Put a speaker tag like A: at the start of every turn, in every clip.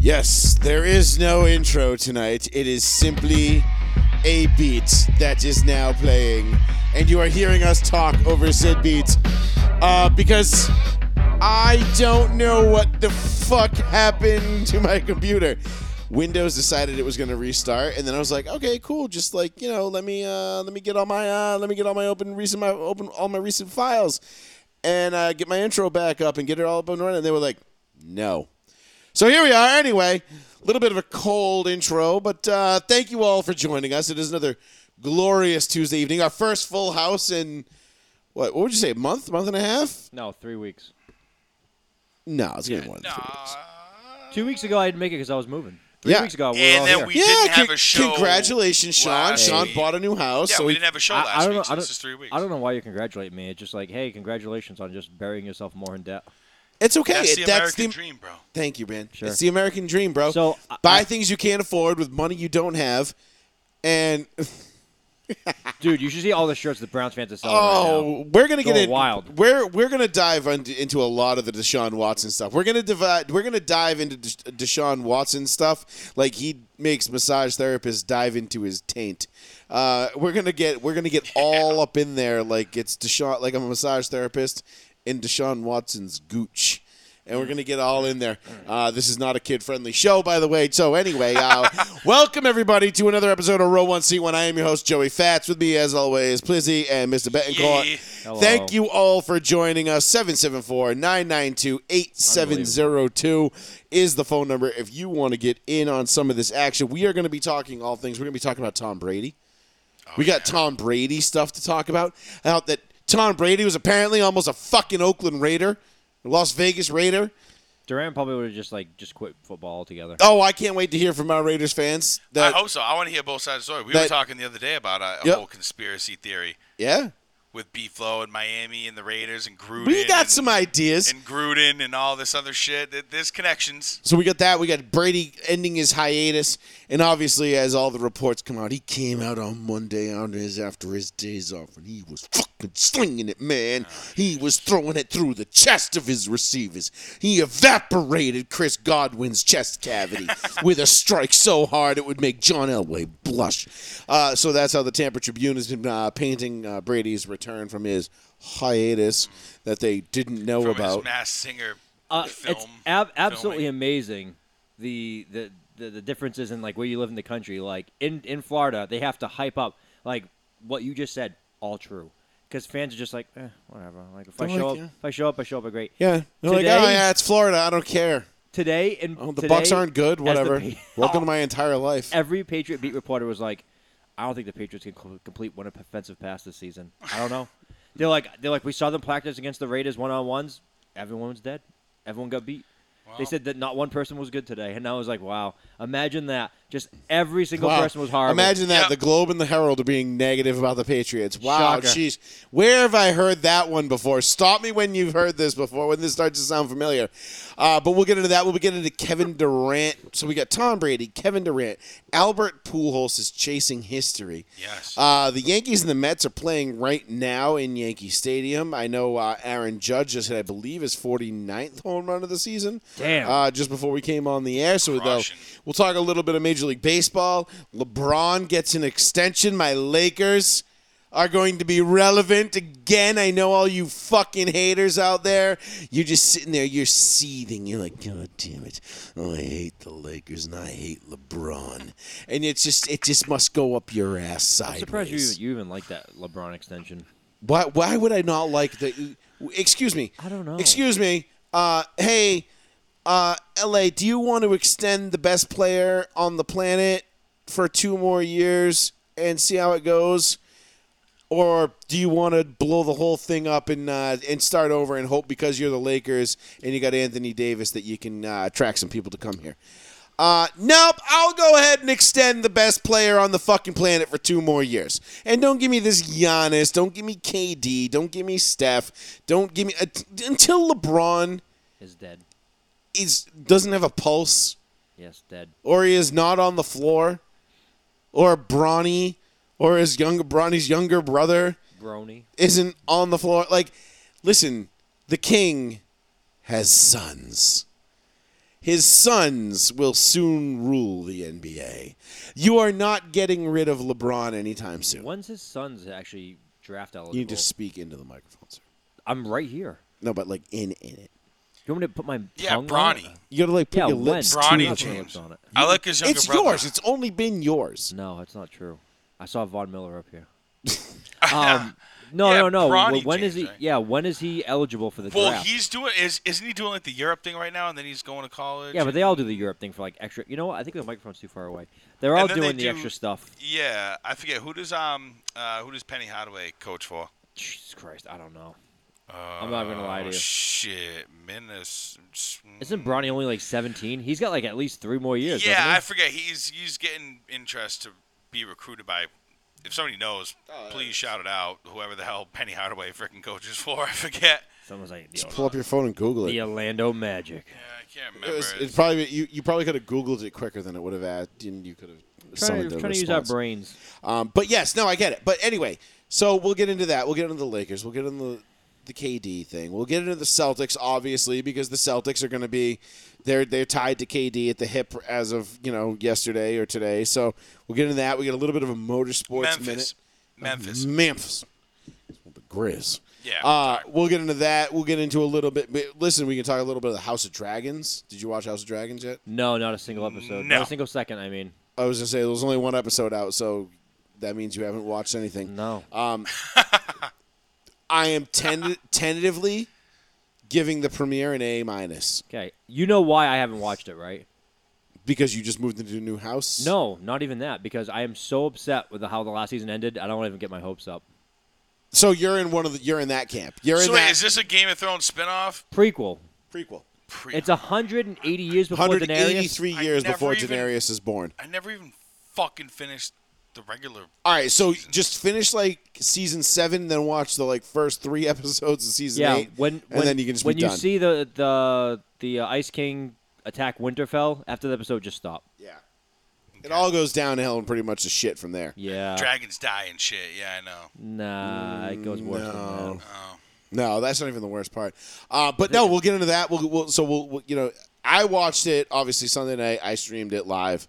A: Yes, there is no intro tonight. It is simply a beat that is now playing, and you are hearing us talk over said beat uh, because I don't know what the fuck happened to my computer. Windows decided it was going to restart, and then I was like, "Okay, cool. Just like you know, let me uh, let me get all my uh, let me get all my open recent my open all my recent files, and uh, get my intro back up and get it all up and running." And they were like, "No." So here we are, anyway. A little bit of a cold intro, but uh, thank you all for joining us. It is another glorious Tuesday evening, our first full house in, what, what would you say, a month, month and a half?
B: No, three weeks.
A: No, it's going to be more than three weeks.
B: Two weeks ago, I didn't make it because I was moving. Three
A: Yeah.
B: weeks ago, we were all
C: And then
B: here.
C: we didn't have
A: con-
C: a show.
A: congratulations, Sean.
C: last
A: Sean
C: week.
A: bought a new house.
C: Yeah,
A: so
C: we
A: he-
C: didn't have a show
B: I,
C: last
B: I don't know.
C: week.
B: I
C: So
B: don't,
C: this is three weeks.
B: I don't know why you're congratulating me. It's just like, hey, congratulations on just burying yourself more in debt.
A: it's okay.
C: That's
A: It-
C: the
A: that's
C: American
A: the-
C: dream, bro.
A: Thank you, man.
B: Sure.
A: It's the American dream, bro.
B: So, I-
A: Buy
B: I-
A: things you can't afford with money you don't have. And,
B: Dude, you should see all the shirts the Browns fans are selling. right now.
A: Oh, we're gonna get
B: Going
A: in,
B: wild.
A: We're we're gonna dive un- into a lot of the Deshaun Watson stuff. We're gonna divide. We're gonna dive into Des- Deshaun Watson stuff, like he makes massage therapists dive into his taint. Uh, we're gonna get we're gonna get all up in there, like it's Deshaun, like I'm a massage therapist in Deshaun Watson's gooch. And we're gonna get all in there. Uh, this is not a kid-friendly show, by the way. So anyway, uh, welcome everybody to another episode of Row One C One. I am your host Joey Fats. With me, as always, Plizzy and Mr. Betancourt.
C: Yeah.
B: Hello.
A: Thank you all for joining us. 774 992 8702 is the phone number if you want to get in on some of this action. We are going to be talking all things. We're going to be talking about Tom Brady. we got Tom Brady stuff to talk about. Out that Tom Brady was apparently almost a fucking Oakland Raider, Las Vegas Raider.
B: Durant probably would have just like just quit football altogether.
A: Oh, I can't wait to hear from our Raiders fans. That,
C: I hope so. I want to hear both sides of the story. We
A: that-
C: were talking the other day about a, a
A: Yep.
C: whole conspiracy theory
A: yeah.
C: with B-Flow and Miami and the Raiders and Gruden.
A: We got
C: and,
A: some ideas.
C: and Gruden and all this other shit. Th- There's connections.
A: So we got that. We got Brady ending his hiatus, and obviously, as all the reports come out, he came out on Monday on his after his days off, and he was fucking slinging it, man. He was throwing it through the chest of his receivers. He evaporated Chris Godwin's chest cavity with a strike so hard it would make John Elway blush. Uh, so that's how the Tampa Tribune has been uh, painting uh, Brady's return from his hiatus that they didn't know
C: From
A: about.
C: his mass singer
B: Uh,
C: film.
B: it's ab- absolutely
C: filming.
B: amazing the, the the the differences in like where you live in the country. Like in in Florida, they have to hype up like what you just said, all true, because fans are just like, eh, whatever. Like if I
A: They're
B: show
A: like,
B: up,
A: yeah.
B: if I show up, I show up. I great.
A: Yeah, they're like,
B: Today-
A: oh yeah, it's Florida. I don't care.
B: Today and
A: Oh, the
B: today,
A: Bucks aren't good.
B: as the Oh.
A: Whatever.
B: Pa-
A: Welcome to my entire life.
B: Every Patriot beat reporter was like, I don't think the Patriots can co- complete one offensive pass this season. I don't know. they're like, they're like, we saw them practice against the Raiders one on ones. Everyone was dead. Everyone got beat. They said that not one person was good today, and I was like, "Wow, imagine that! Just every single
A: Wow.
B: person was horrible."
A: Imagine that
C: Yeah.
A: the Globe and the Herald are being negative about the Patriots. Wow,
B: Shocker.
A: jeez, where have I heard that one before? Stop me when you've heard this before, when this starts to sound familiar. Uh, but we'll get into that. We'll get into Kevin Durant. So we got Tom Brady, Kevin Durant, Albert Pujols is chasing history.
C: Yes.
A: Uh, the Yankees and the Mets are playing right now in Yankee Stadium. I know uh, Aaron Judge just hit, I believe, his 49th home run of the season.
B: Damn.
A: Uh, just before we came on the air. So though,
C: Crushing.
A: we'll talk a little bit of Major League Baseball. LeBron gets an extension. My Lakers are going to be relevant again. I know all you fucking haters out there. You're just sitting there, you're seething. You're like, God damn it. Oh, I hate the Lakers and I hate LeBron. And it's just it just must go up your ass sideways.
B: I'm surprised you, you even like that LeBron extension.
A: Why, why would I not like the? Excuse me.
B: I don't know.
A: Excuse me. Uh, hey, uh, LA, do you want to extend the best player on the planet for two more years and see how it goes, or do you want to blow the whole thing up and uh, and start over and hope because you're the Lakers and you got Anthony Davis that you can uh, attract some people to come here? Uh, nope, I'll go ahead and extend the best player on the fucking planet for two more years. And don't give me this Giannis. Don't give me KD. Don't give me Steph. Don't give me uh, t- until LeBron
B: Is dead.
A: is doesn't have a pulse
B: Yes, dead.
A: or he is not on the floor or Bronny or his younger Bronny's younger brother
B: Brony.
A: isn't on the floor. Like, listen, the king has sons. His sons will soon rule the NBA. You are not getting rid of LeBron anytime soon.
B: When's his sons actually draft eligible?
A: You need to speak into the microphone, sir.
B: I'm right here.
A: No, but like in in it.
B: You want me to put my
C: Yeah,
B: tongue On
C: Bronny.
B: it?
A: You gotta like put
B: Yeah,
A: your
B: when?
A: lips
C: Bronny
A: to it.
B: That's what it
C: James.
B: looks on it.
C: I like his younger
A: It's
C: brother.
A: yours. It's only been yours.
B: No, it's not true. I saw Von Miller up here. um, no,
C: Yeah,
B: no, no.
C: Bronny
B: Well, when
C: James,
B: is he?
C: right?
B: Yeah, when is he eligible for the
C: Well,
B: draft?
C: he's doing is isn't he doing like the Europe thing right now, and then he's going to college.
B: yeah, but they all do the Europe thing for like extra. You know what? I think the microphone's too far away. They're
C: And
B: all
C: then they
B: doing the
C: do-
B: extra stuff.
C: Yeah, I forget who does um uh, who does Penny Hardaway coach for?
B: Jesus Christ, I don't know. I'm not gonna lie to
C: Oh,
B: you.
C: Shit, Minnesota.
B: Isn't Bronny only like 17? He's got like at least three more years.
C: Yeah, I
B: doesn't
C: forget. He's he's getting interest to be recruited by. If somebody knows, please shout it out. Whoever the hell Penny Hardaway freaking coaches for, I forget.
B: he? Someone's like
A: Just
B: the,
A: pull up your phone and Google it.
B: the Orlando Magic.
C: Yeah, I can't
A: It
C: remember.
A: was, it's probably you, you probably could have googled it quicker than it would have asked, and you could have
B: Trying,
A: summoned
B: to,
A: a
B: trying to use our
A: response.
B: brains.
A: Um, but yes, no, I get it. But anyway, so we'll get into that. We'll get into the Lakers. We'll get into the, the KD thing. We'll get into the Celtics, obviously, because the Celtics are going to be they're they're tied to KD at the hip as of you know yesterday or today. So we'll get into that. We get a little bit of a motorsports minute.
C: Memphis. Memphis.
A: Memphis, the Grizz.
C: Yeah.
A: Uh, we'll get into that. We'll get into a little bit. But listen, we can talk a little bit of the House of Dragons. Did you watch House of Dragons yet?
B: No, not a single episode.
C: No.
B: Not a single second. I mean,
A: I was gonna say there's only one episode out, so that means you haven't watched anything.
B: no.
A: I am ten- tentatively giving the premiere an A minus
B: Okay, you know why I haven't watched it, right?
A: because you just moved into a new house.
B: No, not even that. Because I am so upset with how the last season ended. I don't wanna even get my hopes up.
A: So you're in one of the, you're in that camp. You're in
C: so wait,
A: that
C: is this a Game of Thrones spinoff?
B: Prequel.
A: prequel.
C: Pre-
B: It's 180 years before Daenerys.
A: 183
C: I
A: years
C: never
A: before
C: even-
A: Daenerys is born.
C: I never even fucking finished the regular.
A: All right, so just finish like season seven, then watch the like first three episodes of season
B: Yeah,
A: eight,
B: when
A: and
B: when,
A: then you can just
B: when
A: be
B: you
A: done.
B: see the the the uh, Ice King attack Winterfell after the episode, just stop.
A: yeah, it all goes downhill and pretty much the shit from there.
B: Yeah,
C: Dragons die and shit. Yeah, I know. Um,
B: nah, it goes worse than that.
A: No, that's not even the worst part. Uh, but no, we'll get into that. We'll, we'll so we'll, we'll you know I watched it obviously Sunday night. I streamed it live.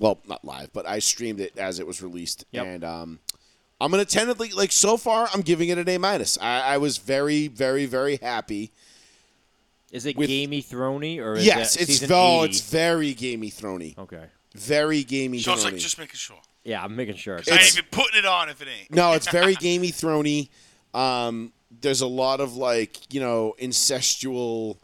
A: Well, not live, but I streamed it as it was released.
B: Yep.
A: And um, I'm gonna tentatively like so far I'm giving it an A minus. I, I was very very very happy.
B: Is it
A: With-
B: gamey throny or is
A: yes,
B: it
A: it's
B: season Oh.
A: oh,
B: 80?
A: it's very gamey throny,
B: okay.
A: very gamey
C: So it's like
A: throny.
C: just making sure.
B: Yeah, I'm making sure.
C: I
A: It's-
C: ain't even putting it on if it ain't.
A: No, it's very gamey throny. Um, there's a lot of like you know incestual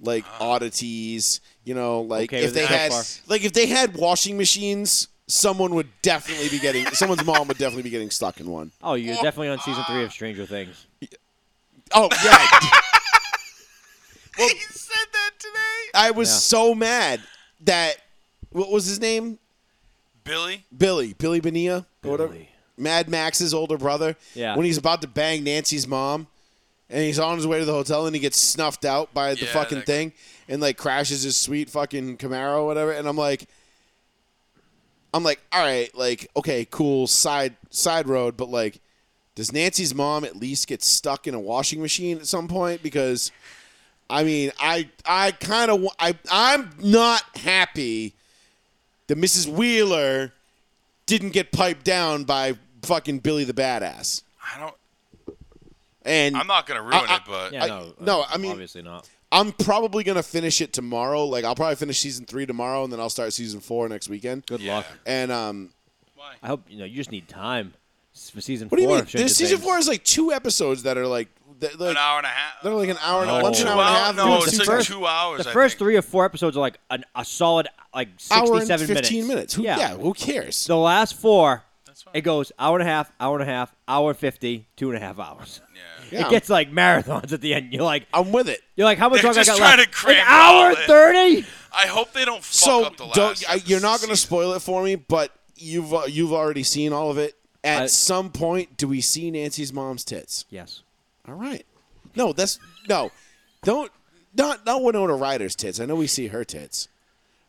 A: like oddities. You know, like
B: Uh-huh. Okay
A: if
B: with it
A: they
B: so
A: had
B: far.
A: like if they had washing machines, someone would definitely be getting someone's mom would definitely be getting stuck in one.
B: Oh, you're definitely on season three of Stranger Things.
A: Oh yeah,
C: he said that today.
A: I was
B: Yeah.
A: so mad that what was his name?
C: Billy.
A: Billy, Billy Benia, or whatever.
B: Billy.
A: Mad Max's older brother.
B: Yeah.
A: When he's about to bang Nancy's mom, and he's on his way to the hotel, and he gets snuffed out by the
C: Yeah,
A: fucking
C: that guy.
A: thing, and like crashes his sweet fucking Camaro, or whatever. And I'm like, I'm like, all right, like, okay, cool, side side road, but like, does Nancy's mom at least get stuck in a washing machine at some point? Because, I mean, I I kind of I I'm not happy that Mrs. Wheeler didn't get piped down by fucking Billy the Badass.
C: I don't.
A: And
C: I'm not gonna ruin
A: I-
C: it, but
B: Yeah,
A: I-
B: no,
A: no,
B: uh,
A: I mean-
B: obviously not.
A: I'm probably gonna finish it tomorrow. Like I'll probably finish season three tomorrow, and then I'll start season four next weekend.
B: Good
C: Yeah.
B: luck.
A: And um,
C: Why?
B: I hope you know. You just need time S- for season
A: what do you
B: four.
A: mean?
B: of Stranger
A: This season
B: Things.
A: four is like two episodes that are like that, like
C: an hour and a half.
A: they're like an hour and
B: No.
A: a one's an
C: two
A: hour and a
C: hour-
A: half.
C: No,
A: one's
C: it's
A: two
C: like
A: hours.
C: two hours.
B: The
C: I
B: first
C: think.
B: three or four episodes are like an, a solid like
A: hour and
B: sixty-seven
A: fifteen minutes. Who, yeah. who cares?
B: The last four,
C: That's fine.
B: it goes hour and a half, hour and a half, hour fifty, two and a half hours.
C: Yeah.
A: Yeah,
B: It gets like marathons at the end. You're like,
A: I'm with it.
B: you're like, how much
C: They're
B: longer I
C: just
B: got
C: trying
B: left?
C: to cram
B: An
C: it
B: hour
C: all in.
B: thirty.
C: I hope they don't fuck
A: so
C: up the last.
A: don't I, you're not
C: season.
A: gonna spoil it for me, but you've uh, you've already seen all of it. At
B: I-
A: some point, do we see Nancy's mom's tits?
B: Yes.
A: All right. No, that's no. Don't not not Winona Ryder's tits. I know we see her tits,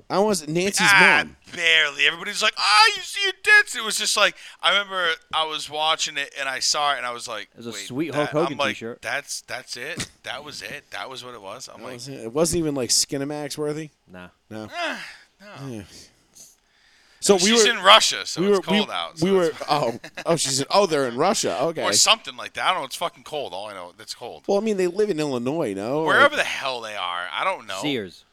A: I was Nancy's
C: Ah,
A: mom.
C: barely. Everybody's like, "Ah, you see your tits." It was just like I remember I was watching it and I saw it and I was like,
B: There's a
C: "Wait,
B: sweet
C: that-
B: Hulk Hogan
C: I'm like,
B: t-shirt.
C: That's that's it. That was it. That was what it was. I'm
A: That
C: like,
A: was It It wasn't even like Skinamax worthy.
B: Nah.
A: No.
C: Ah, no.
A: Yeah. So we
C: She's
A: were
C: in Russia, so
A: we were
C: it's cold
A: we,
C: out. So
A: we were
C: it's-
A: oh oh she's in oh they're in Russia okay.
C: or something like that. I don't know. It's fucking cold. All I know, it's cold.
A: Well, I mean they live in Illinois, no?
C: Wherever
A: Like,
C: the hell they are, I don't know.
B: Sears.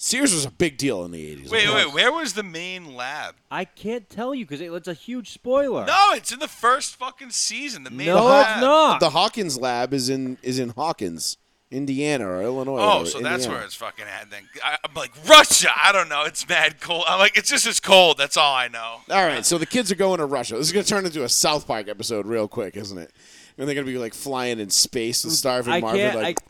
A: Sears was a big deal in the eighties.
C: Wait, wait, where was the main lab?
B: I can't tell you because it, it's a huge spoiler.
C: No, it's in the first fucking season. The main
B: No,
C: lab.
B: it's not.
A: The Hawkins lab is in is in Hawkins, Indiana or Illinois.
C: Oh,
A: or
C: so that's
A: Indiana.
C: where it's fucking at then. I, I'm like Russia. I don't know. It's mad cold. I'm like it's just as cold. That's all I know.
A: All right, so the kids are going to Russia. This is going to turn into a South Park episode real quick, isn't it? And they're going to be like flying in space and starving
B: I
A: Marvin.
B: can't.
A: Like,
B: I,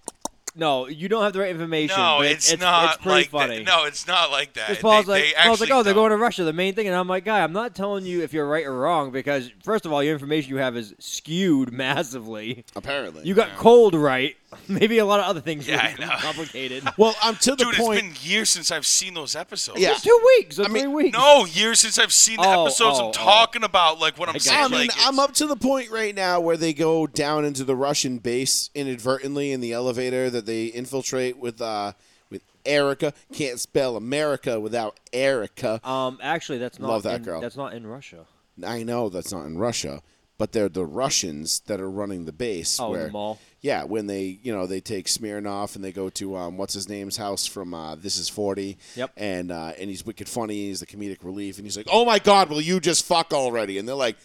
B: no, you don't have the right information.
C: No,
B: but it-
C: it's,
B: it's
C: not
B: It's pretty
C: like
B: funny.
C: that. No, it's not like that.
B: Because Paul's
C: Uh, They-
B: like,
C: they
B: Paul's like,
C: actually
B: oh, they're
C: don't.
B: going to Russia, the main thing, and I'm like, guy, I'm not telling you if you're right or wrong because first of all, your information you have is skewed massively.
A: apparently,
B: You got cold right, maybe a lot of other things
C: Yeah,
B: really
C: I know.
B: complicated.
A: Well, I'm to the
C: Dude,
A: point.
C: it's been years since I've seen those episodes.
A: Yeah.
B: It's two weeks or
A: I mean,
B: three weeks.
C: No, years since I've seen the
B: Oh,
C: episodes.
B: oh, oh.
C: I'm talking about like what I'm
B: I get it.
C: saying.
A: I mean,
C: like,
A: I'm
C: it's-
A: up to the point right now where they go down into the Russian base inadvertently in the elevator that they infiltrate with uh with Erica. Can't spell America without Erica.
B: Um, actually, that's not
A: Love that
B: in,
A: girl.
B: That's not in Russia.
A: I know that's not in Russia, but they're the Russians that are running the base.
B: Oh, in
A: where,
B: the mall.
A: Yeah, when they you know they take Smirnoff and they go to um, what's his name's house from uh, This Is Forty.
B: Yep.
A: And uh, and he's wicked funny. He's the comedic relief, and he's like, "Oh my God, will you just fuck already?" And they're like,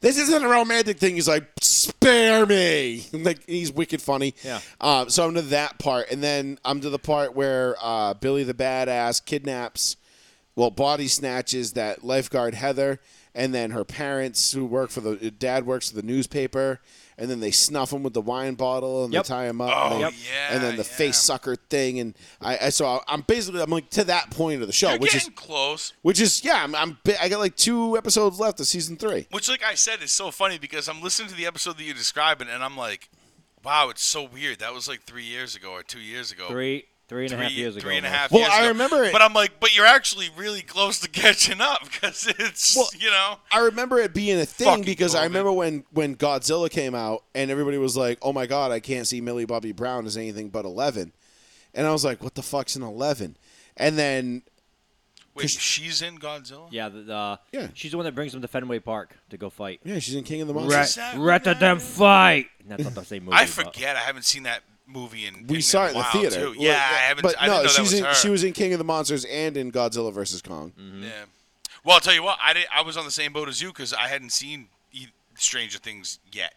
A: "This isn't a romantic thing." He's like, "Spare me!" like he's wicked funny.
B: Yeah.
A: Um, so I'm to that part, and then I'm to the part where uh, Billy the Badass kidnaps well, body snatches that lifeguard Heather, and then her parents who work for the dad works for the newspaper, and then they snuff him with the wine bottle and
B: Yep.
A: they tie him up.
C: Oh,
A: and,
C: Yep.
A: they-
C: yeah,
A: and then the
C: yeah.
A: face sucker thing, and I, I so I'm basically I'm like to that point of the show,
C: you're
A: which
C: getting
A: is
C: close.
A: which is yeah, I'm, I'm bi- I got like two episodes left of season three.
C: Which, like I said, is so funny because I'm listening to the episode that you're describing, and I'm like, wow, it's so weird. That was like three years ago or two years ago.
B: Three, three and a half
C: Oh. Three-
B: years ago.
C: three and a
B: almost.
C: half
A: Well,
C: years
A: I
C: ago.
A: remember it.
C: But I'm like, but you're actually really close to catching up because it's,
A: Well,
C: you know.
A: I remember it being a thing
C: Fucking
A: because I
C: COVID.
A: remember when when Godzilla came out and everybody was like, "Oh my god, I can't see Millie Bobby Brown as anything but 11." And I was like, "What the fuck's an 11?" And then
C: Wait, she's in Godzilla?
B: Yeah, the, the,
A: Yeah.
B: She's the one that brings them to Fenway Park to go fight.
A: yeah, she's in King of the Monsters.
B: Rat,
C: that
B: rat
C: right?
B: them fight. That's not the same movie.
C: I
B: but-
C: forget. I haven't seen that movie in.
A: We
C: in
A: saw
C: a
A: it in the
C: while,
A: theater.
C: Too.
A: Well,
C: Yeah, I haven't.
A: But
C: I
A: no,
C: didn't know
A: she
C: that
A: was
C: was
A: in,
C: her.
A: she was in King of the Monsters and in Godzilla vs Kong.
B: Mm-hmm.
C: Yeah. Well, I'll tell you what. I did, I was on the same boat as you because I hadn't seen e- Stranger Things yet.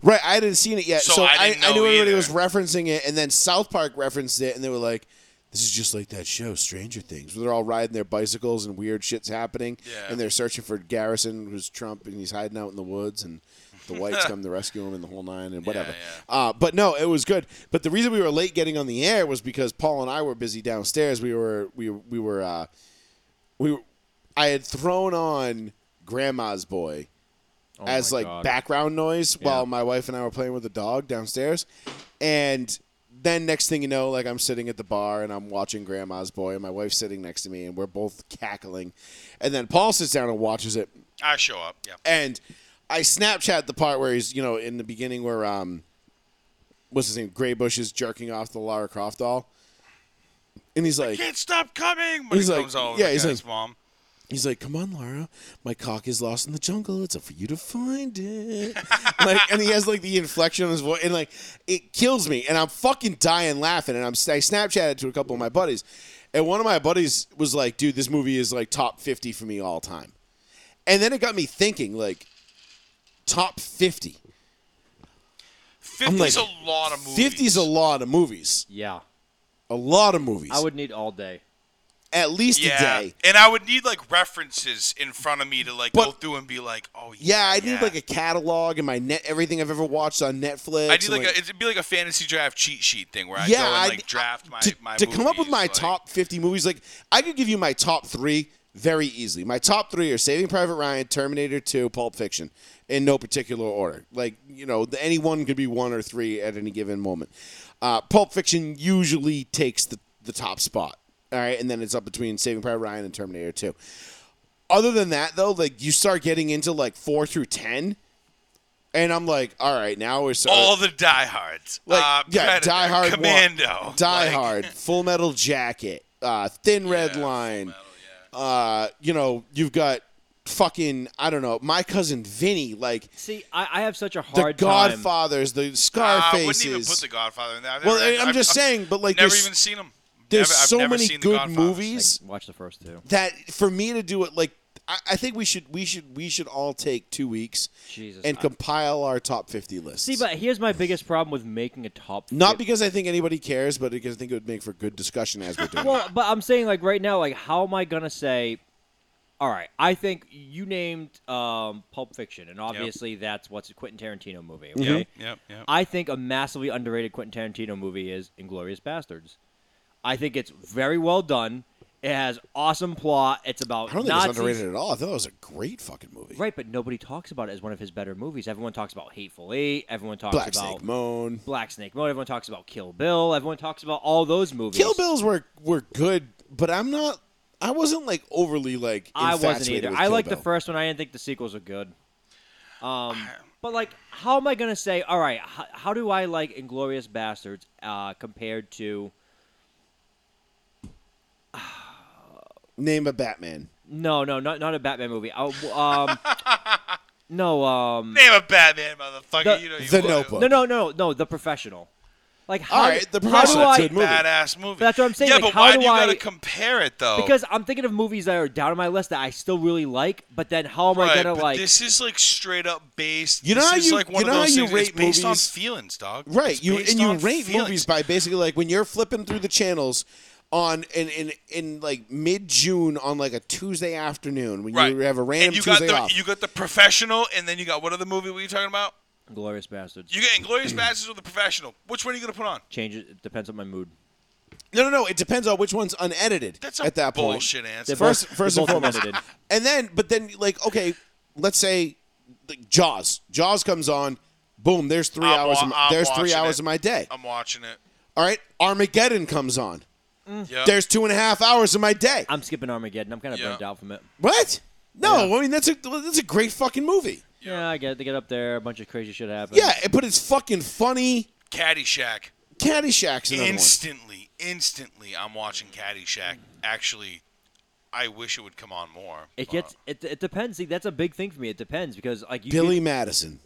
A: Right, I hadn't seen it yet, so,
C: So
A: I,
C: I
A: I,
C: didn't know
A: knew everybody
C: either.
A: was referencing it, and then South Park referenced it, and they were like, "This is just like that show, Stranger Things." Where they're all riding their bicycles and weird shit's happening,
C: Yeah.
A: and they're searching for Garrison, who's Trump, and he's hiding out in the woods, and the whites come to rescue him, and the whole nine, and whatever.
C: yeah.
A: Uh, but no, it was good. But the reason we were late getting on the air was because Paul and I were busy downstairs. We were we we were. Uh, we were- I had thrown on Grandma's Boy
B: Oh
A: as
B: my
A: like
B: God.
A: background noise
B: Yeah.
A: while my wife and I were playing with the dog downstairs, and then next thing you know, like I'm sitting at the bar and I'm watching Grandma's Boy, and my wife's sitting next to me, and we're both cackling, and then Paul sits down and watches it,
C: I show up. Yeah.
A: and I Snapchat the part where he's you know in the beginning where um, what's his name, Graybush is jerking off the Lara Croft doll, and he's like,
C: Can't stop coming. When
A: He's
C: he
A: like-
C: comes over
A: yeah,
C: the
A: he's
C: guy's
A: like-
C: mom.
A: He's like, "Come on, Lara, my cock is lost in the jungle. It's up for you to find it." like, and he has like the inflection on his voice, and like it kills me, and I'm fucking dying laughing, and I'm I Snapchatted to a couple of my buddies, and one of my buddies was like, "Dude, this movie is like top fifty for me all time," and then it got me thinking, like, top fifty.
C: 50's
A: like,
C: a lot of movies.
A: Fifty's a lot of movies,
B: Yeah,
A: a lot of movies.
B: I would need all day.
A: at least
C: yeah.
A: a day.
C: And I would need like references in front of me to like go
A: But-
C: through and be like, oh yeah.
A: Yeah, I need like a catalog and my net everything I've ever watched on Netflix.
C: I need
A: and,
C: like, a, it'd be like a fantasy draft cheat sheet thing where I
A: Yeah,
C: go and
A: I-
C: like draft my
A: to,
C: my
A: to come up with
C: movies,
A: my
C: like-
A: top 50 movies like i could give you my top three very easily my top three are saving private ryan terminator 2 pulp fiction in no particular order like you know the- any one could be one or three at any given moment uh, pulp fiction usually takes the, the top spot All right, and then it's up between Saving Private Ryan and Terminator 2. Other than that, though, like you start getting into like four through ten, and I'm like, all right, now we're starting.
C: All the diehards.
A: Like,
C: uh,
A: yeah,
C: Predator,
A: Die Hard one,
C: Commando.
A: Die
C: Like,
A: Hard, Full Metal Jacket, uh, Thin Red Line.
C: Metal, yeah.
A: Uh, you know, you've got fucking I don't know, my cousin Vinny, like
B: See, I, I have such a hard
A: the
B: time.
A: Godfathers,
C: Uh,
A: the
C: I
A: Scarfaces.
C: wouldn't even put The Godfather in there. I've
A: well,
C: never-
A: I'm
C: I've-
A: just
C: I've
A: saying, but like
C: Never
A: there's,
C: even seen them.
A: there's
C: never, I've
A: so
C: never
A: many
C: seen The
A: good
C: Godfather.
A: movies
B: Like, watch the first two.
A: that for me to do it like I, I think we should we should we should all take two weeks
B: Jesus,
A: and
B: I-
A: compile our top fifty lists.
B: See, but here's my biggest problem with making a top.
A: not
B: fif-
A: because I think anybody cares, but because I think it would make for good discussion as we're doing. it.
B: Well, but I'm saying like right now, like how am I gonna say? All right, I think you named um, Pulp Fiction, and obviously that's what's a Quentin Tarantino movie.
A: Mm-hmm.
B: Okay,
C: Yep, yep, yep.
B: I think a massively underrated Quentin Tarantino movie is Inglorious Bastards. I think it's very well done. It has awesome plot. It's about
A: I don't think
B: Nazis.
A: it's underrated at all. I thought it was a great fucking movie.
B: Right, but nobody talks about it as one of his better movies. Everyone talks about Hateful Eight. Everyone talks
A: Black
B: about
A: Snake Moan.
B: Black Snake Mode. Everyone talks about Kill Bill. Everyone talks about all those movies.
A: Kill Bills were were good, but I'm not. I wasn't like overly like.
B: I wasn't
A: infatuated
B: either.
A: with
B: I
A: Kill
B: liked the
A: Bill.
B: first one. I didn't think the sequels were good. Um, but like, how am I gonna say? All right, how, how do I like Inglorious Bastards uh, compared to?
A: Name a Batman.
B: No, no, not not a Batman movie. I, um, no, um,
C: Name a Batman, motherfucker.
B: The-
C: you know you
A: The
C: would.
A: Notebook.
B: no, no, no, no, the Professional. Like, how,
A: right, The
B: how do
A: Professional's
B: I,
A: good movie.
C: Badass movie.
B: That's what I'm saying,
C: Yeah,
B: like,
C: but
B: how
C: why
B: do
C: you
B: I-
C: gotta compare it though?
B: Because I'm thinking of movies that are down on my list that I still really like, but then how am I
C: Right,
B: gonna
C: but
B: like?
C: this is like straight up based.
A: You know
C: this
A: how
C: is
A: you-
C: like one of
A: you know how
C: those
A: you
C: things that's
A: rate
C: based on
A: movies?
C: feelings, dog.
A: Right.
C: It's
A: You
C: based
A: and you
C: on
A: rate
C: feelings.
A: movies by basically like when you're flipping through the channels on in in, in like mid June on like a Tuesday afternoon when
C: Right.
A: you have a
C: and
A: random
C: you
A: Tuesday
C: got the
A: off.
C: you got the professional, and then you got what other movie were you talking about?
B: Glorious Bastards.
C: You get Inglorious Bastards or the professional. Which one are you gonna put on?
B: Changes. It depends on my mood.
A: no, no, no. It depends on which one's unedited.
C: That's a
A: at that point.
C: bullshit answer.
B: They're
A: First-
B: both-
A: first
B: they're
A: and
B: both
A: foremost.
B: unedited.
A: And then, but then, like, okay, let's say like, Jaws. Jaws comes on. Boom. There's 3
C: I'm
A: hours.
C: wa-
A: of my,
C: I'm
A: there's three
C: watching
A: hours
C: it.
A: of my day.
C: I'm watching it.
A: All right. Armageddon comes on.
C: Yeah.
A: Hmm. There's two and a half hours of my day.
B: I'm skipping Armageddon. I'm kind of
C: Yeah.
B: burnt out from it.
A: What? No, I mean that's a that's a great fucking movie.
B: Yeah. I get it. They get up there. A bunch of crazy shit happens.
A: Yeah, but it's fucking funny.
C: Caddyshack.
A: Caddyshack's another
C: Instantly, instantly, I'm watching Caddyshack. Actually, I wish it would come on more.
B: It
C: Uh,
B: gets. It, it depends. See, that's a big thing for me. It depends because like you.
A: one. Billy
B: could-
A: Madison.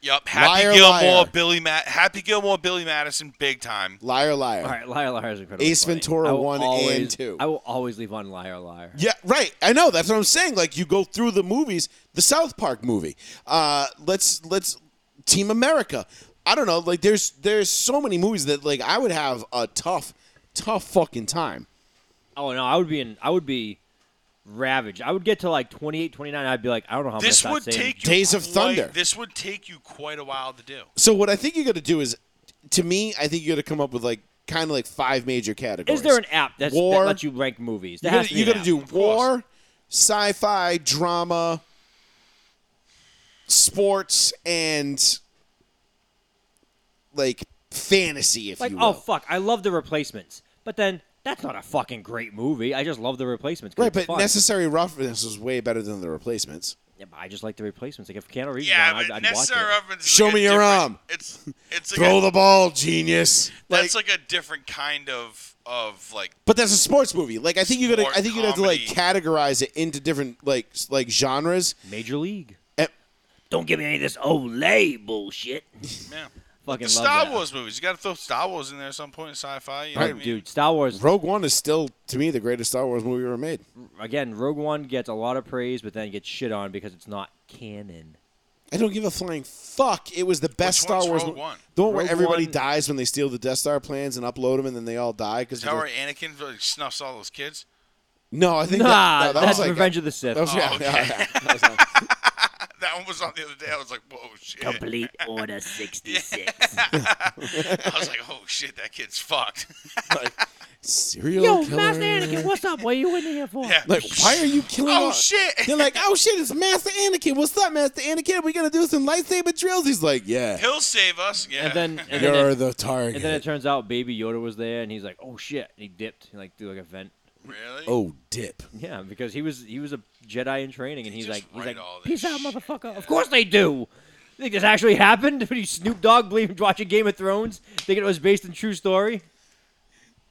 C: Yep, Happy
A: Liar,
C: Gilmore,
A: liar.
C: Billy Matt, Happy Gilmore, Billy Madison, big time.
A: Liar, liar.
B: all right, liar liar is incredible.
A: Ace Ventura one and two.
B: I will always leave on liar liar.
A: Yeah, right. I know. That's what I'm saying. Like you go through the movies, the South Park movie. Uh, let's let's Team America. I don't know. Like there's there's so many movies that like I would have a tough tough fucking time.
B: Oh no, I would be in. I would be ravaged. I would get to like 28, 29. I'd be like, I don't know how
C: This would
B: much
C: take you
A: Days of
C: quite-
A: Thunder.
C: This would take you quite a while to do.
A: So what I think you got to do is, to me, I think you got to come up with like kind of like five major categories.
B: Is there an app that's,
A: War.
B: that lets you rank movies? There
A: You
B: has
A: gotta-
B: to be
A: you got
B: an
A: to
B: app.
A: do
C: of course.
A: war, sci-fi, drama, sports, and like fantasy. If
B: Like,
A: you will.
B: oh fuck, I love the replacements, but then that's not a fucking great movie. I just love the replacements. 'cause
A: right,
B: it's
A: but
B: fun.
A: necessary roughness was way better than the replacements.
B: Yeah, but I just like the replacements. Like if Keanu Reeves,
C: Yeah,
B: on, I'd,
C: but
B: I'd watch it.
C: necessary reference.
A: Show me your arm.
C: It's it's like
A: Throw
C: a,
A: the ball, genius.
C: that's like, a different kind of of like
A: but that's a sports movie. Like I think you got to.
C: Sport,
A: I think you'd have to like
C: comedy.
A: categorize it into different like s- like genres.
B: Major League.
A: Eh,
B: Don't give me any of this Olay bullshit.
C: man.
B: Fucking
C: The
B: love
C: Star
B: that.
C: Wars movies. You got to throw Star Wars in there at some point in sci-fi. You know what I
B: Right,
C: mean?
B: dude. Star Wars
A: Rogue One is still to me the greatest Star Wars movie ever made.
B: again. Rogue One gets a lot of praise, but then gets shit on because it's not canon.
A: I don't give a flying fuck. It was the best
C: Which
A: Star
C: one's
A: Wars.
C: Rogue
A: mo-
C: One?
A: The one where
B: Rogue
A: everybody
B: One-
A: dies when they steal the Death Star plans and upload them, and then they all die because.
C: Tower Anakin like, snuffs all those kids.
A: No, I think
B: Nah,
A: that, no, that
B: Ah,
A: was
B: that's
A: like
B: Revenge of the Sith.
A: That was, yeah,
C: Oh, okay.
A: yeah, yeah. That was like-
C: That one was on the other day. I was like, whoa, shit.
D: Complete Order 66.
C: I was like, oh shit, that kid's fucked.
A: serial
B: Yo,
A: killer.
B: Master Anakin, what's up? What are you in here for?
C: Yeah.
A: Like, why are you killing?
C: Oh,
A: all-
C: shit.
A: They're like, oh shit, it's Master Anakin. What's up, Master Anakin? We gonna do some lightsaber drills. He's like, yeah,
C: He'll save us. Yeah.
B: And then, and then,
A: you're
B: it,
A: the target.
B: and then it turns out Baby Yoda was there, and he's like, "Oh shit!" And he dipped, he like threw like a vent.
C: really?
A: oh, dip.
B: Yeah, because he was he was a Jedi in training, and
C: They
B: he's
C: just
B: like, he's
C: write
B: like,
C: all this
B: "Peace out,
C: shit."
B: motherfucker!" Of course they do. You think this actually happened? What Are you Snoop Dogg believing watching Game of Thrones, thinking it was based in true story?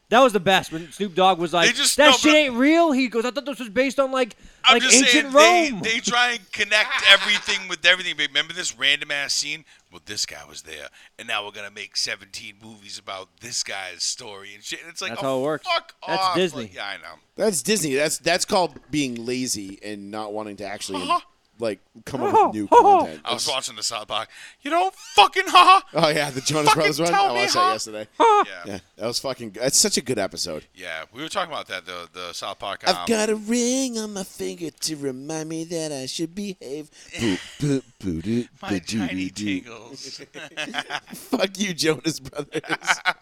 B: That was the best when Snoop Dogg was like,
C: They just-
B: "That
C: no,
B: shit
C: but-
B: ain't real." He goes, "I thought this was based on like
C: I'm
B: like
C: just
B: ancient
C: saying
B: Rome."
C: they, they try and connect everything with everything. But Remember this random ass scene? Well, this guy was there, and now we're gonna make 17 movies about this guy's story and shit. And it's like
B: That's
C: oh,
B: how it works.
C: Fuck
B: That's
C: off.
B: Disney.
C: Like, yeah, I know.
A: That's Disney. That's that's called being lazy and not wanting to actually
C: Uh-huh.
A: like come up
B: Oh,
A: with new
B: oh, oh.
A: content.
C: I was watching the South Park. You don't fucking ha.
A: Oh yeah, the Jonas
C: Fucking
A: Brothers one.
C: tell me,
A: I watched
C: huh?
A: that yesterday.
C: Yeah,
A: Yeah, that was fucking. Good. That's such a good episode.
C: yeah. We were talking about that the the South Park. Um,
A: I've got a ring on my finger to remind me that I should behave. Boop, boop, boo, doo,
C: my
A: ba, doo,
C: tiny
A: doo, doo.
C: tingles.
A: Fuck you, Jonas Brothers.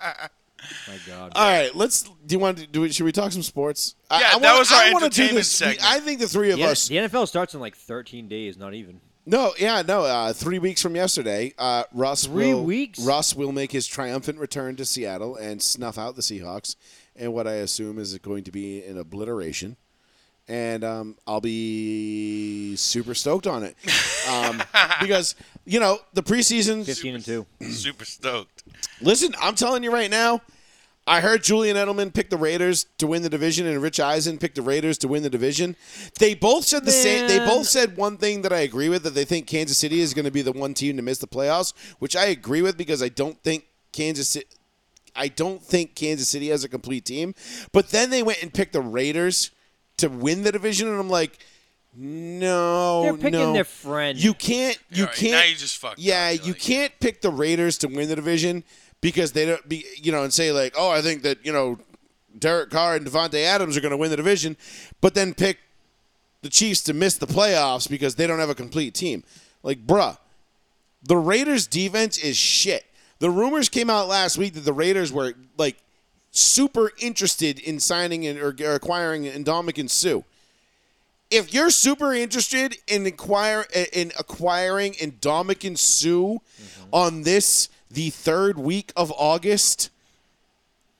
B: My God.
A: All right, let's. Do you want to do? we- Should we talk some sports? I,
C: Yeah,
A: I
C: that
A: wanna-
C: was our
A: I wanna do
C: entertainment
A: this. We-
C: segment.
A: I think the three of
B: The,
A: us.
B: N- the NFL starts in like 13 days, not even.
A: No, yeah, no. Uh, three weeks from yesterday, uh, Russ.
B: Three
A: will,
B: weeks?
A: Russ will make his triumphant return to Seattle and snuff out the Seahawks, and what I assume is going to be an obliteration. And um, I'll be super stoked on it um, because you know the preseason.
B: 15 and two.
C: Super stoked.
A: Listen, I'm telling you right now. I heard Julian Edelman pick the Raiders to win the division, and Rich Eisen picked the Raiders to win the division. They both said the same. They
B: Man.
A: both said one thing that I agree with that they think Kansas City is going to be the one team to miss the playoffs, which I agree with because I don't think Kansas City. I don't think Kansas City has a complete team. But then they went and picked the Raiders to win the division, and I'm like, no,
B: They're picking
A: no.
B: their friend.
A: You can't. You
C: All right,
A: can't.
C: now you just fucked
A: Yeah,
C: up. You're
A: you
C: like,
A: can't pick the Raiders to win the division because they don't be you know and say like, oh, I think that you know Derek Carr and Devontae Adams are going to win the division, but then pick the Chiefs to miss the playoffs because they don't have a complete team. Like, bruh, the Raiders defense is shit. The rumors came out last week that the Raiders were like super interested in signing and or, or acquiring Indomik and Sue if you're super interested in acquire in acquiring Indomitian Sue on this the third week of August,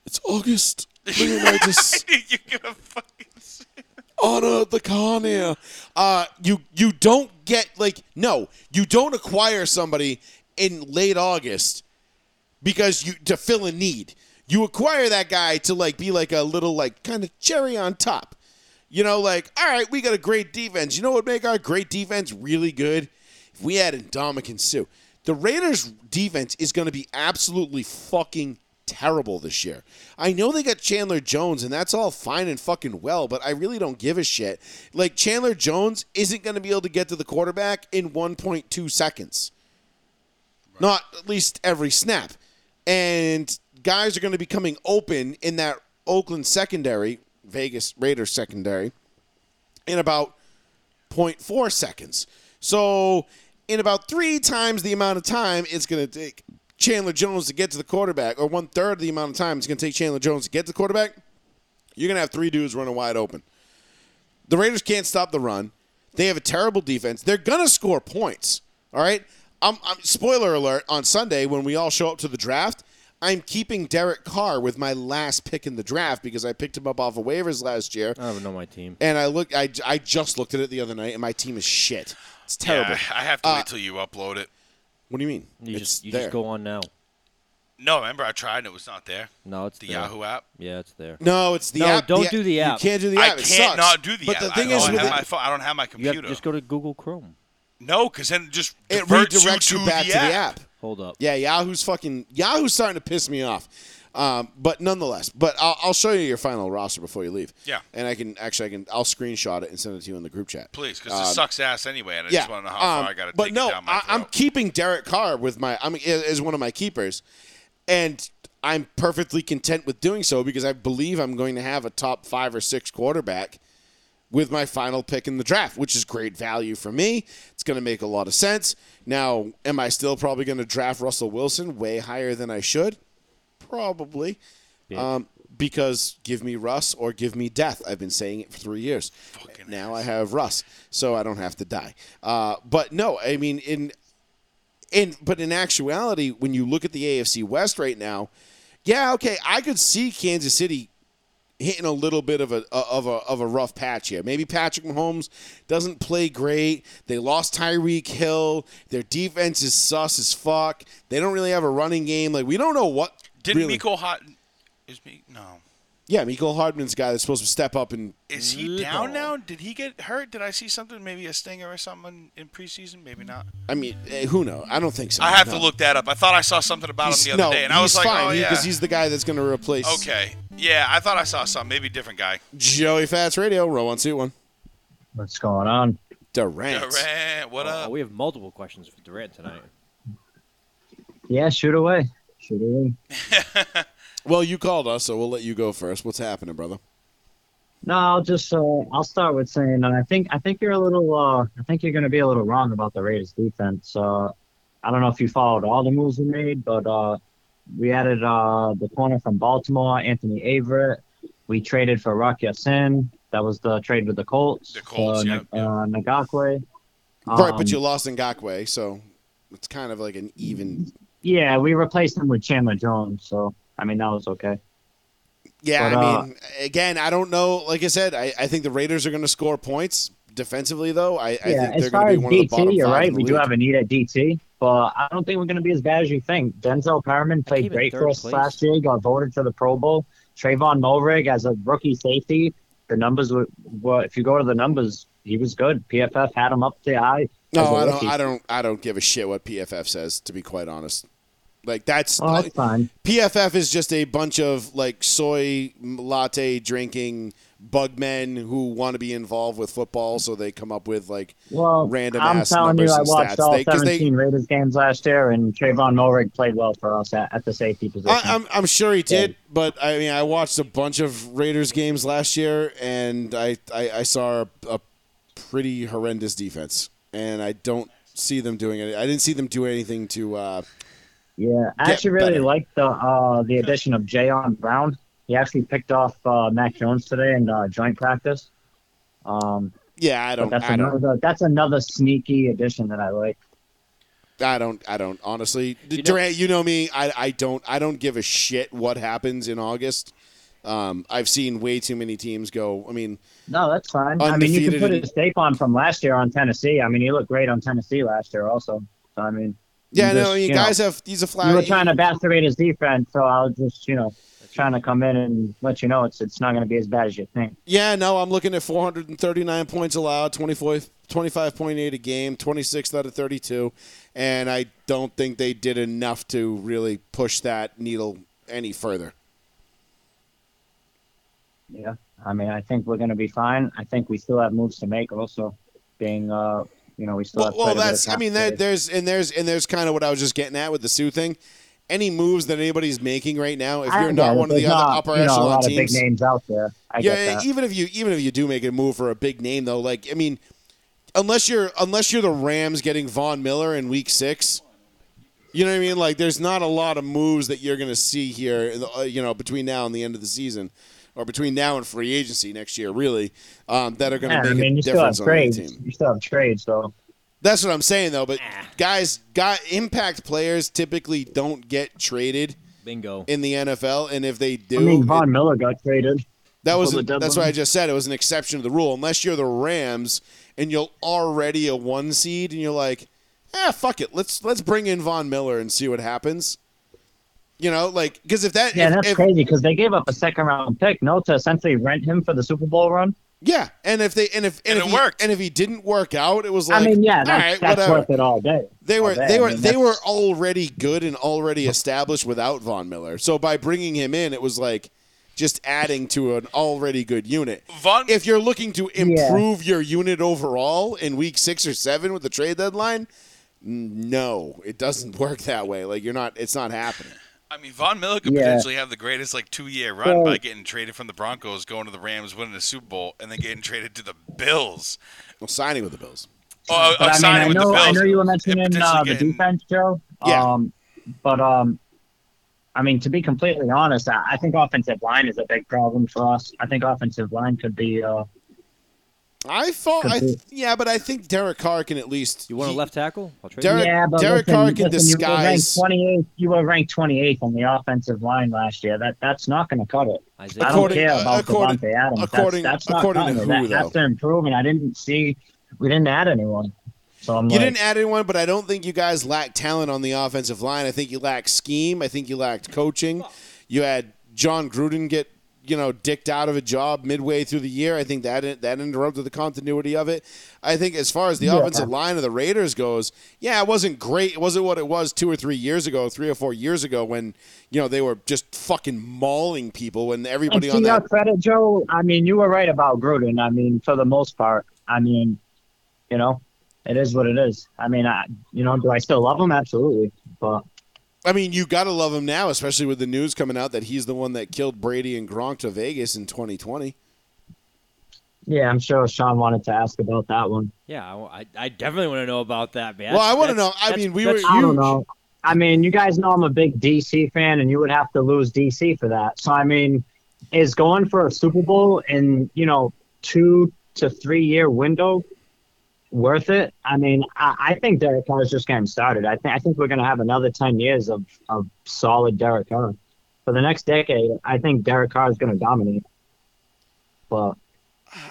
A: it's August. Look at my dis-
C: you give a fucking.
A: honor the con here. Uh, you you don't get like no, you don't acquire somebody in late August because you to fill a need. You acquire that guy to like be like a little like kind of cherry on top. You know, like all right, we got a great defense. You know what make our great defense really good? If we had Indomitian Sue, the Raiders' defense is going to be absolutely fucking terrible this year. I know they got Chandler Jones, and that's all fine and fucking well, but I really don't give a shit. Like Chandler Jones isn't going to be able to get to the quarterback in 1.2 seconds not at least every snap. And guys are going to be coming open in that Oakland secondary, Vegas Raiders secondary, in about 0.4 seconds. So, in about three times the amount of time it's going to take Chandler Jones to get to the quarterback, or one third of the amount of time it's going to take Chandler Jones to get to the quarterback, you're going to have three dudes running wide open. The Raiders can't stop the run. They have a terrible defense. They're gonna score points. All right. I'm, I'm spoiler alert. On Sunday, when we all show up to the draft, I'm keeping Derek Carr with my last pick in the draft because I picked him up off of waivers last year.
B: I don't even know my team.
A: And I look, I, I just looked at it the other night, and my team is shit. It's terrible.
C: Yeah, I have to
B: Uh,
C: wait till you upload it.
A: What do you mean?
B: You
A: it's
B: just you
A: there.
B: just go on now.
C: No, remember I tried and it was not there.
B: No, it's
C: The
B: there.
C: Yahoo app.
B: Yeah, it's there.
A: No, it's the
B: No,
A: app.
B: don't do the
A: You
B: app.
A: can't do the
C: I
A: app. It
C: can't
A: sucks.
C: not do the
A: But
C: app.
A: the thing
C: I,
A: is,
C: don't
A: with
C: have
A: it-
C: my phone. I don't have my
B: You have,
C: computer.
B: just go to Google Chrome.
C: no, because then it just
A: it
C: diverts
A: redirects
C: you,
A: you back to the app.
B: Hold up.
A: Yeah, Yahoo's fucking Yahoo's starting to piss me off. Um, but nonetheless, but I'll, I'll show you your final roster before you leave.
C: Yeah.
A: and I can actually I can I'll screenshot it and send it to you in the group chat.
C: Please, because it sucks ass anyway, and I
A: yeah,
C: just want to know how
A: um,
C: far I got to
A: but
C: take
A: no,
C: it down my
A: I, I'm
C: throat.
A: keeping Derek Carr with my I'm as one of my keepers, and I'm perfectly content with doing so because I believe I'm going to have a top five or six quarterback with my final pick in the draft, which is great value for me. It's going to make a lot of sense. Now, am I still probably going to draft Russell Wilson way higher than I should? Probably. Um, because give me Russ or give me death. I've been saying it for three years. now I have Russ, so I don't have to die. Uh, but no, I mean in in but in actuality, when you look at the AFC West right now, yeah, okay, I could see Kansas City hitting a little bit of a of a of a rough patch here. Maybe Patrick Mahomes doesn't play great. They lost Tyreek Hill. Their defense is sus as fuck. They don't really have a running game. Like we don't know what.
C: Didn't
A: really-
C: Miko Hot? Is me no?
A: Yeah, Miko Hardman's a guy that's supposed to step up and
C: Is he down now? Did he get hurt? Did I see something? Maybe a stinger or something in preseason? Maybe not.
A: I mean, eh, who knows? I don't think so.
C: I have
A: No.
C: to look that up. I thought I saw something about
A: He's-
C: him the other
A: no,
C: day, and I was
A: he's
C: like,
A: fine
C: oh yeah,
A: because he's the guy that's going to replace
C: okay, yeah. I thought I saw something. Maybe different guy.
A: Joey Fats Radio. Row one, two, one.
D: What's going on?
A: Durant.
C: Durant, what
B: Uh,
C: up?
B: we have multiple questions for Durant tonight.
D: Yeah, shoot away. Shoot away.
A: Well, you called us, so we'll let you go first. What's happening, brother?
D: No, I'll just uh, I'll start with saying that I think I think you're a little uh, I think you're going to be a little wrong about the Raiders defense. Uh, I don't know if you followed all the moves we made, but uh, we added uh, the corner from Baltimore, Anthony Averett. We traded for Rocky Sin. That was the trade with the Colts.
C: The Colts,
D: uh,
C: yeah,
D: Nag- Uh, Nagakwe.
A: right,
D: Um,
A: but you lost in Gakwe, so it's kind of like an even.
D: Yeah, we replaced him with Chandler Jones, so I mean that was okay.
A: Yeah,
D: But,
A: I
D: uh,
A: mean, again, I don't know. Like I said, I, I think the Raiders are going to score points defensively, though. I, I
D: yeah,
A: think
D: as
A: they're
D: far
A: going to
D: as
A: be one of the bottom
D: DT, you're
A: five
D: right.
A: in the
D: We do
A: league.
D: have a need at DT, but I don't think we're going to be as bad as you think. Denzel Perriman
B: came in
D: played great
B: third
D: for us
B: place.
D: last year. He got voted to the Pro Bowl. Trayvon Mulrig as a rookie safety. The numbers were, were if you go to the numbers, he was good. PFF had him up the eye. as
A: No,
D: a
A: I don't.
D: rookie.
A: I don't. I don't give a shit what PFF says. To be quite honest, like that's
D: Oh, that's fine.
A: PFF is just a bunch of like soy latte drinking bug men who want to be involved with football, so they come up with like
D: Well,
A: random
D: I'm
A: ass
D: telling you,
A: numbers
D: I
A: and
D: watched
A: stats.
D: all
A: They- 'cause they-
D: 17 Raiders games last year, and Trayvon Mulrig played well for us at, at the safety position.
A: I, I'm, I'm sure he did, but I mean, I watched a bunch of Raiders games last year, and I, I, I saw a, a pretty horrendous defense, and I don't see them doing it. I didn't see them do anything to. Uh,
D: Yeah, I
A: get
D: actually really
A: better.
D: like the uh, the addition of Jayon Brown. He actually picked off uh, Mac Jones today in uh, joint practice. Um,
A: yeah, I
D: but
A: don't.
D: that's
A: I don't.
D: another that's another sneaky addition that I like.
A: I don't. I don't. Honestly,
B: know-
A: Durant, you know me. I, I don't. I don't give a shit what happens in August. Um, I've seen way too many teams go. I mean,
D: No, that's fine. I mean, you can
A: Undefeated
D: put
A: and-
D: a stake on from last year on Tennessee. I mean, he looked great on Tennessee last year, also. So I mean, you
A: yeah, no,
D: just,
A: I mean,
D: you know,
A: guys have. He's a
D: you were
A: flat.
D: trying to bastarate his defense, so I was just you know trying to come in and let you know it's it's not going to be as bad as you think.
A: Yeah, no, I'm looking at 439 points allowed, 24, 25.8 a game, 26th out of 32, and I don't think they did enough to really push that needle any further.
D: Yeah, I mean, I think we're going to be fine. I think we still have moves to make, also being, uh, you know, we still
A: Well,
D: have.
A: well
D: quite a bit of
A: that's. I
D: cap
A: mean, there,
D: space.
A: there's and there's and there's kind of what I was just getting at with the Sue thing. Any moves that anybody's making right now, if
D: I
A: you're
D: get
A: not
D: it.
A: one of the
D: There's
A: other
D: not,
A: upper
D: you know, a
A: echelon
D: lot of
A: teams,
D: big names out there. I
A: yeah,
D: get that.
A: even if you even if you do make a move for a big name though, like I mean, unless you're unless you're the Rams getting Von Miller in Week Six, you know what I mean? Like, there's not a lot of moves that you're gonna see here, in the- uh, you know, between now and the end of the season, or between now and free agency next year, really, um, that are gonna
D: Yeah,
A: make
D: I mean,
A: a
D: you still have
A: difference on any
D: trades.
A: team.
D: You still have trades, though.
A: That's what I'm saying though. But
C: Ah.
A: guys, got impact players typically don't get traded
B: Bingo.
A: in the NFL, and if they do,
D: I mean,
A: it-
D: Von Miller got traded.
A: that was
D: Until the
A: that's
D: deadline.
A: what I just said. It was an exception to the rule. Unless you're the Rams and you're already a one seed, and you're like, "Ah, fuck it, let's let's bring in Von Miller and see what happens." You know, like because if that,
D: Yeah,
A: if-
D: that's
A: if-
D: crazy because they gave up a second round pick, no, to essentially rent him for the Super Bowl run.
A: yeah, and if they and if and,
C: And
A: if
C: it
A: he,
C: worked.
A: and if he didn't work out, it was like,
D: I mean, yeah,
A: all
D: that's,
A: right,
D: that's
A: whatever.
D: worth it all day.
A: They were
D: All day.
A: they
D: I
A: were
D: mean,
A: they
D: Oh, that's-
A: were already good and already established without Von Miller. So by bringing him in, it was like just adding to an already good unit.
C: Von
A: If you're looking to
D: Yeah.
A: improve your unit overall in week 6 or 7 with the trade deadline, no, it doesn't work that way. Like you're not it's not happening.
C: I mean, Von Miller could
D: Yeah.
C: potentially have the greatest like two-year run
D: Well-
C: by getting traded from the Broncos, going to the Rams, winning the Super Bowl, and then getting traded to the Bills.
A: Well, signing with the Bills.
C: Oh,
D: But
C: uh,
D: I mean,
C: signing
D: I
C: with
D: know,
C: the Bills.
D: I know you were uh,
C: and
D: mentioning
C: potentially
D: uh, the
C: getting-
D: defense, Joe.
A: Yeah.
D: Um, but um, I mean, to be completely honest, I, I think offensive line is a big problem for us. I think offensive line could be. Uh,
A: I thought, I
D: Complete.
A: yeah, but I think Derek Carr can at least.
B: You want a
A: he-
B: left tackle? I'll trade
A: Derek-
B: you.
D: yeah, but
A: Derek
D: listen,
A: Carr can
D: listen, You were ranked
A: disguise-
D: 28th. You were ranked 28th on the offensive line last year. That that's not going to cut it.
B: Isaiah.
D: I don't
A: According-
D: care about
A: according-
D: Devontae Adams.
A: according-
D: that's, that's not
A: according to
D: cutting it.
A: who,
D: That- that's
A: though?
D: an improvement. I didn't see. We didn't add anyone. So I'm
A: You
D: like,
A: didn't add anyone, but I don't think you guys lack talent on the offensive line. I think you lack scheme. I think you lacked coaching. You had John Gruden get you know dicked out of a job midway through the year. I think that that interrupted the continuity of it. I think as far as the
D: Yeah.
A: offensive line of the Raiders goes, yeah, it wasn't great. It wasn't what it was two or three years ago, three or four years ago when you know they were just fucking mauling people when
D: And
A: everybody
D: to
A: on
D: your
A: that.
D: credit, Joe, I mean, you were right about Gruden. I mean, for the most part, I mean, you know, it is what it is. I mean, I, you know, do I still love him? Absolutely. But
A: I mean, you gotta love him now, especially with the news coming out that he's the one that killed Brady and Gronk to Vegas in 2020.
D: yeah, I'm sure Sean wanted to ask about that one.
B: Yeah, I, I- I definitely want to know about that, man.
A: Well, I wanna
B: That's-
A: know. I
B: that's-
A: mean, we
B: that's
A: were-
D: I
A: Huge.
D: don't know. I mean, you guys know I'm a big DC fan, and you would have to lose DC for that. So, I mean, is going for a Super Bowl in, you know, two to three year window worth it? I mean, I, I think Derek Carr is just getting started. I, think I think we're going to have another 10 years of, of solid Derek Carr. For the next decade, I think Derek Carr is going to dominate. But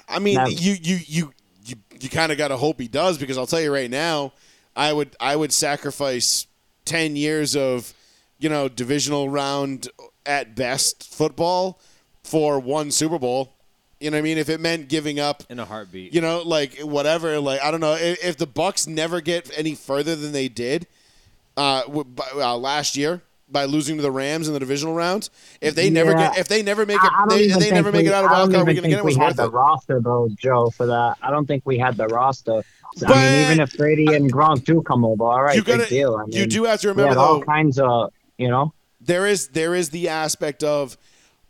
A: I mean,
D: No.
A: you you you you, you kind of got to hope he does because I'll tell you right now, I would I would sacrifice ten years of you know divisional round at best football for one Super Bowl. You know what I mean? If it meant giving up
B: in a heartbeat.
A: you know like whatever like i don't know if, if the bucks never get any further than they did uh, w- by, uh last year by losing to the rams in the divisional rounds if they never
D: Yeah.
A: get if they never make it
D: I- I don't
A: they,
D: even
A: they
D: think
A: never make
D: we-
A: it out of
D: I
A: wild
D: don't
A: card we're gonna
D: even
A: get it
D: think we
A: was
D: had
A: worth
D: the
A: it
D: roster though, Joe, for that. I don't think we had the roster.
A: But-
D: I mean, even if Brady and Gronk do come over, all right,
A: You gotta-
D: big deal. I mean,
A: you do have to
D: we
A: remember
D: had all
A: though
D: kinds of, you know.
A: there is there is the aspect of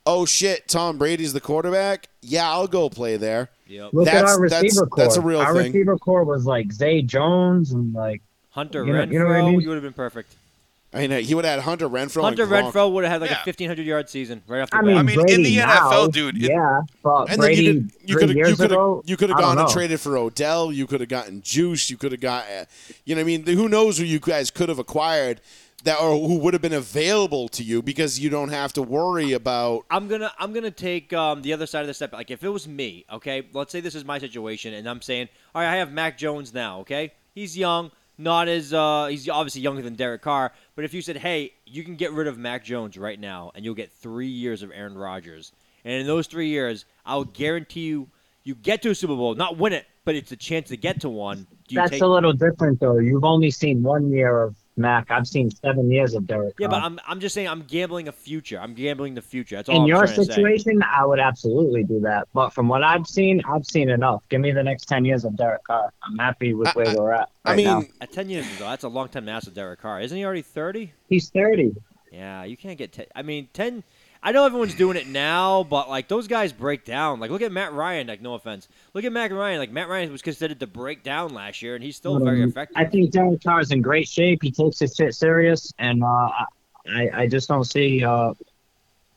A: oh shit tom brady's the quarterback yeah i'll go play there
B: Yep.
D: Look at
A: That's-
D: our receiver
A: that's-
D: core.
A: that's a real
D: our
A: thing.
D: receiver core was like Zay Jones and like
B: Hunter
D: You know-
B: Renfro,
D: you know what I mean?
B: you would have been perfect.
A: i mean he would have had hunter renfro and
B: Hunter
A: Gronk.
B: Renfro would have had like
C: Yeah.
B: a 1500 yard season right off the
D: I
B: bat.
D: mean,
C: I mean, in
D: Brady
C: the
D: now,
C: NFL, dude, it-
D: yeah, but
A: and
D: Brady
A: then you
D: three
A: could you
D: years
A: could
D: ago,
A: have you could have
D: I don't
A: gone and
D: know.
A: traded for Odell. You could have gotten Juice. You could have got, uh, you know, what I mean, who knows who you guys could have acquired that or who would have been available to you because you don't have to worry about.
B: I'm gonna I'm gonna take um, the other side of the step. Like if it was me, okay, let's say this is my situation, and I'm saying, all right, I have Mac Jones now, okay, he's young, not as uh, he's obviously younger than Derek Carr, but if you said, hey, you can get rid of Mac Jones right now, and you'll get three years of Aaron Rodgers, and in those three years, I'll guarantee you, you get to a Super Bowl, not win it, but it's a chance to get to one. Do you
D: That's
B: take?
D: a little different though. You've only seen one year of Mac. I've seen seven years of Derek.
B: yeah,
D: Carr.
B: but I'm, I'm just saying I'm gambling a future. I'm gambling the future. That's all
D: in
B: I'm
D: your
B: trying to say.
D: situation, I would absolutely do that. But from what I've seen, I've seen enough. Give me the next ten years of Derek Carr. I'm happy with
A: I-
D: where we're at.
A: I
D: right
A: mean,
D: now.
B: At 10 years ago, that's a long time to ask of Derek Carr. Isn't he already 30?
D: he's thirty.
B: Yeah, you can't get. Te- I mean, 10. I know everyone's doing it now, but like those guys break down. Like look at Matt Ryan. Like no offense, look at Matt Ryan. Like Matt Ryan was considered to break down last year, and he's still
D: Um,
B: very effective.
D: I think Derek Carr is in great shape. He takes his shit serious, and uh, I, I just don't see, uh,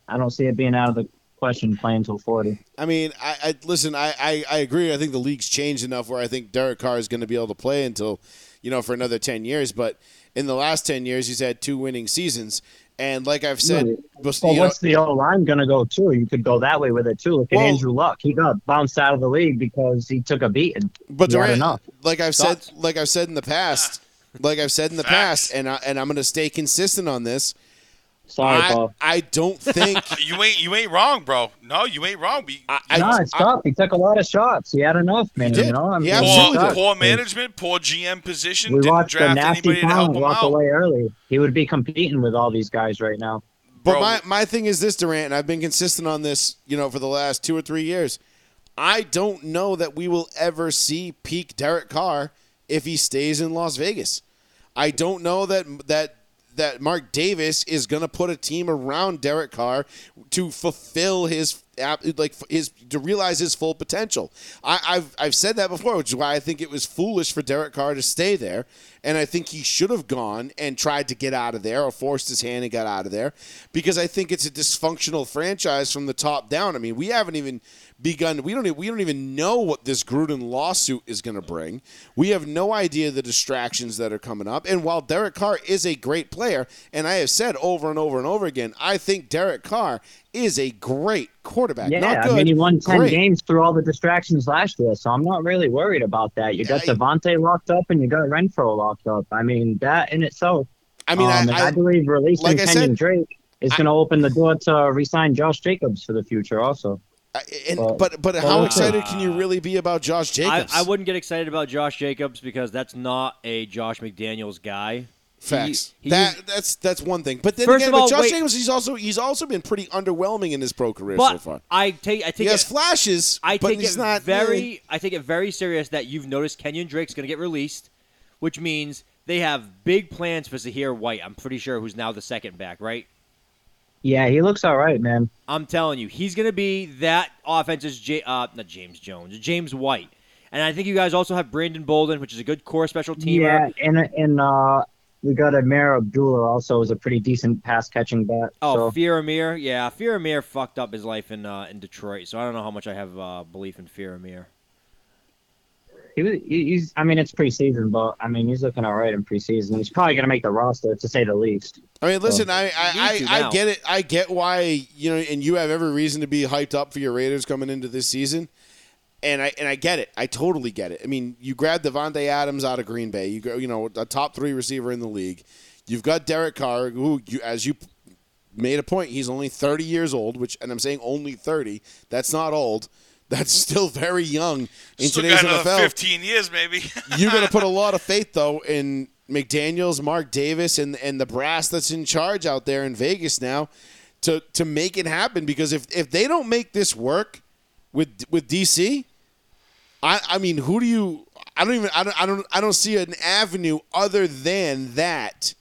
D: I don't see it being out of the question playing till forty.
A: I mean, I, I listen. I, I, I agree. I think the league's changed enough where I think Derek Carr is going to be able to play until, you know, for another ten years. But in the last ten years, he's had two winning seasons, and like I've said,
D: Right.
A: bes-
D: Well,
A: you know,
D: what's the O line going to go to? You could go that way with it too. Look at
A: Well-
D: Andrew Luck. He got bounced out of the league because he took a beating.
A: But
D: Not
A: Durant,
D: enough.
A: like I've
B: Thoughts?
A: said, like I've said in the past, like I've said in the
C: Facts.
A: past, and I, and I'm going to stay consistent on this.
D: Sorry,
A: I,
D: Paul.
A: I don't think.
C: You ain't you ain't wrong, bro. No, you ain't wrong. We-
A: I, I,
D: no, it's
A: I-
D: tough. He took a lot of shots. He had enough, man.
A: did.
D: You know, I
A: He
D: mean,
A: absolutely
D: it
C: poor,
A: sucks.
C: poor
D: sucked.
C: management, poor GM position.
D: We
C: didn't
D: watched the
C: draft
D: nasty
C: anybody to help
D: talent
C: him
D: walk
C: out.
D: away early. He would be competing with all these guys right now.
A: but
C: bro.
A: my, my thing is this, Durant, and I've been consistent on this, you know, for the last two or three years. I don't know that we will ever see peak Derek Carr if he stays in Las Vegas. I don't know that that that Mark Davis is going to put a team around Derek Carr to fulfill his app- like his to realize his full potential. I, I've I've said that before, which is why I think it was foolish for Derek Carr to stay there, and I think he should have gone and tried to get out of there or forced his hand and got out of there, because I think it's a dysfunctional franchise from the top down. I mean, we haven't even begun. We don't. e- We don't even know what this Gruden lawsuit is going to bring. We have no idea the distractions that are coming up. And while Derek Carr is a great player, and I have said over and over and over again, I think Derek Carr is a great quarterback.
D: Yeah,
A: Uh, Not good,
D: I mean, he won 10
A: great.
D: games through all the distractions last year, so I'm not really worried about that. You got
A: Yeah, I-
D: Devontae locked up and you got Renfro locked up. I mean, that in itself,
A: I
B: Oh,
A: mean,
D: um, and
A: I,
D: I,
A: I,
D: believe releasing
A: like I
D: Kenyon
A: said-
D: Drake is
A: I-
D: going to open the door to re-sign Josh Jacobs for the future also.
A: I- and,
D: Well,
A: but but
D: well,
A: how
D: uh,
A: excited can you really be about Josh
B: I,
A: Jacobs?
B: I wouldn't get excited about Josh Jacobs because that's not a Josh McDaniels guy.
A: Facts.
B: he-
A: that that's that's one thing. But then
B: First
A: again,
B: of
A: with
B: all,
A: Josh
B: wait-
A: Jacobs, he's also he's also been pretty underwhelming in his pro career so
B: But
A: far.
B: I take I
A: He
B: take
A: has
B: it,
A: flashes,
B: I
A: but
B: take
A: he's
B: it
A: not
B: very
A: really-
B: I take it very serious that you've noticed Kenyon Drake's going to get released, which means they have big plans for Zahir White. I'm pretty sure who's now the second back, right?
D: Yeah, he looks all right, man.
B: I'm telling you, he's going to be that offense's J- uh, not James Jones, James White. And I think you guys also have Brandon Bolden, which is a good core special teamer.
D: Yeah, and and uh, we got Amir Abdullah also is a pretty decent pass catching back.
B: Oh,
D: so.
B: Fear Amir. Yeah, Fear Amir fucked up his life in uh, in Detroit, so I don't know how much I have uh, belief in Fear Amir.
D: He was, he, he's. I mean, it's preseason, but I mean, he's looking all right in preseason. He's probably going to make the roster, to say the least.
A: I mean, listen, I I,
B: need to
A: I, I
B: now.
A: get it. I get why you know, and you have every reason to be hyped up for your Raiders coming into this season. And I and I get it. I totally get it. I mean, you grab Devontae Adams out of Green Bay. You go, you know, a top three receiver in the league. You've got Derek Carr, who, you, as you made a point, he's only 30 years old. Which, and I'm saying only 30. That's not old. That's still very young in
C: Still
A: today's
C: got another
A: NFL.
C: 15 years, maybe.
A: You're going to put a lot of faith though in McDaniel's, Mark Davis, and and the brass that's in charge out there in Vegas now to to make it happen. Because if if they don't make this work with with DC, I I mean, who do you? I don't even I don't I don't I don't see an avenue other than that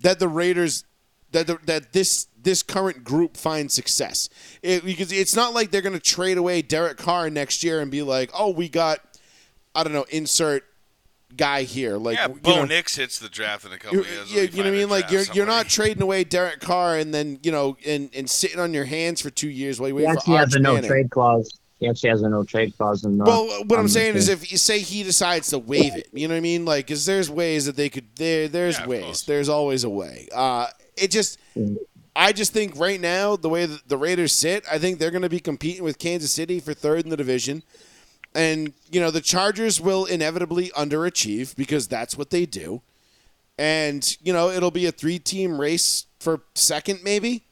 A: that the Raiders that the, that this this current group finds success. It, because it's not like they're going to trade away Derek Carr next year and be like, "Oh, we got I don't know, insert guy here." Like
C: yeah,
A: you
C: Bo
A: know,
C: Nix hits the draft in a couple
A: you're-
C: years.
A: yeah,
C: We'll
A: you know what I
C: find a
A: mean? Like
C: draft
A: you're you're not
C: somebody.
A: trading away Derek Carr and then, you know, and and sitting on your hands for 2 years while you
D: He
A: wait
D: actually
A: for Arch
D: has a no
A: Manning.
D: trade clause. He actually has a no trade clause. In, uh,
A: Well, what I'm
D: on the
A: saying is,
D: team.
A: if you say he decides to waive it, you know what I mean? Like, is there's ways that they could there there's
C: Yeah, of
A: ways,
C: course.
A: there's always a way. Uh, it just,
D: Mm.
A: I just think right now the way that the Raiders sit, I think they're going to be competing with Kansas City for third in the division, and you know the Chargers will inevitably underachieve because that's what they do, and you know it'll be a three-team race for second maybe,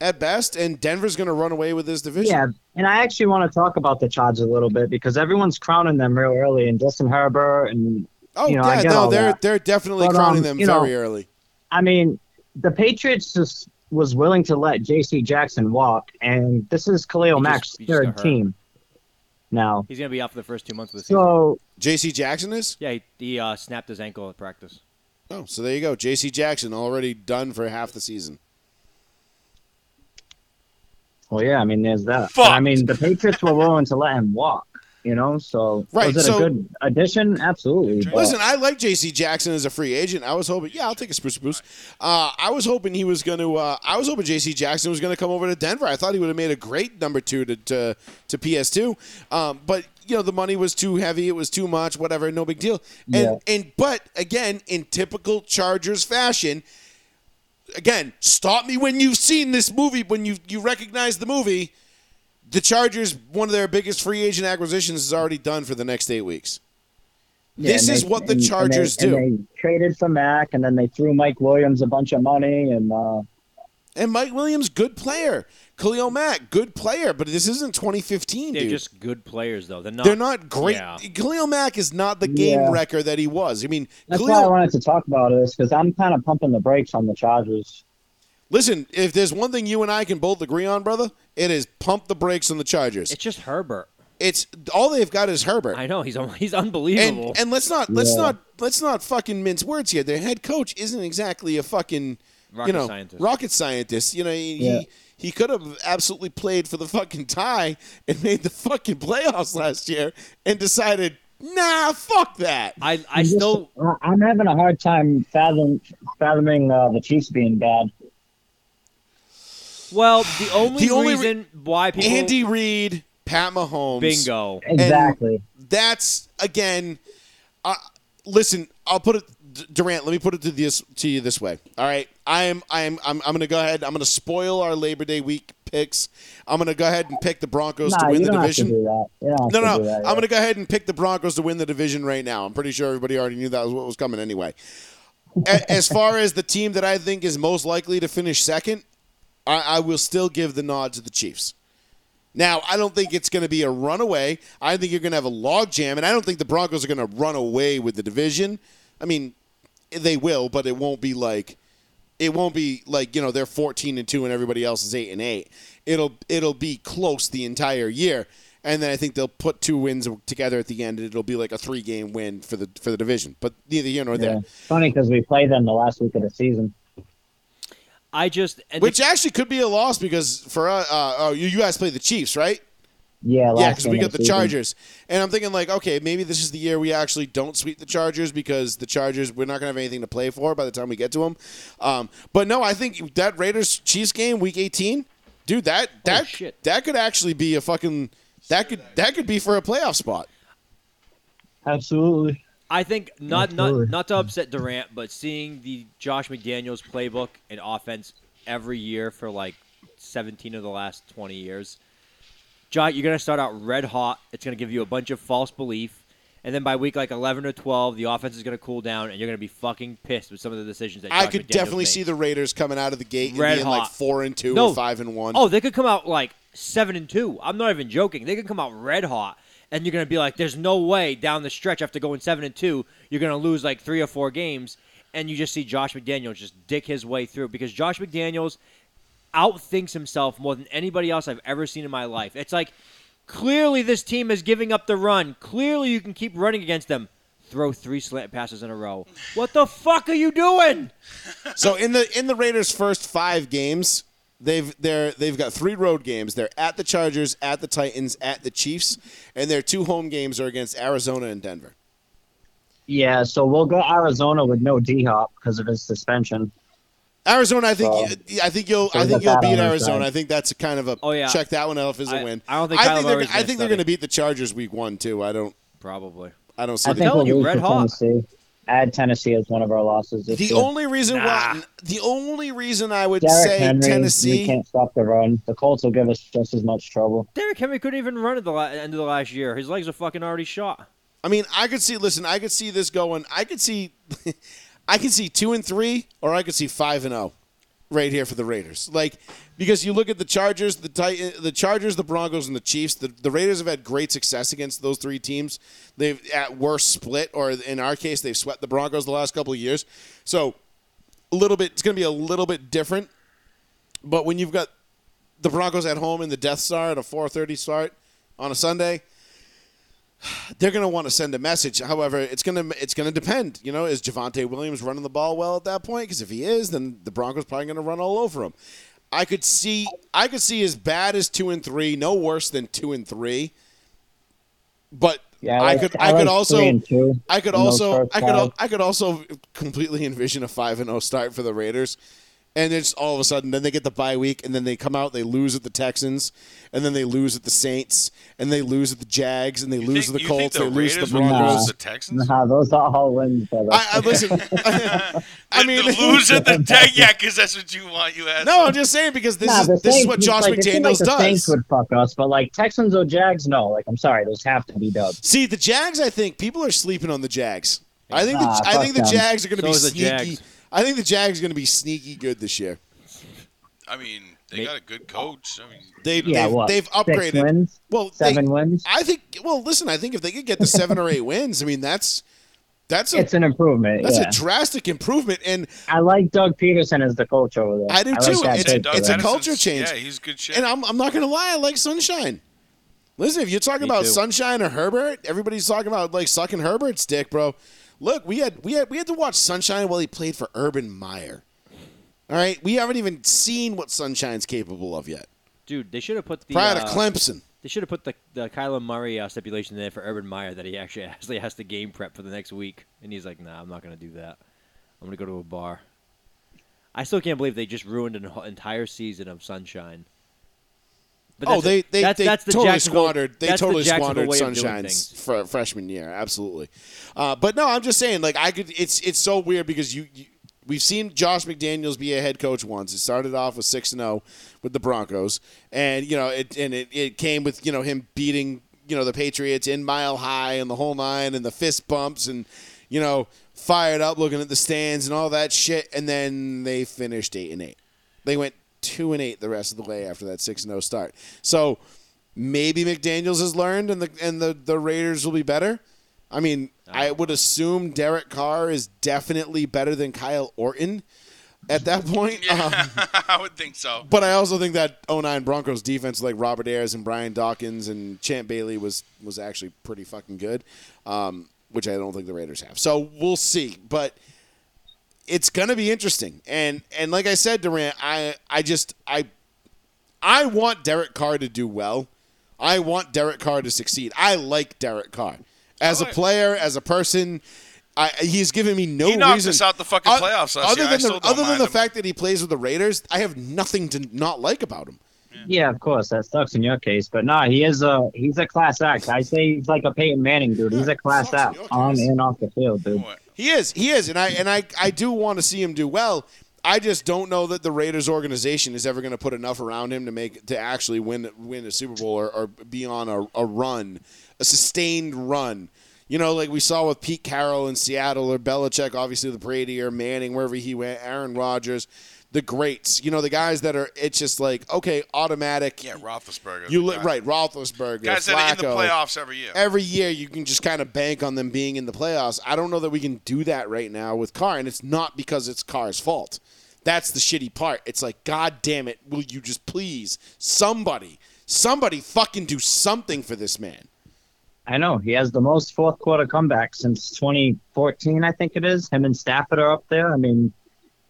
A: at best, and Denver's going to run away with this division.
D: Yeah, and I actually want to talk about the Chargers a little bit because everyone's crowning them real early, and Justin Herbert, and
A: Oh
D: You know, I
A: yeah,
D: get
A: no,
D: all
A: they're
D: that.
A: they're definitely
D: But,
A: crowning
D: um,
A: them
D: you
A: very
D: know,
A: early.
D: I mean, the Patriots just was willing to let J.C. Jackson walk, and this is Khalil
B: He just-
D: Mack's
B: he just
D: third
B: got hurt.
D: team now.
B: He's going to be out for the first two months of the season.
D: So
A: J.C. Jackson is.
B: yeah, he, he uh, snapped his ankle at practice.
A: Oh, so there you go. J.C. Jackson already done for half the season.
D: Well, yeah, I mean, there's that.
C: Fucked.
D: But, I mean, the Patriots were willing to let him walk, you know. So
A: Right,
D: was it
A: so-
D: a good addition? Absolutely. but-
A: Listen, I like J.C. Jackson as a free agent. I was hoping, yeah, I'll take a spruce spruce. Uh, I was hoping he was going to. Uh, I was hoping J.C. Jackson was going to come over to Denver. I thought he would have made a great number two to to, to PS2. Um, but you know, the money was too heavy. It was too much. Whatever, no big deal. And and but again, in typical Chargers fashion, again, stop me when you've seen this movie, when you you recognize the movie. The Chargers, one of their biggest free agent acquisitions, is already done for the next eight weeks.
D: yeah,
A: this
D: and
A: is
D: they-
A: what the
D: and- and they-
A: Chargers
D: and
A: do.
D: they traded for Mack, and then they threw Mike Williams a bunch of money, and uh,
A: And Mike Williams, good player. Khalil Mack, good player. But this isn't 2015,
B: They're
A: dude.
B: just good players, though. They're not.
A: They're not great.
B: Yeah.
A: Khalil Mack is not the game
D: Yeah.
A: wrecker that he was. I mean,
D: that's why I
A: Khalil,
D: wanted to talk about this because I'm kind of pumping the brakes on the Chargers.
A: listen, if there's one thing you and I can both agree on, brother, it is pump the brakes on the Chargers.
B: It's just Herbert.
A: It's all they've got is Herbert.
B: I know he's un- he's
A: and
B: unbelievable.
A: and let's not let's
D: Yeah.
A: not let's not fucking mince words here. Their head coach isn't exactly a fucking you
B: Rocket
A: know
B: scientist.
A: rocket scientist. You know he
D: Yeah.
A: He could have absolutely played for the fucking tie and made the fucking playoffs last year and decided, nah, fuck that.
B: I I still
D: I- I'm having a hard time fathom fathoming uh, the Chiefs being bad.
B: well the only,
A: The only re-
B: reason why people
A: Andy Reid, Pat Mahomes.
B: bingo
D: Exactly.
A: That's again. Uh, listen, I'll put it, D- Durant. Let me put it to this to you this way. All right, I am, I am, I'm, I'm going to go ahead. I'm going to spoil our Labor Day week picks. I'm going to go ahead and pick the Broncos
D: nah,
A: to win
D: you
A: the
D: don't
A: division.
D: have to do that. You don't have
A: No,
D: to
A: no,
D: do that,
A: I'm going to go ahead and pick the Broncos to win the division right now. I'm pretty sure everybody already knew that was what was coming anyway. A- as far as the team that I think is most likely to finish second, I, I will still give the nod to the Chiefs. Now, I don't think it's going to be a runaway. I think you're going to have a logjam, and I don't think the Broncos are going to run away with the division. I mean, they will, but it won't be like it won't be like you know they're 14 and 2 and everybody else is 8 and 8 it'll it'll be close the entire year and then i think they'll put two wins together at the end and it'll be like a three game win for the for the division but neither here nor
D: yeah.
A: there
D: Funny because we played them the last week of the season.
B: I just and
A: which actually could be a loss because for uh, uh oh, you you guys play the chiefs right
D: Yeah, last
A: yeah because we
D: game
A: got
D: of
A: the
D: season.
A: chargers and i'm thinking like okay maybe this is the year we actually don't sweep the chargers because the chargers we're not going to have anything to play for by the time we get to them um, but no i think that raiders chiefs game week 18 dude that that
B: shit.
A: that could actually be a fucking that could that could be for a playoff spot
D: Absolutely.
B: I think not not
D: Absolutely.
B: not to upset Durant, but seeing the Josh McDaniels playbook and offense every year for like 17 of the last 20 years, John, you're gonna start out red hot. It's gonna give you a bunch of false belief, and then by week like 11 or 12, the offense is gonna cool down, and you're gonna be fucking pissed with some of the decisions that
A: i
B: Josh
A: could
B: McDaniels
A: definitely
B: made.
A: see the raiders coming out of the gate
B: Red
A: and being like
B: hot.
A: four and two
B: No.
A: or five and one.
B: Oh, they could come out like seven and two. I'm not even joking. They could come out red hot, and you're gonna be like, "There's no way down the stretch after going seven and two, you're gonna lose like three or four games." And you just see Josh McDaniels just dick his way through because Josh McDaniels outthinks himself more than anybody else I've ever seen in my life. It's like clearly this team is giving up the run. Clearly you can keep running against them. Throw three slant passes in a row. What the fuck are you doing?
A: So in the in the Raiders' first five games, they've they're they've got three road games. They're at the Chargers, at the Titans, at the Chiefs, and their two home games are against Arizona and Denver.
D: Yeah, so we'll go Arizona with no D Hop because of his suspension.
A: Arizona, I think
D: So-
A: I think you'll I
D: There's
A: think
D: a
A: you'll
D: bat on
A: beat
D: their
A: Arizona.
D: side.
A: I think that's a kind of a
B: Oh, yeah.
A: check that one off as a
B: I-
A: win.
B: I don't think
A: they're
B: Kyler Murray's
A: I
B: gonna
A: think they're
B: study.
A: going to beat the Chargers week one too. I don't I don't I don't see
D: I
A: the-
D: think
B: telling
D: we'll
B: you,
D: lose
B: Red
D: to
B: Hawk.
D: Tennessee. Add Tennessee as one of our losses. This
A: the
D: year.
A: only reason why
B: Nah.
A: the only reason I would
D: Derrick
A: say
D: Henry,
A: Tennessee
D: We can't stop the run. The Colts will give us just as much trouble.
B: Derrick Henry couldn't even run at the la- end of the last year. His legs are fucking already shot.
A: I mean, I could see. Listen, I could see this going. I could see, I could see two and three, or I could see five and zero, right here for the Raiders. Like because you look at the Chargers, the Titan, the Chargers, the Broncos, and the Chiefs. The, the Raiders have had great success against those three teams. They've at worst split, or in our case, they've swept the Broncos the last couple of years. So a little bit. It's going to be a little bit different. But when you've got the Broncos at home in the Death Star at a 4:30 start on a Sunday they're going to want to send a message. However, it's going to it's going to depend. You know, is Javante Williams running the ball well at that point? Because if he is, then the Broncos probably going to run all over him. I could see I could see as bad as two and three, no worse than two and three. But
D: Yeah,
A: I
D: like-
A: could
D: I
A: I, could
D: like three
A: also
D: and two
A: I could
D: in those
A: also
D: first
A: I could al-
D: five.
A: I could also completely envision a five and zero start for the Raiders. And it's all of a sudden, then they get the bye week, and then they come out, they lose at the Texans, and then they lose at the Saints, and they lose at the Jags, and they
C: You
A: lose
C: think-
A: at the
C: you
A: Colts,
C: think
A: they
C: the
A: lose at
C: Raiders
A: the
C: would lose
A: Broncos.
C: to the Texans?
D: Nah, those are all wins, brother.
A: I, I listen. I mean,
C: the lose at the Texans, yeah, because that's what you want, you ass.
A: no, I'm just saying because this
D: Nah, the
A: is this is
D: Saints,
A: what
D: it's
A: Josh
D: like, it
A: McDaniels
D: seemed like the Saints
A: does.
D: would fuck us, but like Texans or Jags, no. Like I'm sorry, those have to be dubs.
A: See, the Jags. I think people are sleeping on the Jags. I think the,
D: Nah,
A: I
D: fuck
A: think the
D: them.
A: Jags are going to
B: So is the
A: be sneaky.
B: Jags.
A: I think the Jags are going to be sneaky good this year.
C: I mean, they got a
A: Oh.
C: good coach. I mean,
A: They,
D: Yeah,
A: they've,
D: what?
A: they've
D: Six
A: upgraded.
D: wins,
A: Well, they-
D: seven wins.
A: I think. Well, listen. I think if they could get the seven or eight wins, I mean, that's that's a
D: It's an improvement.
A: that's
D: yeah.
A: a drastic improvement. And
D: I like Doug Peterson as the coach over there.
A: I do
D: like
A: too.
D: that
A: It's-
D: kid
C: Doug
A: it's
D: for
A: a
D: that.
A: culture
C: Madison's-
A: change.
C: Yeah, he's good shit.
A: and I'm I'm not going to lie. I like Sunshine. Listen, if you're talking
B: Me
A: about
B: too.
A: Sunshine or Herbert, everybody's talking about like sucking Herbert's dick, bro. Look, we had we had we had to watch Sunshine while he played for Urban Meyer. All right, we haven't even seen what Sunshine's capable of yet.
B: Dude, they should have put the
A: Prior to
B: uh,
A: Clemson,
B: They should have put the the Kyler Murray uh, stipulation there for Urban Meyer that he actually actually has to game prep for the next week, and he's like, "Nah, I'm not gonna do that. I'm gonna go to a bar." I still can't believe they just ruined an en- entire season of Sunshine. But
A: oh,
B: that's-
A: they they,
B: that's,
A: they
B: that's the
A: totally
B: Jacksonville-
A: squandered. They
B: that's the
A: totally
B: Jacksonville
A: squandered
B: way of doing
A: Sunshine's
B: things.
A: fr- freshman year. Absolutely, uh, but no, I'm just saying. Like I could, it's it's so weird because you. you We've seen Josh McDaniels be a head coach once. It started off with six and zero with the Broncos, and you know it and it, it came with you know him beating you know the Patriots in Mile High and the whole nine and the fist bumps and you know fired up looking at the stands and all that shit. And then they finished eight and eight. They went two and eight the rest of the way after that six and zero start. So maybe McDaniels has learned, and the and the, the Raiders will be better. I mean, I would assume Derek Carr is definitely better than Kyle Orton at that point. Um,
C: I would think so.
A: but I also think that 09 Broncos defense, like Robert Ayers and Brian Dawkins and Champ Bailey, was was actually pretty fucking good, um, which I don't think the Raiders have. So we'll see, but it's gonna be interesting. And and like I said, Durant, I I just I I want Derek Carr to do well. I want Derek Carr to succeed. I like Derek Carr as a
C: Alright.
A: player, as a person. I, he's given me no
C: He knocked
A: reason.
C: us out the fucking
A: O-
C: playoffs last
A: other
C: year. I
A: than the,
C: still don't
A: other than
C: mind
A: the
C: him.
A: fact that he plays with the Raiders, I have nothing to not like about him.
D: Yeah, of course that sucks in your case, but nah, he is a he's a class act. I say he's like a Peyton Manning dude. He's a class
A: Sucks in
D: act
A: your
D: on
A: case.
D: and off the field, dude.
C: What?
A: He is, he is, and I and I I do want to see him do well. I just don't know that the Raiders organization is ever going to put enough around him to make to actually win win a Super Bowl or, or be on a, a run, a sustained run. You know, like we saw with Pete Carroll in Seattle or Belichick, obviously the Brady or Manning, wherever he went, Aaron Rodgers, the greats. You know, the guys that are it's just like okay, automatic.
C: Yeah, Roethlisberger.
A: You
C: look
A: li- right, Roethlisberger,
C: Guys that are in the
A: Flacco
C: playoffs every year.
A: every year you can just kind of bank on them being in the playoffs. I don't know that we can do that right now with Carr, and it's not because it's Carr's fault. That's the shitty part. It's like, God damn it, will you just please somebody, somebody fucking do something for this man?
D: I know he has the most fourth quarter comeback since 2014, I think it is. Him and Stafford are up there. I mean,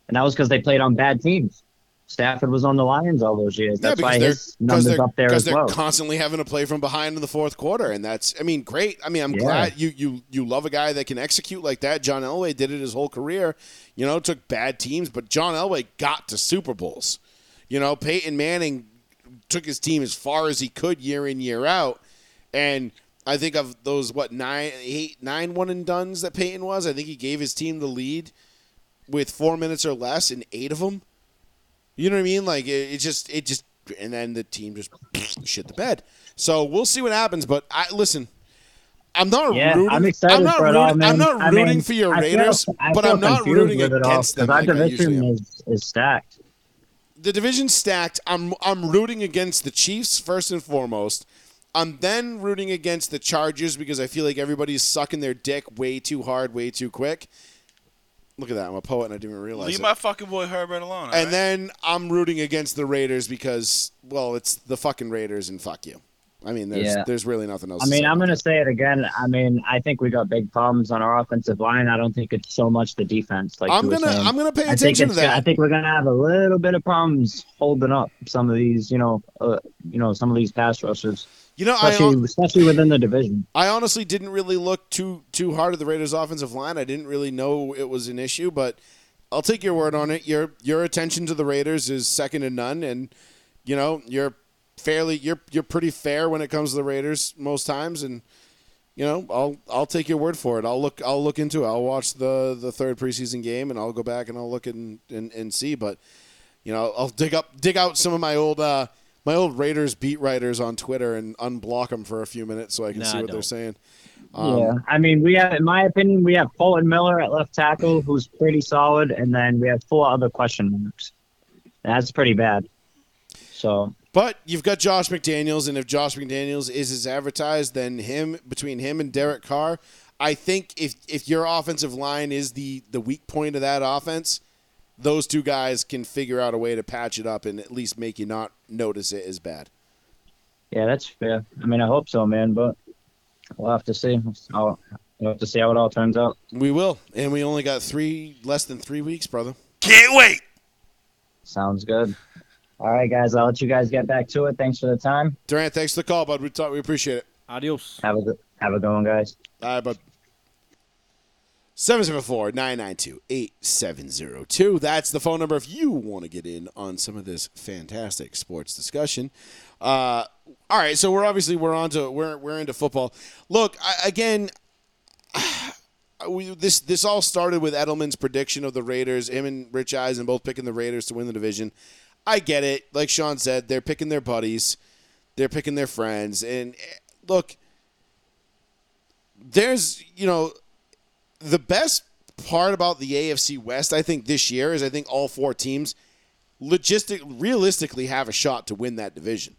D: and that was because they played on bad teams. Stafford was on the Lions all those years. That's why his numbers
A: they're,
D: up there
A: because
D: as
A: they're
D: well.
A: constantly having to play from behind in the fourth quarter, and that's I mean, great. I mean, I'm
D: Yeah.
A: glad you you you love a guy that can execute like that. John Elway did it his whole career. You know, took bad teams, but John Elway got to Super Bowls. You know, Peyton Manning took his team as far as he could year in year out, and. I think of those what nine, eight, nine one and duns that Peyton was. I think he gave his team the lead with four minutes or less in eight of them. You know what I mean? Like it, it just it just and then the team just shit the bed. So we'll see what happens. But I listen. I'm not
D: yeah,
A: rooting.
D: I'm excited
A: not
D: for it
A: rooting,
D: all, man.
A: I'm not
D: I
A: rooting
D: mean,
A: for your
D: I feel-
A: Raiders,
D: I
A: but
D: feel
A: I'm not
D: confused
A: rooting
D: with it all,
A: against them.
D: 'cause
A: like
D: Our
A: I usually
D: division
A: am.
D: is, is stacked.
A: The division's stacked. I'm I'm rooting against the Chiefs first and foremost. I'm then rooting against the Chargers because I feel like everybody's sucking their dick way too hard, way too quick. Look at that! I'm a poet and I didn't even realize.
C: Leave
A: it.
C: my fucking boy Herbert alone. all
A: And
C: right?
A: then I'm rooting against the Raiders because, well, it's the fucking Raiders and fuck you. I mean, there's
D: Yeah.
A: there's really nothing else.
D: I
A: to
D: mean,
A: say.
D: I'm going to say it again. I mean, I think we got big problems on our offensive line. I don't think it's so much the defense. Like
A: I'm
D: you were
A: gonna
D: saying.
A: I'm gonna pay
D: I think
A: attention to
D: it's
A: that.
D: gonna- I think we're gonna have a little bit of problems holding up some of these, you know, uh, you know, some of these pass rushers,
A: you know, I,
D: especially
A: hon-
D: especially within the division.
A: I honestly didn't really look too too hard at the Raiders' offensive line. I didn't really know it was an issue, but I'll take your word on it. Your your attention to the Raiders is second to none, and you know you're fairly you're you're pretty fair when it comes to the Raiders most times, and you know I'll I'll take your word for it. I'll look I'll look into it. I'll watch the the third preseason game, and I'll go back and I'll look and and, and see. But you know I'll dig up dig out some of my old. uh my old Raiders beat writers on Twitter and unblock them for a few minutes so I can
B: Nah,
A: see what
B: don't.
A: they're saying. Um,
D: yeah, I mean, we have, in my opinion, we have Colton Miller at left tackle, who's pretty solid, and then we have four other question marks. That's pretty bad. So
A: But you've got Josh McDaniels, and if Josh McDaniels is as advertised, then him between him and Derek Carr, I think if if your offensive line is the the weak point of that offense, those two guys can figure out a way to patch it up and at least make you not notice it as bad.
D: yeah, that's fair. I mean, I hope so, man, but we'll have to see. I'll, we'll have to see how it all turns out.
A: We will, and we only got three less than three weeks, brother.
C: Can't wait.
D: Sounds good. All right, guys. I'll let you guys get back to it. Thanks for the time.
A: Durant, thanks for the call, bud. We talk, we appreciate it.
B: Adios.
D: Have a good, have a good one, guys.
A: All right, bud. 774-992-8702. That's the phone number if you want to get in on some of this fantastic sports discussion. Uh, all right, so we're obviously we're on to we're we're into football. Look, I, again, we, this this all started with Edelman's prediction of the Raiders. Him and Rich Eisen both picking the Raiders to win the division. I get it. Like Sean said, they're picking their buddies, they're picking their friends, and eh, look, there's you know, the best part about the AFC West I think this year is I think all four teams logistic realistically have a shot to win that division.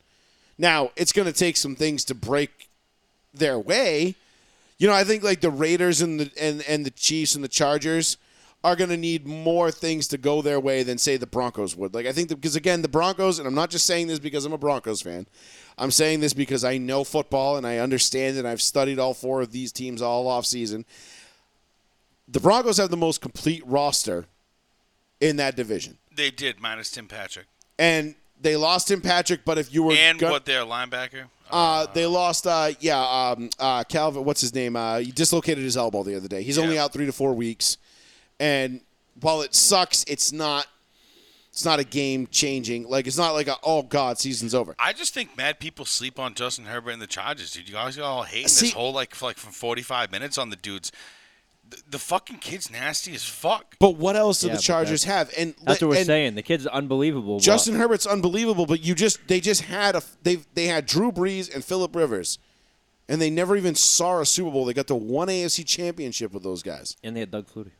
A: Now it's going to take some things to break their way. You know, I think like the Raiders and the and, and the Chiefs and the Chargers are going to need more things to go their way than say the Broncos would. Like I think because again the Broncos and I'm not just saying this because I'm a Broncos fan. I'm saying this because I know football and I understand and I've studied all four of these teams all off season. The Broncos have the most complete roster in that division.
C: They did minus Tim Patrick
A: And they lost Tim Patrick, but if you were
C: and
A: gon-
C: what their linebacker.
A: Uh, they lost, uh, yeah, um, uh, Calvin, what's his name? Uh, he dislocated his elbow the other day. He's only
C: Yeah.
A: out three to four weeks. And while it sucks, it's not, it's not a game changing. Like, it's not like a, oh, God, season's over.
C: I just think mad people sleep on Justin Herbert and the Chargers, dude. You guys are all hating
A: See-
C: this whole like for like from 45 minutes on the dudes. The, the fucking kid's nasty as fuck.
A: But what else do
B: Yeah,
A: the
B: but
A: Chargers have? And
B: That's what we're
A: and
B: saying. The kid's unbelievable. but-
A: Justin Herbert's unbelievable, but you just they just had a they they had Drew Brees and Philip Rivers, and they never even saw a Super Bowl. They got the one AFC championship with those guys.
B: and they had Doug Flutie.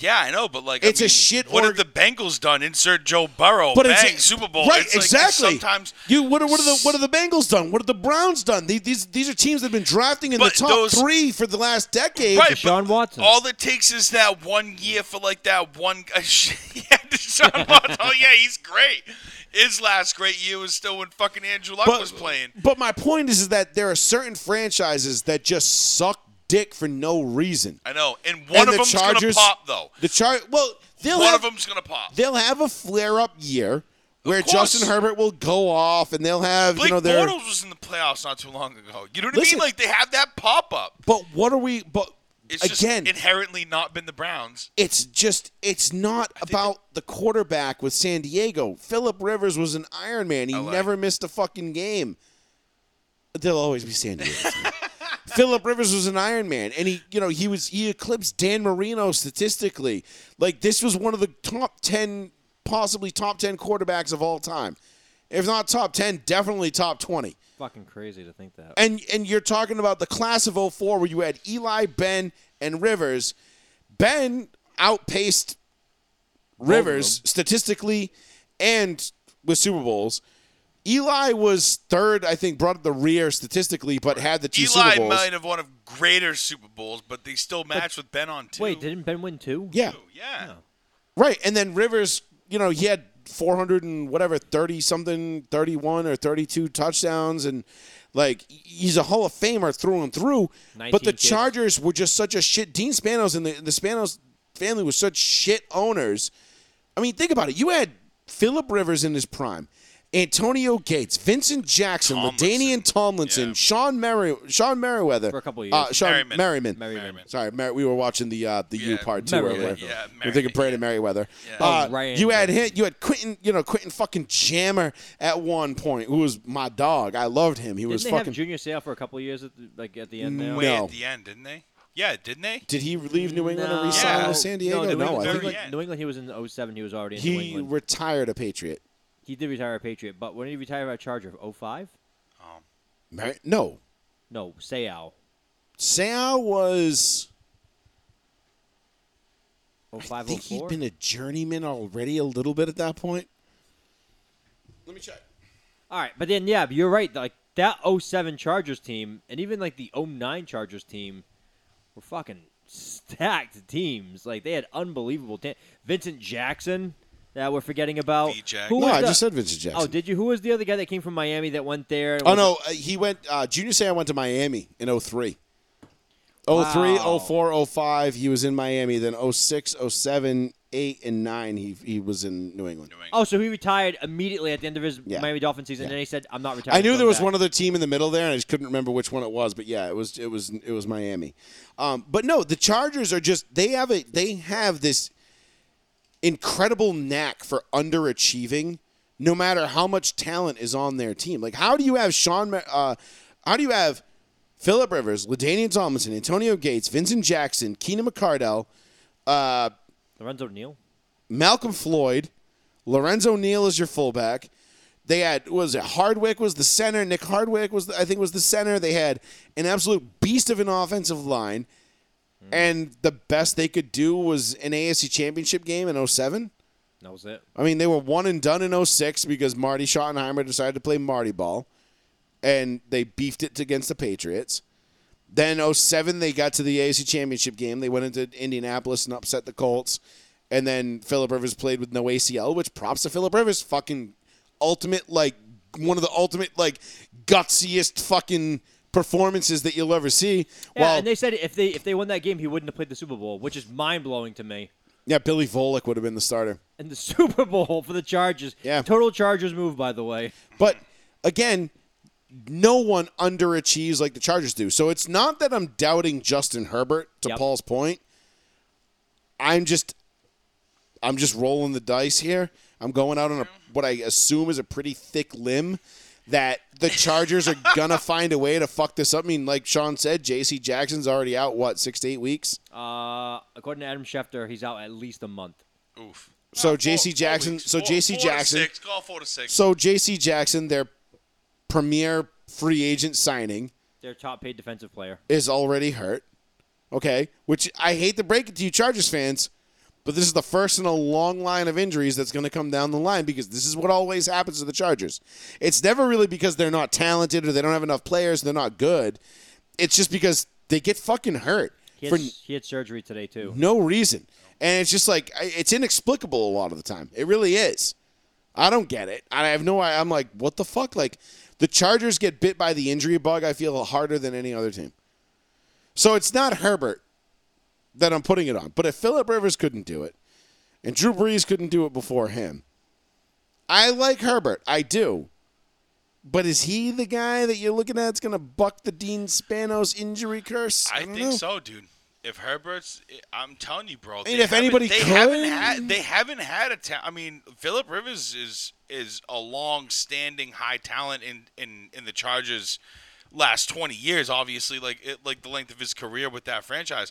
C: Yeah, I know, but like,
A: It's
C: I
A: a
C: mean,
A: shit
C: What
A: org-
C: have the Bengals done? Insert Joe Burrow,
A: But
C: bang,
A: it's
C: Super Bowl.
A: right?
C: It's like
A: exactly.
C: Sometimes
A: you what are, what are the what are the Bengals done? What have the Browns done? These these, these are teams that have been drafting in the
C: But
A: top
C: those-
A: three for the last decade.
C: Right,
B: Deshaun
C: but
B: Watson.
C: All it takes is that one year for like that one. guy- yeah, Deshaun Watson. Oh yeah, he's great. His last great year was still when fucking Andrew Luck
A: But-
C: was playing.
A: But my point is, is that there are certain franchises that just suck dick for no reason.
C: I know, and one
A: And
C: of
A: the
C: them's
A: Chargers-
C: gonna pop though.
A: The char well they'll
C: One
A: have,
C: of them's gonna pop.
A: they'll have a flare up year where
C: course.
A: Justin Herbert will go off and they'll have
C: Blake
A: you know their
C: Bortles was in the playoffs not too long ago. You know what I
A: Listen-
C: mean? Like they have that pop up.
A: but what are we but
C: It's
A: again
C: just inherently not been the Browns.
A: it's just it's not about the quarterback with San Diego. Philip Rivers was an Iron Man. He
C: LA.
A: never missed a fucking game. There'll always be San Diego. Philip Rivers was an Iron Man, and he, you know, he was he eclipsed Dan Marino statistically. Like this was one of the top ten, possibly top ten quarterbacks of all time, if not top ten, definitely top twenty.
B: Fucking crazy to think that.
A: And and you're talking about the class of 04 where you had Eli, Ben, and Rivers. Ben outpaced Rivers statistically and with Super Bowls. Eli was third, I think, brought up the rear statistically, but had the two Super
C: Eli
A: Bowls.
C: might have won a greater Super Bowls, but they still matched with Ben on two.
B: Wait, didn't Ben win two?
A: Yeah,
C: yeah.
B: No.
A: right. And then Rivers, you know, he had 400 and whatever, 30 something, 31 or 32 touchdowns. And, like, he's a Hall of Famer through and through. But
B: 19
A: the
B: kids.
A: Chargers were just such a shit. Dean Spanos and the, the Spanos family was such shit owners. I mean, think about it. You had Philip Rivers in his prime, Antonio Gates, Vincent Jackson,
C: Tomlinson.
A: Ladanian Tomlinson,
C: Yeah.
A: Sean Merri- Sean Merriweather
B: For a couple of
A: Uh,
B: years.
A: Sean
C: Merriman.
A: Merriman.
B: Merriman.
A: Sorry, Mer- we were watching the uh, the U
C: Yeah,
A: part two
B: Merriweather.
A: earlier.
C: Yeah,
A: We're thinking
C: Merriman,
A: Brandon Merriweather.
C: Yeah.
A: Uh,
B: Oh, Ryan
A: you had him. You had Quentin. You know Quentin fucking Jammer at one point, who was my dog. I loved him. He was
B: Didn't they
A: fucking.
B: have Junior Sale for a couple of years at the, like at the end there?
C: Way
A: No.
C: at the end, didn't they? Yeah, didn't they?
A: did he leave New England and
B: No.
A: resign
C: Yeah.
A: with San Diego?
B: No, New England,
A: I
B: New
A: think
C: very
B: England-
C: young.
B: New England, he was in 07. He was already in New
A: he
B: England.
A: retired a Patriot.
B: he did retire a Patriot, but when did he retire a Charger? 05?
A: Mer- no,
B: No, Seau.
A: Sal was.
B: 05,
A: I think he'd
B: 04?
A: been a journeyman already a little bit at that point. Let me check.
B: All right, but then yeah, but you're right. Like that 07 Chargers team, and even like the 09 Chargers team, were fucking stacked teams. Like they had unbelievable. Ta- Vincent Jackson that we're forgetting about.
C: V. Jackson.
B: Who
A: No,
B: was
A: I
B: the-
A: just said Vincent Jackson.
B: Oh, did you? Who was the other guy that came from Miami that went there? and
A: Oh
B: was-
A: no, uh, he went. Uh, Junior Sam went to Miami in 03. 03,
B: Wow.
A: 04, 05, he was in Miami. Then 06, 07, eight and nine, he he was in New England.
C: New England.
B: Oh, so he retired immediately at the end of his
A: Yeah.
B: Miami Dolphins season,
A: Yeah.
B: and then he said, "I'm not retiring."
A: I knew
B: I'm
A: there was
B: back."
A: one other team in the middle there, and I just couldn't remember which one it was. But yeah, it was it was it was Miami. Um, but no, the Chargers are just they have a they have this incredible knack for underachieving, no matter how much talent is on their team. Like how do you have Sean? Ma- Uh, how do you have Philip Rivers, Ladainian Tomlinson, Antonio Gates, Vincent Jackson, Keenan McCardell,
B: Lorenzo Neal.
A: Malcolm Floyd, Lorenzo Neal is your fullback. They had was it Hardwick was the center. Nick Hardwick was the, I think was the center. They had an absolute beast of an offensive line, and the best they could do was an AFC Championship game in 07.
B: That was it.
A: I mean, they were one and done in 06 because Marty Schottenheimer decided to play Marty ball, and they beefed it against the Patriots. Then 07, they got to the AFC Championship game. They went into Indianapolis and upset the Colts. And then Philip Rivers played with no ACL, which props to Philip Rivers. Fucking ultimate, like, one of the ultimate, like, gutsiest fucking performances that you'll ever see.
B: Yeah,
A: While-
B: and they said if they if they won that game, he wouldn't have played the Super Bowl, which is mind blowing to me.
A: yeah, Billy Volek would have been the starter.
B: And the Super Bowl for the Chargers.
A: Yeah.
B: Total Chargers move, by the way.
A: But again, no one underachieves like the Chargers do. So it's not that I'm doubting Justin Herbert to
B: Yep.
A: Paul's point. I'm just I'm just rolling the dice here. I'm going out on a what I assume is a pretty thick limb that the Chargers are gonna find a way to fuck this up. I mean, like Sean said, JC Jackson's already out what, six to eight weeks?
B: Uh, according to Adam Schefter, he's out at least a month.
C: Oof.
A: So
C: Four-
A: JC
C: four
A: Jackson-
C: weeks.
A: so
C: Four-
A: JC
C: four to
A: Jackson-
C: Six. Call four to six.
A: So JC Jackson, their premier free agent signing,
B: Their top paid defensive player.
A: is already hurt. Okay, which I hate to break it to you, Chargers fans, but this is the first in a long line of injuries that's going to come down the line because this is what always happens to the Chargers. It's never really because they're not talented or they don't have enough players, they're not good. It's just because they get fucking hurt
B: He
A: for
B: had, he had surgery today too.
A: no reason. And it's just like, I- it's inexplicable a lot of the time. It really is. I don't get it. I have no I'm like, what the fuck? Like, the Chargers get bit by the injury bug, I feel harder than any other team. So it's not Herbert that I'm putting it on. But if Philip Rivers couldn't do it, and Drew Brees couldn't do it before him, I like Herbert. I do. But is he the guy that you're looking at that's going to buck the Dean Spanos injury curse?
C: I
A: don't
C: think
A: know.
C: so, dude. If Herbert's, eh, I'm telling you, bro. I
A: mean, if anybody
C: they
A: could-
C: haven't had, they haven't had a ta- I mean, Philip Rivers is is a long-standing high talent in in in the Chargers last 20 years. Obviously, like it, like the length of his career with that franchise.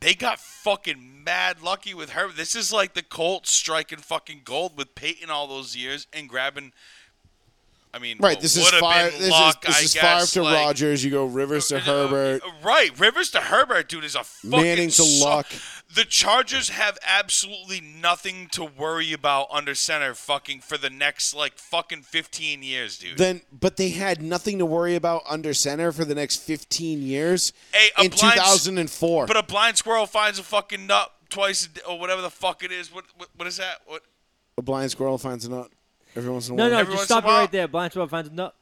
C: They got fucking mad lucky with Herbert. This is like the Colts striking fucking gold with Peyton all those years and grabbing. I mean,
A: Right.
C: what
A: This is
C: would've
A: Favre.
C: been
A: This
C: luck,
A: is
C: I
A: this is Favre
C: guess,
A: to
C: like-
A: Rogers. You go Rivers to
C: uh,
A: Herbert.
C: uh, Right, Rivers to Herbert, dude, is a fucking
A: Manning to
C: su-
A: Luck.
C: The Chargers have absolutely nothing to worry about under center, fucking for the next like fucking fifteen years, dude.
A: Then, but they had nothing to worry about under center for the next 15 years.
C: Hey, a
A: in
C: blind s-
A: 2004.
C: but a blind squirrel finds a fucking nut twice a day, or whatever the fuck it is. What what, what is that? What
A: a blind squirrel finds a nut every once in a
B: No,
A: while.
B: no,
C: Every
B: just
C: once in
B: stop it
C: a while-
B: right there. Blind spot finds no.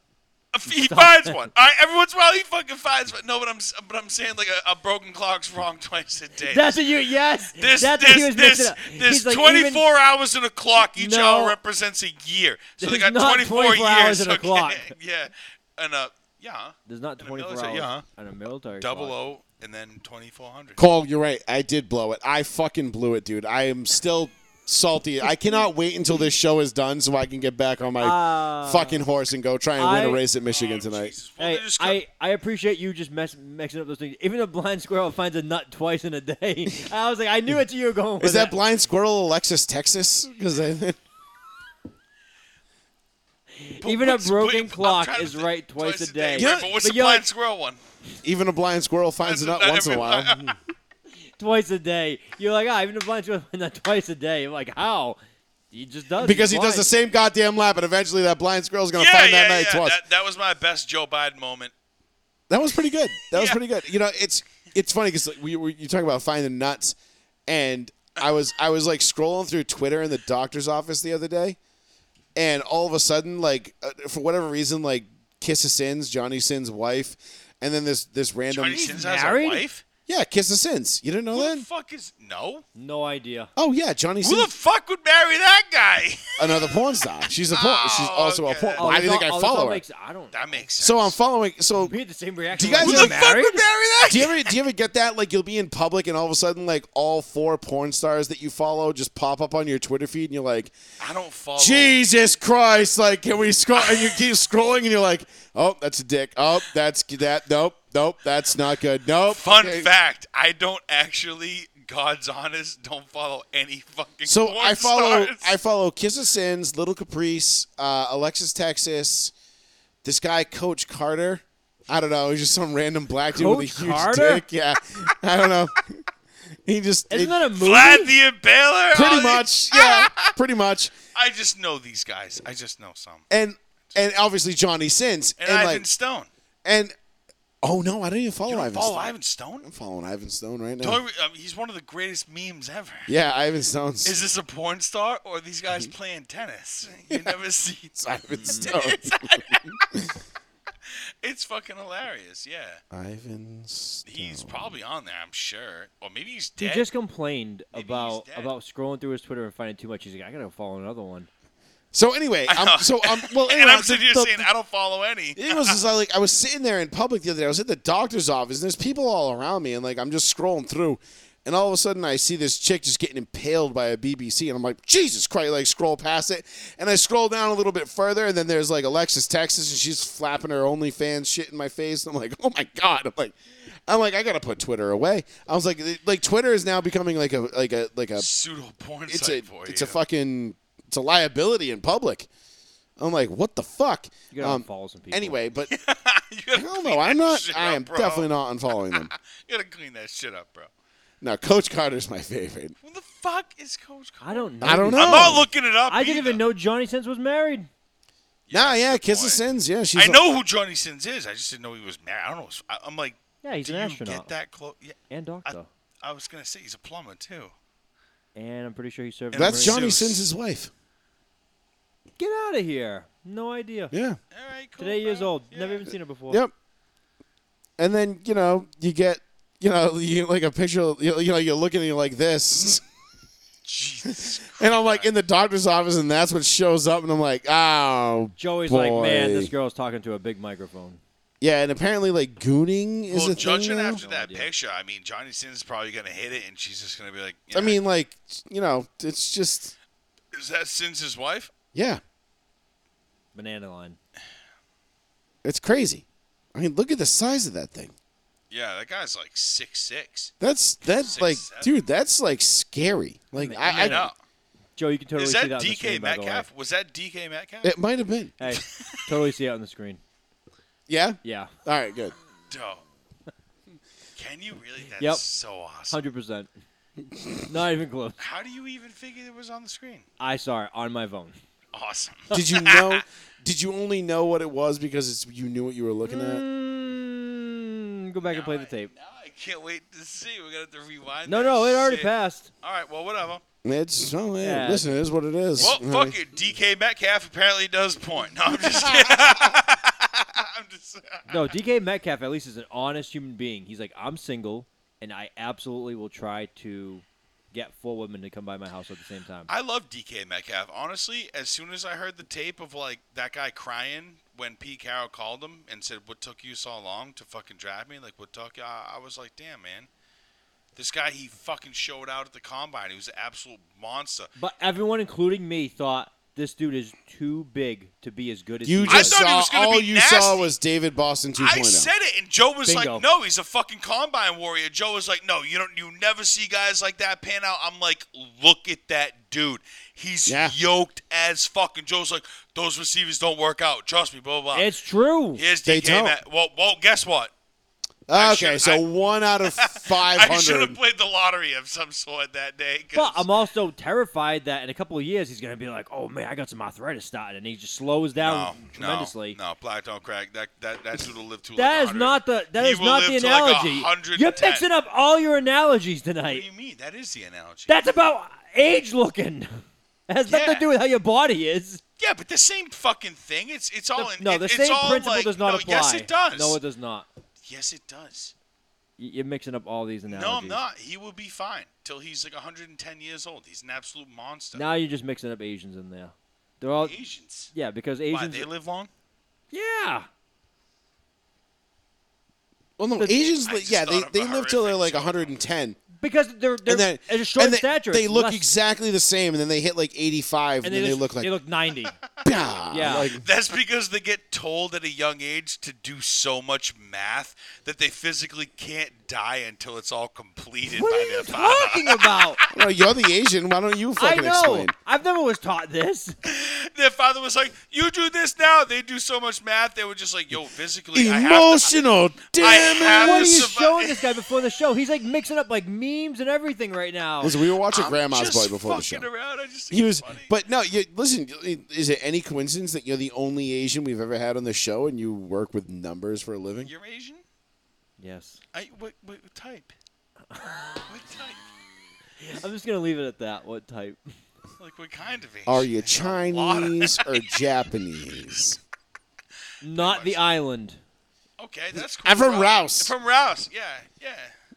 C: he finds one. I, every once in a while, he fucking finds one. No, but I'm s- but I'm saying like a, a broken clock's wrong twice a day.
B: That's what you. Yes.
C: This
B: That's what he
C: this
B: was
C: this
B: mixing up.
C: this
B: He's like,
C: 24
B: even-
C: hours in a clock. Each
B: No.
C: hour represents a year. So they
B: There's
C: got
B: not
C: 24,
B: 24
C: years.
B: hours in a
C: okay,
B: clock.
C: Yeah, and uh, yeah,
B: There's not
C: in a
B: 24 hours
C: military- yeah.
B: on a military.
C: double
B: clock.
C: O and then 2400.
A: Cole, you're right. I did blow it. I fucking blew it, dude. I am still salty. I cannot wait until this show is done so I can get back on my
B: Ah.
A: fucking horse and go try and win a
B: I-
A: race at
C: Oh,
A: Michigan tonight.
C: Jesus. Well,
B: Hey,
C: they just got-
B: I, I appreciate you just mess, mixing up those things. Even a blind squirrel finds a nut twice in a day. I was like, I knew it. You were going. with
A: Is that blind squirrel Alexis Texas? Because I.
C: but
B: Even a
C: what's-
B: broken
C: I'm
B: clock
C: trying to
B: is
C: think.
B: right twice a day.
A: Yeah.
C: Right, but what's
B: But
C: the
B: you're
C: blind
B: like-
C: squirrel one?
A: Even a blind squirrel finds a nut
C: Not
A: once in a
C: every-
A: while.
B: Twice a day. You're like, ah, even a blind squirrel finds a nut twice a day. I'm like, how? He just does.
A: Because he
B: He's
A: does the
B: blind.
A: same goddamn lap, and eventually that blind squirrel's gonna
C: yeah,
A: find
C: yeah,
A: that night
C: yeah.
A: twice.
C: That, that was my best Joe Biden moment.
A: That was pretty good. That was
C: Yeah.
A: pretty good. You know, it's it's funny because like, we were you talking about finding nuts, and I was I was like scrolling through Twitter in the doctor's office the other day, and all of a sudden, like uh, for whatever reason, like Kissa Sins, Johnny Sins' wife, and then this this random
C: Johnny Sins has a
B: married?
C: wife.
A: Yeah, Kiss the Sins. You didn't know
C: Who the
A: that?
C: fuck is no?
B: No idea.
A: Oh yeah, Johnny
C: Who the
A: Sins.
C: fuck would marry that guy?
A: another porn star. She's a porn. she's
C: Oh,
A: also
C: okay.
A: a porn.
C: Oh,
A: Why do you
B: that's
A: think
B: all-
A: I
B: oh, that's all
A: follow her?
B: makes- I don't.
C: That makes sense.
A: So I'm following. So
B: We had the same reaction.
A: Do you guys
C: Who
B: when
A: You're
C: the
B: we were
C: fuck
B: married?
C: would marry that?
A: do you ever do you ever get that? Like you'll be in public and all of a sudden like all four porn stars that you follow just pop up on your Twitter feed and you're like,
C: I don't follow.
A: Jesus Christ! Like can we scroll? And you keep scrolling and you're like, oh, that's a dick. Oh, that's that. Nope, nope, that's not good. Nope.
C: Fun
A: Okay.
C: fact: I don't actually, God's honest, don't follow any fucking.
A: So
C: porn
A: I follow
C: stars.
A: I follow Kiss of Sins, Little Caprice, uh, Alexis Texas, this guy Coach Carter. I don't know. He's just some random black dude with a
B: Coach
A: huge
B: Carter?
A: dick. Yeah, I don't know. He just
B: Isn't
A: it-
B: that a movie?
C: Vlad the Impaler.
A: pretty
C: I-
A: much. Yeah, pretty much.
C: I just know these guys. I just know some.
A: And and obviously Johnny Sins
C: And,
A: and,
C: Ivan
A: like
C: Stone.
A: and oh no, I didn't even follow
C: You don't
A: Ivan.
C: follow
A: Stone.
C: Ivan Stone?
A: I'm following Ivan Stone right now.
C: Don't we- um, he's one of the greatest memes ever.
A: yeah, Ivan Stone's
C: Is this a porn star or are these guys
A: Mm-hmm.
C: playing tennis? You never see.
A: it's Ivan Stone.
C: It's fucking hilarious. Yeah,
A: Ivan Stone.
C: he's probably on there. I'm sure. Or maybe he's
B: He
C: dead.
B: just complained
C: Maybe he's
B: about
C: dead.
B: about scrolling through his Twitter and finding too much. He's like, I gotta go follow another one.
A: So anyway,
C: I know.
A: I'm, so I'm well. Anyway,
C: and I'm
A: the-
C: sitting here
A: the-
C: saying I don't follow any.
A: It was just like I was sitting there in public the other day. I was at the doctor's office, and there's people all around me, and like I'm just scrolling through, and all of a sudden I see this chick just getting impaled by a BBC, and I'm like, Jesus Christ! Like scroll past it, and I scroll down a little bit further, and then there's like Alexis Texas, and she's flapping her OnlyFans shit in my face, and I'm like, Oh my God! I'm like, I'm like, I gotta put Twitter away. I was like, like Twitter is now becoming like a like a like a
C: Pseudo porn
A: it's a
C: site for
A: it's
C: you.
A: a fucking it's a liability in public. I'm like, what the fuck?
B: You gotta unfollow some people.
A: Um, Anyway, but
C: You gotta
A: Hell
C: clean
A: no, I'm
C: that
A: not.
C: shit
A: I
C: up,
A: am
C: bro.
A: definitely not unfollowing them.
C: You gotta clean that shit up, bro.
A: now, Coach Carter's my favorite.
C: What the fuck is Coach? Carter?
B: I don't know.
A: I don't
B: these-
A: know.
C: I'm not looking it up.
B: I didn't
C: either.
B: even know Johnny Sins was married.
A: nah, yeah,
C: good
A: Kiss
C: point.
A: of Sins. Yeah, she's.
C: I
A: a-
C: know who Johnny Sins is. I just didn't know he was married. I don't know. I- I'm like,
B: Yeah, he's
C: do
B: an
C: you
B: astronaut
C: get that close? Yeah,
B: and doctor,
C: I was gonna say he's a plumber too.
B: and I'm pretty sure he served. in the
A: that's
B: Marines.
A: Johnny
C: Seuss.
A: Sins' wife.
B: Get out of here. No idea.
A: Yeah.
C: All right, cool.
B: Today years
C: bro.
B: old.
C: Yeah.
B: Never even seen her before.
A: Yep. And then you know you get you know you like a picture you, you know you're looking at you like this,
C: Jesus.
A: and I'm like
C: Christ.
A: in the doctor's office, and that's what shows up, and I'm like, oh,
B: Joey's
A: boy.
B: like, man, this girl's talking to a big microphone.
A: Yeah, and apparently like gooning is
C: well,
A: a thing.
C: judging
A: now.
C: after
B: No
C: that
B: idea.
C: picture, I mean, Johnny Sins is probably gonna hit it, and she's just gonna be like,
A: I mean, like you know, it's just
C: is that Sins' his wife?
A: yeah,
B: Banana line.
A: it's crazy. I mean, look at the size of that thing.
C: Yeah, that guy's like six six.
A: That's that's
C: Six,
A: like,
C: seven.
A: dude, that's like scary. Like I,
C: I
A: I
C: know.
B: Joe, you can totally
C: Is
B: see
C: that
B: that on the
C: DK
B: screen, by the way.
C: Metcalf? Was that DK Metcalf?
A: it might have been.
B: Hey, totally see it on the screen.
A: Yeah.
B: Yeah,
A: All right, good.
C: Dope. Can you really? That's
B: Yep.
C: so awesome.
B: hundred percent. Not even close.
C: How do you even figure it was on the screen?
B: I saw it on my phone.
C: Awesome.
A: Did you know? did you only know what it was because it's, you knew what you were looking at?
B: Mm, go back and play the
C: Now I-
B: tape.
C: now I can't wait to see. We're gonna have to rewind.
B: No,
C: that
B: no, it already
C: shit.
B: passed.
C: All right. Well, whatever.
A: It's oh, hey,
B: Yeah.
A: listen, it is what it is.
C: Well,
A: I mean,
C: fuck it. DK Metcalf apparently does point. No, I'm just kidding. I'm just.
B: No, DK Metcalf at least is an honest human being. He's like, I'm single, and I absolutely will try to get four women to come by my house at the same time.
C: I love DK Metcalf. Honestly, as soon as I heard the tape of like that guy crying when Pete Carroll called him and said, "What took you so long to fucking draft me?" Like, what took you? I, I was like, "Damn, man." This guy, he fucking showed out at the combine. He was an absolute monster.
B: But everyone, including me, thought this dude is too big to be as good as
A: You
B: he
A: just
B: is.
C: thought he
A: saw
C: was gonna
A: all
C: be
A: you saw
C: nasty.
A: was David Boston oh. 2.0.
C: I said it, and Joe was
B: Bingo.
C: like, "No, he's a fucking combine warrior." Joe was like, "No, you don't. You never see guys like that pan out." I'm like, "Look at that dude. He's
A: Yeah.
C: yoked as fucking." Joe's like, "Those receivers don't work out. Trust me." Blah blah. blah.
B: It's true.
C: Here's
A: They
C: DK.
A: don't.
C: Met- well, well, guess what? I
A: okay,
C: should-
A: so
C: I-
A: one out of five
C: I should have
A: hundred.
C: played the lottery of some sort that day. 'cause-
B: But I'm also terrified that in a couple of years he's gonna be like, "Oh man, I got some arthritis starting," and he just slows
C: no,
B: down
C: no,
B: tremendously.
C: no, black don't crack. That that that dude will live too.
B: That
C: like
B: is
C: 100.
B: not the that
C: He
B: is
C: will
B: not
C: live
B: the
C: to like
B: analogy.
C: 110.
B: You're mixing up all your analogies
C: What
B: tonight.
C: do you mean? That is the analogy.
B: That's about age looking. It has nothing
C: Yeah.
B: to do with how your body is.
C: yeah, but the same fucking thing. It's it's all in,
B: no,
C: it-
B: the
C: it's
B: same
C: all
B: principle
C: like-
B: does not
C: no,
B: apply.
C: Yes, it does.
B: No, it does not.
C: Yes, it does.
B: Y- You're mixing up all these analogies.
C: No, I'm not. He will be fine till he's like 110 years old. He's an absolute monster.
B: Now you're just mixing up Asians in there. They're all
C: Asians.
B: yeah because
C: Why
B: Asians.
C: they live long?
B: yeah,
A: Well, no,
B: But-
A: Asians,
C: I
A: li-
C: just
A: yeah, they,
C: thought of
A: they
C: a
A: live till they're
C: horrific
A: like
C: joke.
A: 110,
B: because they're they're
A: and then
B: as a short
A: and they,
B: stature.
A: they
B: it's
A: look
B: less-
A: exactly the same, and then they hit like 85, and, then
B: just-
A: they look like
B: they look 90.
A: "Bah,"
B: yeah.
A: like-
C: That's because they get told at a young age to do so much math that they physically can't die until it's all completed
B: what
C: by
B: are you
C: their father.
B: talking about?
A: well, you're the Asian. Why don't you
B: I
A: fucking
B: know.
A: explain?
B: I've never was taught this.
C: Their father was like, "You do this now." They do so much math. They were just like, "Yo, physically,
A: Emotional,
C: I have
A: damn it!
C: to, I
B: What
C: have
B: are
C: to
B: you
C: survive."
B: showing this guy before the show? He's like mixing up like memes and everything right now.
A: Listen, we were watching
C: I'm
A: Grandma's
C: just
A: Boy before the show.
C: fucking Around. I just think
A: He
C: it's
A: was,
C: funny.
A: but no, you, listen. Is it any coincidence that you're the only Asian we've ever had on the show, and you work with numbers for a living?
C: you're Asian.
B: yes,
C: I what, what type? what type?
B: I'm just gonna leave it at that. What type?
C: Like what kind of Asian?
A: Are you
C: lot of-
A: Chinese or Japanese?
B: Not the island.
C: Okay, that's cool.
A: I'm from Rouse.
C: From Rouse, yeah, yeah.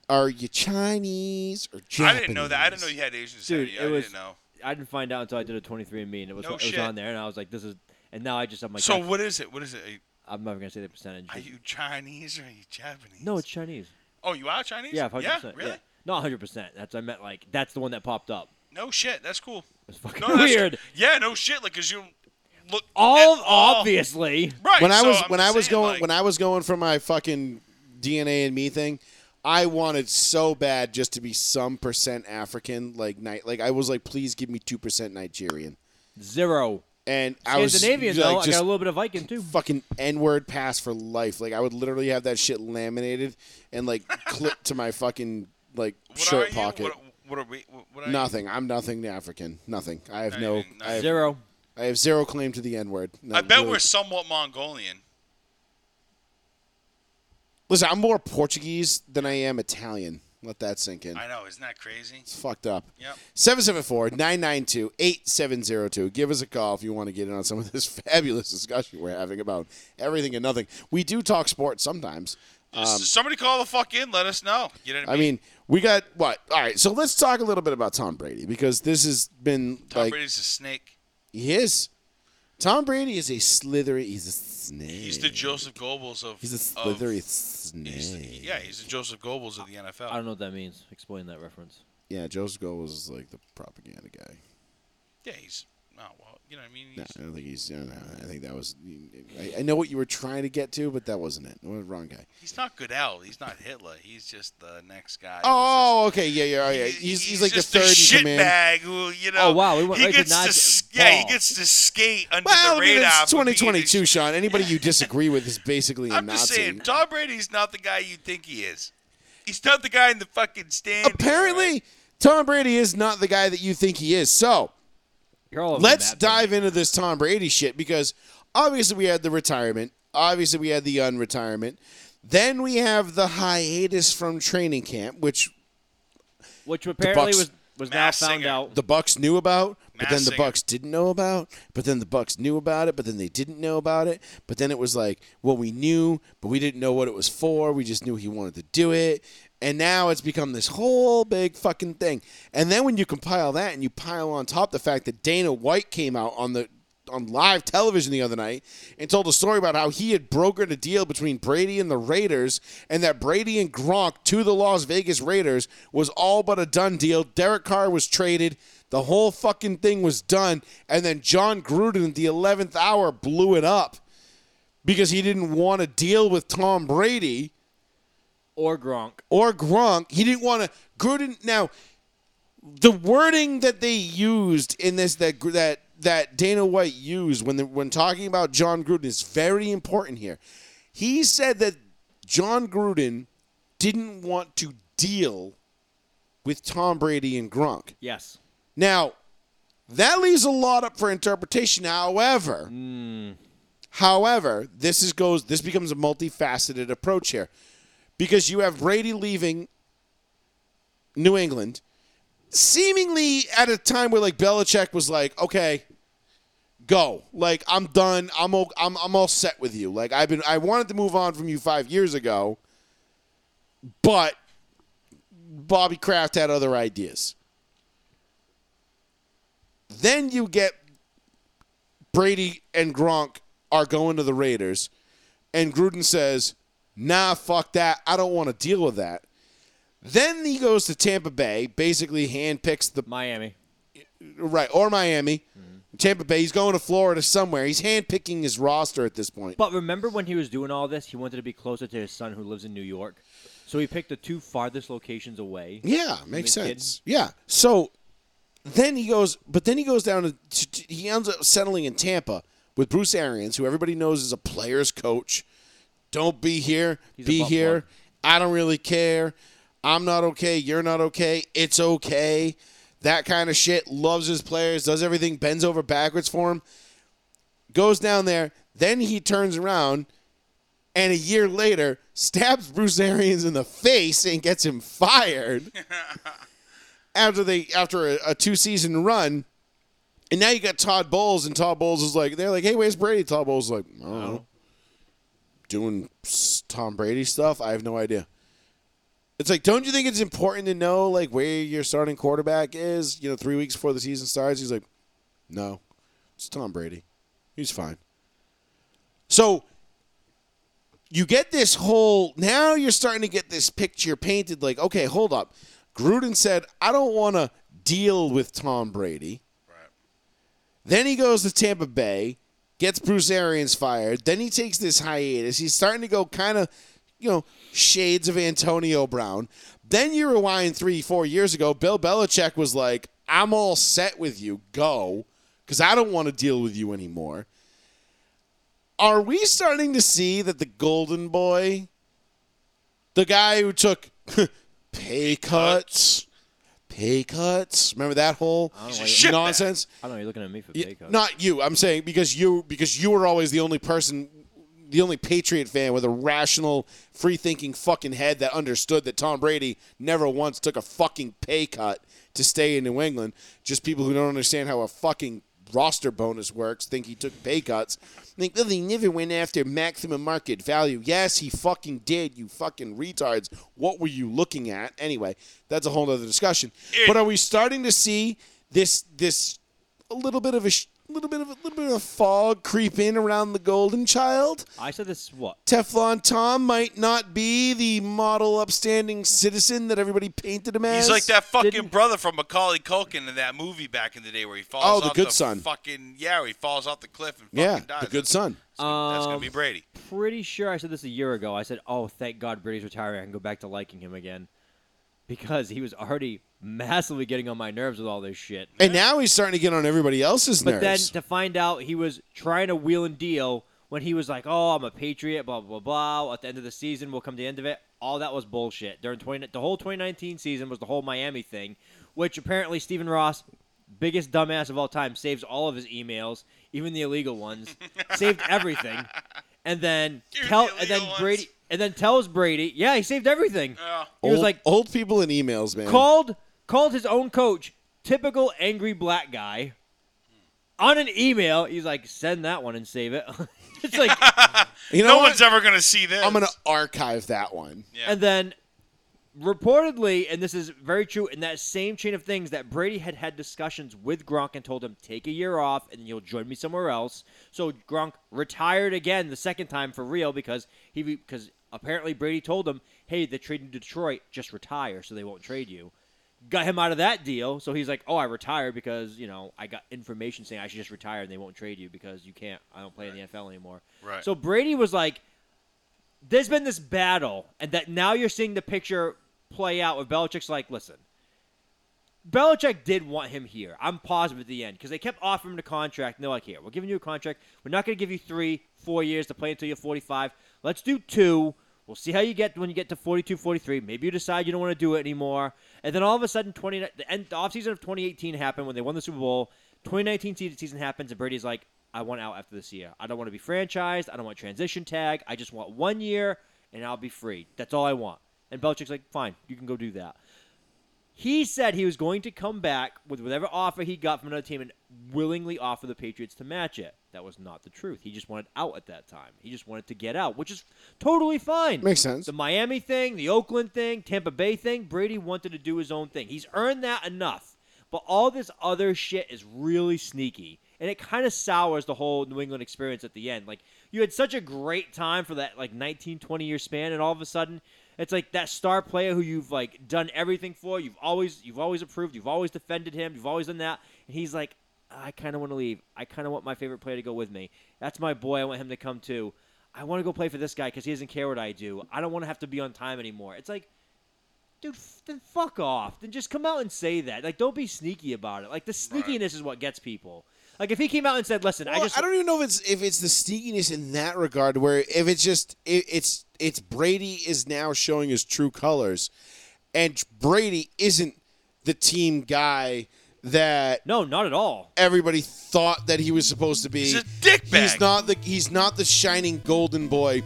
A: Are you Chinese or
C: I
A: Japanese?
C: didn't know that. I didn't know you had Asians.
B: Dude,
C: I
B: it was-
C: didn't know.
B: I didn't find out until I did a 23andMe, and it was
C: No
B: it was
C: shit.
B: on there, and I was like, this is. And now I just I'm like,
C: So
B: I-
C: what is it? What is it? Are you,
B: I'm never gonna say the percentage.
C: are you Chinese or are you Japanese?
B: no, it's Chinese.
C: Oh, you are Chinese?
B: Yeah, 100%.
C: Yeah, really?
B: yeah. Not 100%. That's I meant like that's the one that popped up.
C: No shit. That's cool.
B: It's fucking
C: No, that's- Oh.
B: weird.
C: Yeah, no shit. Like, cause you look
B: All
C: at all-
B: obviously.
C: Right.
A: When I
C: so
A: was
C: I'm
A: when
C: just
A: I was
C: saying,
A: going
C: like,
A: when I was going for my fucking DNA and me thing, I wanted so bad just to be some percent African, like night. Like I was like, please give me two percent Nigerian.
B: Zero.
A: And I was
B: Scandinavian
A: like,
B: though. I
A: just
B: got a little bit of Viking too.
A: fucking N-word pass for life. Like I would literally have that shit laminated and like clipped to my fucking like
C: what are
A: shirt
C: you?
A: pocket.
C: What, what are we? What, what are
A: nothing. I'm nothing African. Nothing. I have
C: Not
A: no.
C: even- not
A: I have,
B: Zero.
A: I have zero claim to the N-word.
C: You?
A: No,
C: I bet
A: really.
C: we're somewhat Mongolian.
A: Listen, I'm more Portuguese than I am Italian. Let that sink in.
C: I know. Isn't that crazy?
A: It's fucked up.
C: Yep.
A: 774-992-8702. Give us a call if you want to get in on some of this fabulous discussion we're having about everything and nothing. We do talk sports sometimes.
C: S- Somebody call the fuck in. Let us know. You know what I
A: Um, I
C: mean?
A: mean, we got what? All right, so let's talk a little bit about Tom Brady because this has been
C: Tom
A: like
C: Brady's a snake.
A: he is. Tom Brady is a slithery. He's a snake.
C: He's the Joseph Goebbels of.
A: He's a
C: of-
A: slithery
C: he's the-
A: snake.
C: yeah, he's the Joseph Goebbels of the
B: I
C: NFL.
B: don't know what that means. Explain that reference.
A: Yeah, Joseph Goebbels is like the propaganda guy.
C: Yeah, he's. Oh, well, you know what I mean?
A: No,
C: He's-
A: I don't think he's. I, don't know. I think that was. I, I know what you were trying to get to, but that wasn't it. Well, wrong guy.
C: He's not Goodell. He's not Hitler. He's just the next guy. who's
A: Oh, okay. Yeah, yeah,
C: just-
A: yeah.
C: he-
A: He's, he's like the
C: just
A: third
C: a
A: in
C: shit
A: command.
C: bag who you know.
B: Oh, wow, we went
C: he
B: right to
C: gets
B: Nazi-
C: s- yeah, he
B: Ball.
C: gets to skate under
A: Well,
C: the
A: I mean,
C: radar.
A: it's
C: for being a
A: 2022, Sean. Anybody you disagree with is basically a
C: I'm
A: Nazi.
C: just saying, Tom Brady's not the guy you think he is. He's not the guy in the fucking stand.
A: Apparently, Tom Brady is not the guy that you think he is. So
B: You're all over
A: let's
B: that, though.
A: dive into this Tom Brady shit because obviously we had the retirement, obviously we had the unretirement, then we have the hiatus from training camp, which
B: Which apparently
A: Bucks-
B: was was now
C: Mass
B: found
C: singer.
B: out.
A: the Bucks knew about, but
C: Mass
A: then the
C: singer.
A: Bucks didn't know about, but then the Bucks knew about it, but then they didn't know about it, but then it was like, well, we knew, but we didn't know what it was for. We just knew he wanted to do it, and now it's become this whole big fucking thing. And then when you compile that and you pile on top the fact that Dana White came out on the on live television the other night and told a story about how he had brokered a deal between Brady and the Raiders and that Brady and Gronk to the Las Vegas Raiders was all but a done deal. Derek Carr was traded. The whole fucking thing was done. And then John Gruden at the 11th hour blew it up because he didn't want to deal with Tom Brady
B: or Gronk.
A: or Gronk. He didn't want to. Gruden. Now, the wording that they used in this that Gr- that that Dana White used when the, when talking about John Gruden is very important here. He said that John Gruden didn't want to deal with Tom Brady and Gronk.
B: Yes.
A: Now, that leaves a lot up for interpretation. However, however, this is goes this becomes a multifaceted approach here. Because you have Brady leaving New England, seemingly at a time where like Belichick was like, okay, go. Like I'm done. I'm o- I'm I'm all set with you. Like I've been I wanted to move on from you five years ago, But Bobby Kraft had other ideas. Then you get Brady and Gronk are going to the Raiders, and Gruden says, nah, fuck that. I don't want to deal with that. Then he goes to Tampa Bay, basically handpicks the
B: Miami.
A: right or Miami, Tampa Bay. He's going to Florida somewhere. He's handpicking his roster at this point.
B: But remember when he was doing all this, he wanted to be closer to his son who lives in New York. So he picked the two farthest locations away.
A: Yeah, makes
B: the kid.
A: sense. Yeah. So then he goes, but then he goes down to, to- to- he ends up settling in Tampa with Bruce Arians, who everybody knows is a player's coach. Don't be here,
B: He's a
A: be
B: butt
A: here.
B: plug.
A: I don't really care. I'm not okay. You're not okay. It's okay. That kind of shit. Loves his players. Does everything. Bends over backwards for him. Goes down there. Then he turns around and a year later stabs Bruce Arians in the face and gets him fired after they after a, a two season run. And now you got Todd Bowles, and Todd Bowles is like, they're like, hey, where's Brady? Todd Bowles is like, I don't know. Doing s- Tom Brady stuff? I have no idea. It's like, don't you think it's important to know like where your starting quarterback is? You know, three weeks before the season starts. He's like, no, it's Tom Brady. He's fine. So you get this whole now you're starting to get this picture painted like okay hold up gruden said i don't want to deal with tom brady then he goes to tampa bay gets bruce arians fired then he takes this hiatus he's starting to go kind of you know shades of antonio brown then you rewind three four years ago bill belichick was like i'm all set with you go because i don't want to deal with you anymore are we starting to see that the golden boy, the guy who took pay cuts, pay cuts, remember that whole
B: I don't know.
C: a
B: why-
C: shit
A: nonsense?
B: I don't know. You're looking at me for
A: Y-
B: pay cut.
A: Not you. I'm saying because you because you were always the only person, the only Patriot fan with a rational, free thinking fucking head that understood that Tom Brady never once took a fucking pay cut to stay in New England. Just people who don't understand how a fucking roster bonus works think he took pay cuts. Think "Oh, they never went after maximum market value. Yes, he fucking did. You fucking retards. What were you looking at? Anyway, that's a whole other discussion. But are we starting to see this this a little bit of a sh- little bit of a little bit of fog creep in around the golden child.
B: I said this what?
A: Teflon Tom might not be the model upstanding citizen that everybody painted him as.
C: He's like that fucking
B: Didn't-
C: brother from Macaulay Culkin in that movie back in the day where he falls.
A: Oh, The
C: off
A: Good Son.
C: Fucking yeah, he falls off the cliff and fucking
A: Yeah,
C: dies.
A: the good
C: That's-
A: son.
C: That's gonna, that's gonna
B: Um,
C: be Brady.
B: Pretty sure I said this a year ago. I said, "Oh, thank God Brady's retiring. I can go back to liking him again," because he was already massively getting on my nerves with all this shit.
A: And now he's starting to get on everybody else's
B: But then
A: nerves.
B: to find out he was trying to wheel and deal when he was like, "Oh, I'm a patriot," blah blah blah. blah. At the end of the season, we'll come to the end of it. All that was bullshit. During 20, the whole 2019 season was the whole Miami thing, which apparently Stephen Ross, biggest dumbass of all time, saves all of his emails, even the illegal ones, saved everything, and then
C: Even
B: tell
C: the
B: and then
C: illegal ones. Oh.
B: Brady and then tells Brady, "Yeah, he saved everything."
C: Yeah.
B: He was
A: Old-
B: like,
A: old people in emails, man.
B: called called his own coach typical angry black guy on an email he's like send that one and save it it's like
A: you know
C: No
A: what?
C: one's ever gonna see this.
A: I'm gonna archive that one.
C: Yeah.
B: and then reportedly and this is very true in that same chain of things that brady had had discussions with gronk and told him take a year off and you'll join me somewhere else so gronk retired again the second time for real because he because apparently brady told him hey they're trading detroit just retire so they won't trade you got him out of that deal. So he's like, "Oh, I retired because you know I got information saying I should just retire and they won't trade you because you can't. I don't play in the NFL anymore."
C: Right.
B: So Brady was like, "There's been this battle, and that now you're seeing the picture play out where Belichick's like, listen." Belichick did want him here. I'm positive at the end because they kept offering him the contract. And they're like, here, we're giving you a contract. We're not going to give you three, four years to play until you're 45. Let's do two. We'll see how you get when you get to 42, 43. Maybe you decide you don't want to do it anymore. And then all of a sudden, 20, the end, the offseason of 2018 happened when they won the Super Bowl. 2019 se- season happens, and Brady's like, I want out after this year. I don't want to be franchised. I don't want transition tag. I just want one year, and I'll be free. That's all I want. And Belichick's like, fine, you can go do that he said he was going to come back with whatever offer he got from another team and willingly offer the Patriots to match it. That was not the truth. He just wanted out at that time. He just wanted to get out, which is totally fine.
A: Makes sense.
B: The Miami thing, the Oakland thing, Tampa Bay thing, Brady wanted to do his own thing. He's earned that enough. But all this other shit is really sneaky. And it kind of sours the whole New England experience at the end. Like, you had such a great time for that, like, 19, 20 year span, and all of a sudden, it's like that star player who you've like done everything for. You've always you've always approved. You've always defended him. You've always done that. And he's like, I kind of want to leave. I kind of want my favorite player to go with me. That's my boy. I want him to come too. I want to go play for this guy because he doesn't care what I do. I don't want to have to be on time anymore. It's like, dude, f- then fuck off. Then just come out and say that. Like, don't be sneaky about it. Like the sneakiness is what gets people. Like if he came out and said, "Listen, I
A: Well,
B: just
A: don't even know if it's if it's the sneakiness in that regard, where if it's just it, it's it's Brady is now showing his true colors, and Brady isn't the team guy that
B: no, not at all."
A: everybody thought that he was supposed to be.
C: He's a dickbag.
A: He's not the he's not the shining golden boy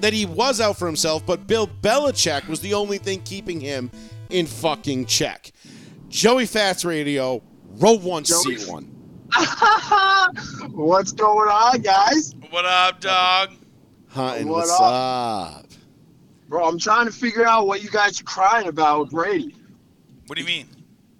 A: that he was out for himself, but Bill Belichick was the only thing keeping him in fucking check. Joey Fats Radio, row one,
E: Joey-
A: seat one.
E: What's going on, guys?
C: What up, dog?
A: Hunting,
E: What
A: what's
E: up?
A: up?
E: Bro, I'm trying to figure out what you guys are crying about with Brady.
C: What do you mean?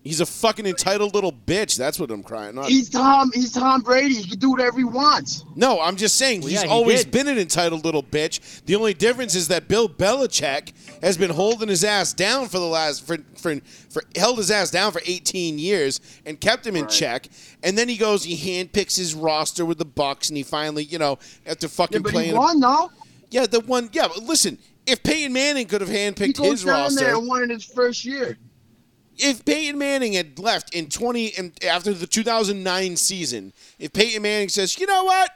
A: He's a fucking entitled little bitch. That's what I'm crying. Not,
E: He's Tom. He's Tom Brady. He can do whatever he wants.
A: no, I'm just saying
B: Well,
A: he's
B: yeah, he
A: always
B: did.
A: been an entitled little bitch. The only difference is that Bill Belichick has been holding his ass down for the last for for, for held his ass down for 18 years and kept him in
E: Right.
A: check. And then he goes, he handpicks his roster with the Bucks, and he finally, you know, after
E: Yeah,
A: fucking
E: but he
A: playing,
E: won, though.
A: yeah, the one, yeah. But listen, if Peyton Manning could have
E: He
A: handpicked
E: goes
A: his
E: down
A: roster,
E: there and won in his first year.
A: if Peyton Manning had left in 20 and after the 2009 season, if Peyton Manning says, "You know what?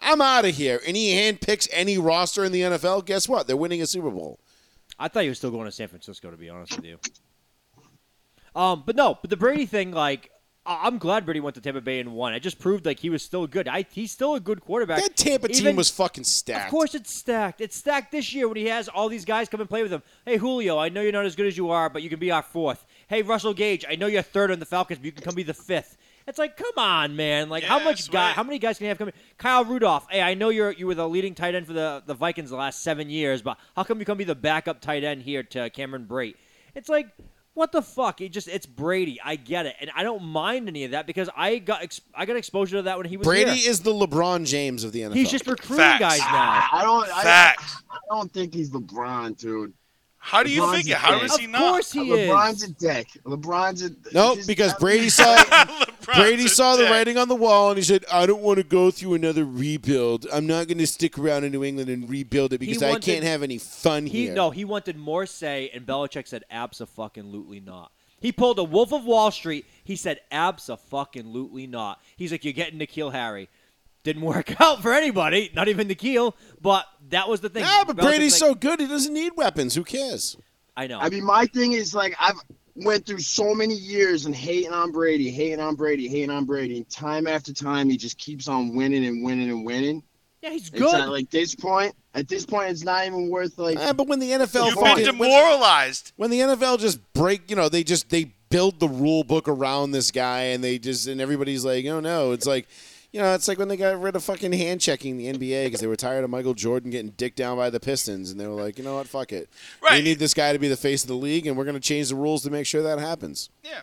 A: I'm out of here." And he handpicks any roster in the NFL, guess what? They're winning a Super Bowl.
B: I thought he was still going to San Francisco, to be honest with you. Um, but no, but the Brady thing, like, I- I'm glad Brady went to Tampa Bay and won. It just proved like he was still good. I, he's still a good quarterback.
A: That Tampa team
B: Even-
A: was fucking stacked.
B: Of course, it's stacked. It's stacked this year when he has all these guys come and play with him. Hey, Julio, I know you're not as good as you are, but you can be our fourth. Hey, Russell Gage, I know you're third on the Falcons, but you can come be the fifth. It's like, come on, man! Like, how
C: Yeah,
B: much
C: that's
B: guy?
C: right.
B: How many guys can you have coming? Kyle Rudolph. Hey, I know you're you were the leading tight end for the the Vikings the last seven years, but how come you come be the backup tight end here to Cameron Brate? It's like. What the fuck? It just—it's Brady. I get it, and I don't mind any of that because I got ex- I got exposure to that when he was
A: Brady
B: here.
A: is the LeBron James of the NFL.
B: He's just recruiting
C: Facts.
B: guys now.
E: I don't. I,
C: Facts.
E: I don't think he's LeBron, dude.
C: How do you
E: LeBron's
C: figure?
E: a
C: How
E: dick.
C: is he
B: of
C: not?
B: course he
E: LeBron's
B: is.
E: a dick. LeBron's a.
A: Nope,
E: just-
A: because Brady saw
C: LeBron's
A: Brady
C: a
A: saw the
C: dick.
A: writing on the wall and he said, "I don't want to go through another rebuild. I'm not going to stick around in New England and rebuild it because I
B: wanted-
A: can't have any fun
B: He
A: here."
B: no, he wanted more say, and Belichick said abso-fucking-lutely not. He pulled a Wolf of Wall Street. He said abso-fucking-lutely not. He's like, you're getting Nikhil Harry. Didn't work out for anybody, not even Nikhil. But that was the thing.
A: Nah, but
B: Belichick's
A: Brady's
B: like,
A: so good, he doesn't need weapons. Who cares?
B: I know.
E: I mean, my thing is like I've went through so many years and hating on Brady, hating on Brady, hating on Brady, and time after time he just keeps on winning and winning and winning.
B: yeah, he's good.
E: It's at like this point. At this point, it's not even worth like.
A: Ah, but when the NFL
C: You've
A: fucking-
C: been
E: Fucking-
C: demoralized.
A: when the NFL just break, you know, they just they build the rule book around this guy, and they just and everybody's like, oh no, it's like, you know, it's like when they got rid of fucking hand checking in the NBA because they were tired of Michael Jordan getting dicked down by the Pistons, and they were like, you know what, fuck it, we
C: Right.
A: need this guy to be the face of the league, and we're gonna change the rules to make sure that happens.
C: Yeah.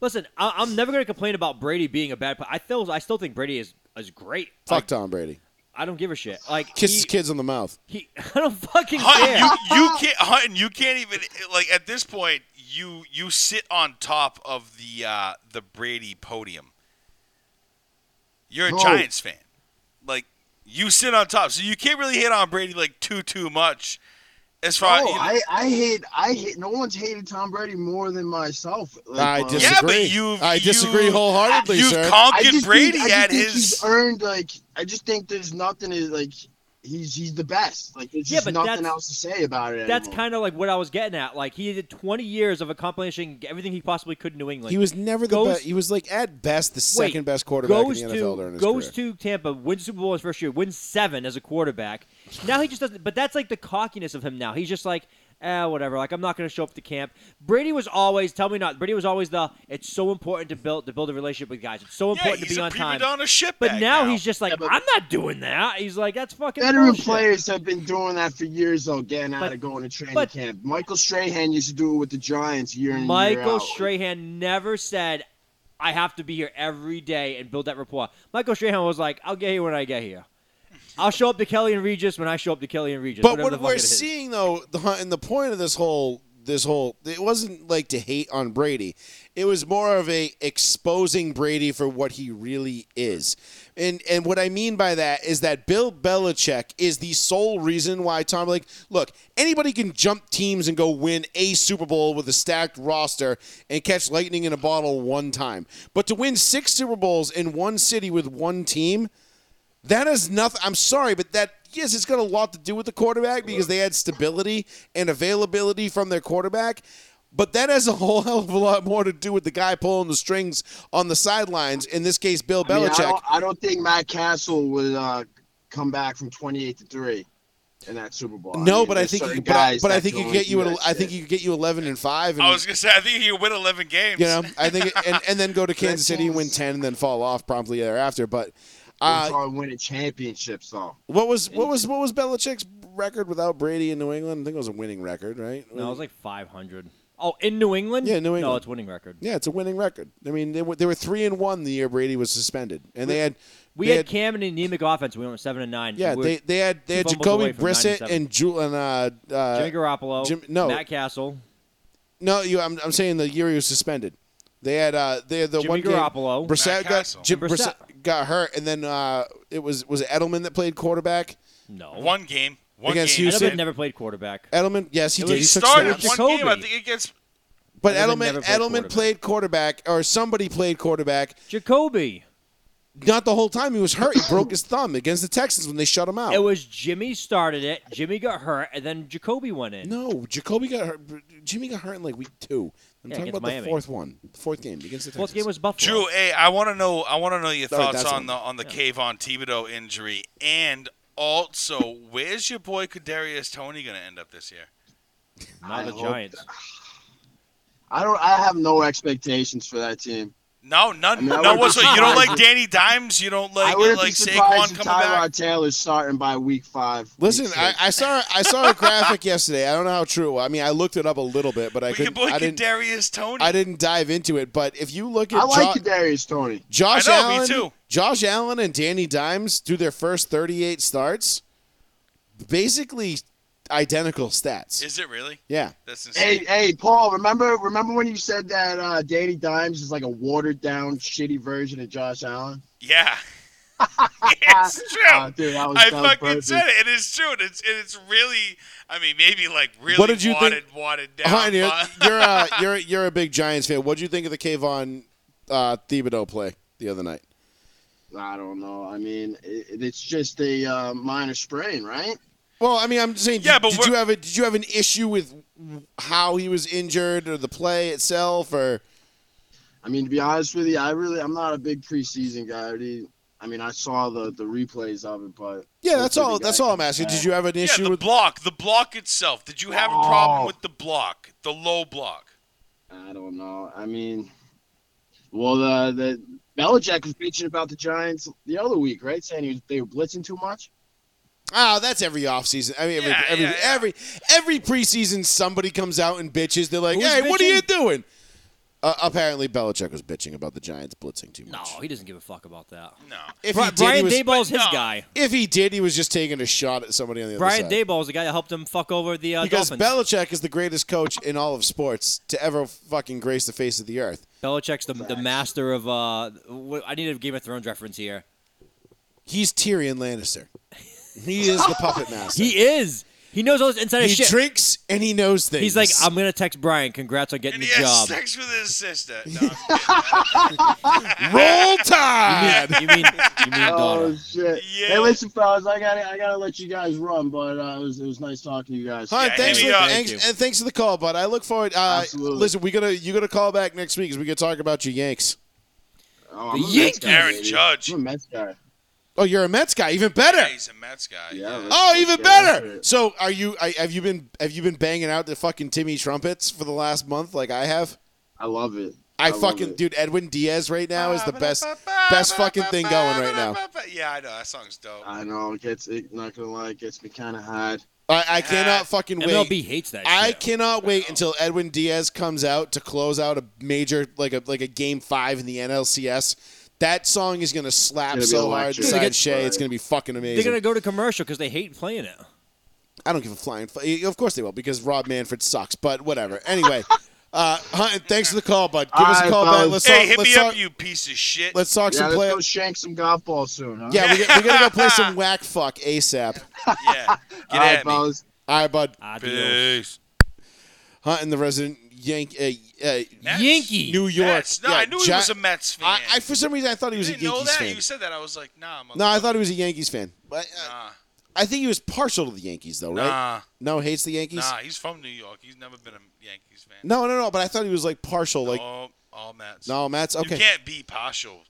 B: Listen, I, I'm never gonna complain about Brady being a bad. player. I still, I still think Brady is is great.
A: Fuck
B: Like,
A: Tom Brady,
B: I don't give a shit. Like
A: kiss
B: he,
A: his kids on the mouth.
B: he- I don't fucking care.
C: Hunting, you, you can't. Hunting, you can't even like at this point. You you sit on top of the uh, the Brady podium. You're a
E: No.
C: Giants fan, like you sit on top, so you can't really hit on Brady like too too much. As far you
E: oh,
C: know-
E: I, I hate I hate no one's hated Tom Brady more than myself. Like,
A: I
E: uh,
A: disagree.
C: Yeah, but you've-
A: I disagree
C: you-
A: wholeheartedly,
C: you've
A: sir.
E: I
C: conquered
E: just
C: Brady
E: think, I just
C: at
E: think
C: his.
E: he's earned like I just think there's nothing is like he's he's the best. Like there's
B: Yeah,
E: just
B: but
E: nothing
B: that's-
E: else to say about it.
B: That's
E: anymore.
B: kind of like what I was getting at. Like he did 20 years of accomplishing everything he possibly could in New England.
A: He was never the
B: goes-
A: best. He was like at best the second best quarterback in the
B: goes
A: NFL
B: to,
A: during his
B: goes
A: career.
B: to Tampa, wins Super Bowl his first year, wins seven as a quarterback. Now he just doesn't. But that's like the cockiness of him now. He's just like, ah, whatever. Like I'm not going to show up to camp. Brady was always tell me not. Brady was always the. It's so important to build to build a relationship with guys. It's so
C: Yeah,
B: important to
C: he's
B: be
C: a
B: on time.
C: prima ship.
B: But now, he's just like,
E: Yeah, but-
B: I'm not doing that. He's like, that's fucking
E: Veteran
B: bullshit.
E: players have been doing that for years, though, getting out
B: But-
E: of going to training
B: but-
E: camp. Michael Strahan used to do it with the Giants year in and year
B: Michael
E: out.
B: Strahan never said, I have to be here every day and build that rapport. Michael Strahan was like, I'll get here when I get here. I'll show up to Kelly and Regis when I show up to Kelly and Regis.
A: But
B: whatever the
A: what
B: fuck
A: we're
B: it is.
A: seeing though, the, and the point of this whole this whole it wasn't like to hate on Brady. It was more of a exposing Brady for what he really is. And and what I mean by that is that Bill Belichick is the sole reason why Tom like look, anybody can jump teams and go win a Super Bowl with a stacked roster and catch lightning in a bottle one time. But to win 6 Super Bowls in one city with one team, that is nothing. I'm sorry, but that yes, it's got a lot to do with the quarterback because they had stability and availability from their quarterback. But that has a whole hell of a lot more to do with the guy pulling the strings on the sidelines. In this case, Bill
E: I, mean, I,
A: Belichick.
E: don't, I don't think Matt Castle would uh, come back from 28 to 3 in that Super Bowl.
A: no,
E: mean,
A: but I
E: there's
A: think,
E: certain
A: you, but I,
E: guys
A: but I
E: that
A: think you
E: don't
A: could get you.
E: do
A: An,
E: that
A: I think
E: shit.
A: you could get you 11 and five. And,
C: I was gonna say I think you win 11 games.
A: you know, I think, and, and then go to Kansas City,
E: sounds-
A: win 10, and then fall off promptly thereafter. But
E: We're
A: uh,
E: talking winning championships, though.
A: what was what was what was Belichick's record without Brady in New England? I think it was a winning record, right?
B: No, it was like 500. Oh, in New England?
A: Yeah, New
B: No,
A: England.
B: it's winning record.
A: Yeah, it's a winning record. I mean, they were, they were three and one the year Brady was suspended, and they had
B: We
A: they
B: had Cam and an anemic offense. We went seven and nine.
A: yeah
B: We were
A: they they had they had
B: two fumbles
A: Jacoby
B: away from
A: Brissett
B: 97.
A: and Ju- and uh, uh
B: Jimmy Garoppolo,
A: Jim- no.
B: Matt Castle,
A: no you I'm, I'm saying the year he was suspended. They had uh they had the
B: Jimmy
A: one game-
B: Garoppolo.
A: Brissett
C: Matt
A: got
C: Castle.
A: Jim
B: And
A: Brissett.
B: Brissett.
A: got hurt, and then uh it was was it Edelman that played quarterback.
B: no.
C: One game. One
A: Against
C: game.
A: you
B: Edelman
A: said-
B: never played quarterback.
A: Edelman, yes, he
B: It
A: did.
B: was-
C: He
A: He took
C: started
A: snaps.
B: Jacob-
C: one
B: Jacoby.
C: game. I think it gets.
A: but
B: Edelman
A: Edelman
B: never played
A: Edelman
B: quarterback.
A: played quarterback, or somebody played quarterback.
B: Jacoby.
A: Not the whole time he was hurt. He broke his thumb against the Texans when they shut him out.
B: It was Jimmy started it. Jimmy got hurt, and then Jacoby went in.
A: No, Jacoby got hurt. Jimmy got hurt in like week two. I'm
B: Yeah,
A: talking
B: against
A: about the
B: Miami.
A: fourth one, the fourth game against the
B: Fourth
A: Texans.
B: game was Buffalo.
C: Drew, hey, I want to know. I want to know your
A: Sorry,
C: thoughts
A: that's
C: on
A: him.
C: the on the Kayvon Thibodeau injury, and also where's your boy Kadarius Tony going to end up this year?
B: Not
E: I
B: the
E: hope
B: Giants.
E: I don't. I have no expectations for that team.
C: No, none.
E: I mean, I
C: no,
E: would
C: what's
E: be
C: you don't
E: surprised
C: like
E: if-
C: Danny Dimes. You don't like
E: I wouldn't be
C: like
E: surprised
C: Saquon
E: if
C: coming
E: Tyrod
C: back.
E: Taylor's starting by week five.
A: Listen,
E: week
A: I,
E: six.
A: I saw I saw a graphic yesterday. I don't know how true. it was. I mean, I looked it up a little bit, but I
C: But your
A: couldn't.
C: boy
A: I didn't.
C: Kadarius Tony.
A: I didn't dive into it. But if you look at
E: I like
A: Jo-
E: Kadarius Tony.
A: Josh
C: I know, me
A: Allen,
C: too.
A: Josh Allen and Danny Dimes do their first 38 starts, basically identical stats.
C: Is it really?
A: yeah,
C: That's insane.
E: Hey, hey, Paul. Remember, remember when you said that uh, Danny Dimes is like a watered down, shitty version of Josh Allen?
C: Yeah. it's true.
E: Uh, dude, that was,
C: I
E: that was
C: fucking
E: perfect.
C: said it. It is true. And it's and it's really. I mean, maybe like really
A: What did you
C: watered,
A: think- Uh-huh,
C: watered down.
A: Hi, dude.
C: but-
A: you're a you're you're a big Giants fan. What do you think of the Kayvon uh, Thibodeau play the other night?
E: I don't know. I mean, it, it's just a uh, minor sprain, right?
A: Well, I mean, I'm saying,
C: Yeah,
A: did,
C: but
A: did
C: we're-
A: you have a did you have an issue with how he was injured or the play itself or
E: I mean, to be honest with you, I really, I'm not a big preseason guy. I, already- I mean, I saw the the replays of it, but
A: yeah, that's
E: Hopefully
A: all.
E: the
A: That's
E: guy
A: all I'm
E: comes
A: asking.
E: back.
A: Did you have an
C: Yeah,
A: issue
C: the
A: with?
C: block, the block itself. Did you have a
E: Oh.
C: problem with the block, the low block?
E: I don't know. I mean, well, the the Belichick was bitching about the Giants the other week, right? Saying he was, they were blitzing too much.
A: Oh, that's every offseason. I mean, every
C: Yeah,
A: every,
C: yeah, yeah.
A: every every preseason, somebody comes out and bitches. They're like,
B: Who's
A: "Hey, what are you
B: bitching?
A: doing?" Uh, apparently, Belichick was bitching about the Giants blitzing too
B: No,
A: much.
B: he doesn't give a fuck about that.
C: No.
A: if he
B: Bri-
A: did, he
B: Brian
A: was,
B: Dayball's his
C: No.
B: guy.
A: if he did, he was just taking a shot at somebody on the
B: Brian
A: other side.
B: Dayball's the guy that helped him fuck over the uh,
A: because
B: Dolphins.
A: Belichick is the greatest coach in all of sports to ever fucking grace the face of the earth.
B: Belichick's the, the master of. Uh, wh- I need a Game of Thrones reference here.
A: He's Tyrion Lannister. He is the puppet master.
B: He is. He knows all this insider
A: He
B: shit.
A: drinks and he knows things.
B: He's like, I'm gonna text Brian. Congrats on
C: And
B: getting the
C: he has
B: job.
C: sex with his sister. No,
A: roll
B: You mean,
A: tide.
B: you mean, you mean
E: Oh
B: daughter?
E: shit!
C: Yeah.
E: Hey, listen, fellas, I gotta I gotta let you guys run, but uh, it was it was nice talking to you guys.
A: Hunt,
C: Yeah,
A: thanks,
C: hit
A: for,
C: me up.
A: thanks,
B: Thank
A: and thanks for the call, bud. I look forward. Uh,
E: Absolutely.
A: listen, we gotta you gotta call back next week because we could talk about your Yanks.
E: Oh, I'm
B: The
E: a Mets guy,
C: Yankees.
E: baby.
C: Aaron Judge.
E: I'm a Mets guy.
A: Oh, you're a Mets guy. Even better.
C: Yeah, he's a Mets guy.
E: Yeah,
C: yeah.
E: that's-
A: Oh, even
E: Yeah, that's
A: better.
E: it.
A: So, are you? I, have you been? Have you been banging out the fucking Timmy trumpets for the last month, like I have?
E: I love it.
A: I,
E: love
A: fucking
E: it.
A: dude, Edwin Diaz right now is the best, best fucking thing going right now. Uh,
C: Yeah, I know that song's dope.
E: I know. It gets it. Not gonna lie, it gets me kind of hot.
A: I, I cannot fucking wait.
B: MLB hates that.
A: I
B: shit.
A: cannot wait until Edwin Diaz comes out to close out a major like a like a game five in the NLCS. That song is gonna slap
E: It's gonna be
A: so hard
E: electric.
A: beside
B: It's
A: Shea. It's
E: fire.
A: gonna be fucking
B: They're
A: amazing.
B: gonna go to commercial because they hate playing it.
A: I don't give a flying. F- of course they will because Rob Manfred sucks. But whatever. Anyway, uh, Hunt, thanks for the call, bud. Give us a
E: Alright,
A: call back.
E: fellas.
A: Let's
C: hey,
A: talk.
C: hit
A: let's
C: me
A: talk,
C: up, you piece of shit.
A: Let's talk
E: Yeah,
A: some
E: let's
A: play.
E: go shank some golf balls soon, huh?
A: Yeah, we, get, we gotta go play some whack fuck ASAP.
C: yeah,
E: All
C: get
E: right,
C: at me.
E: fellas.
A: All right, bud.
B: Ah, Adios.
C: Peace.
A: Hunt and the resident Yank, uh, uh,
C: Mets?
B: Yankee.
A: New York.
C: Mets. No,
A: Yeah,
C: I knew he
A: Ja-
C: was a Mets fan.
A: I, I for some reason I thought he was a
C: didn't know
A: Yankees
C: that.
A: fan.
C: You said that. I was like, nah, I'm a
A: No, I thought he was a Yankees fan. But uh,
C: nah,
A: I think he was partial to the Yankees, though, right?
C: nah,
A: No, hates the Yankees.
C: nah. He's from New York. He's never been a Yankees fan.
A: No, no, no. But I thought he was like partial. Like
C: all, all Mets.
A: no, Matt's
C: You
A: okay.
C: can't be partial.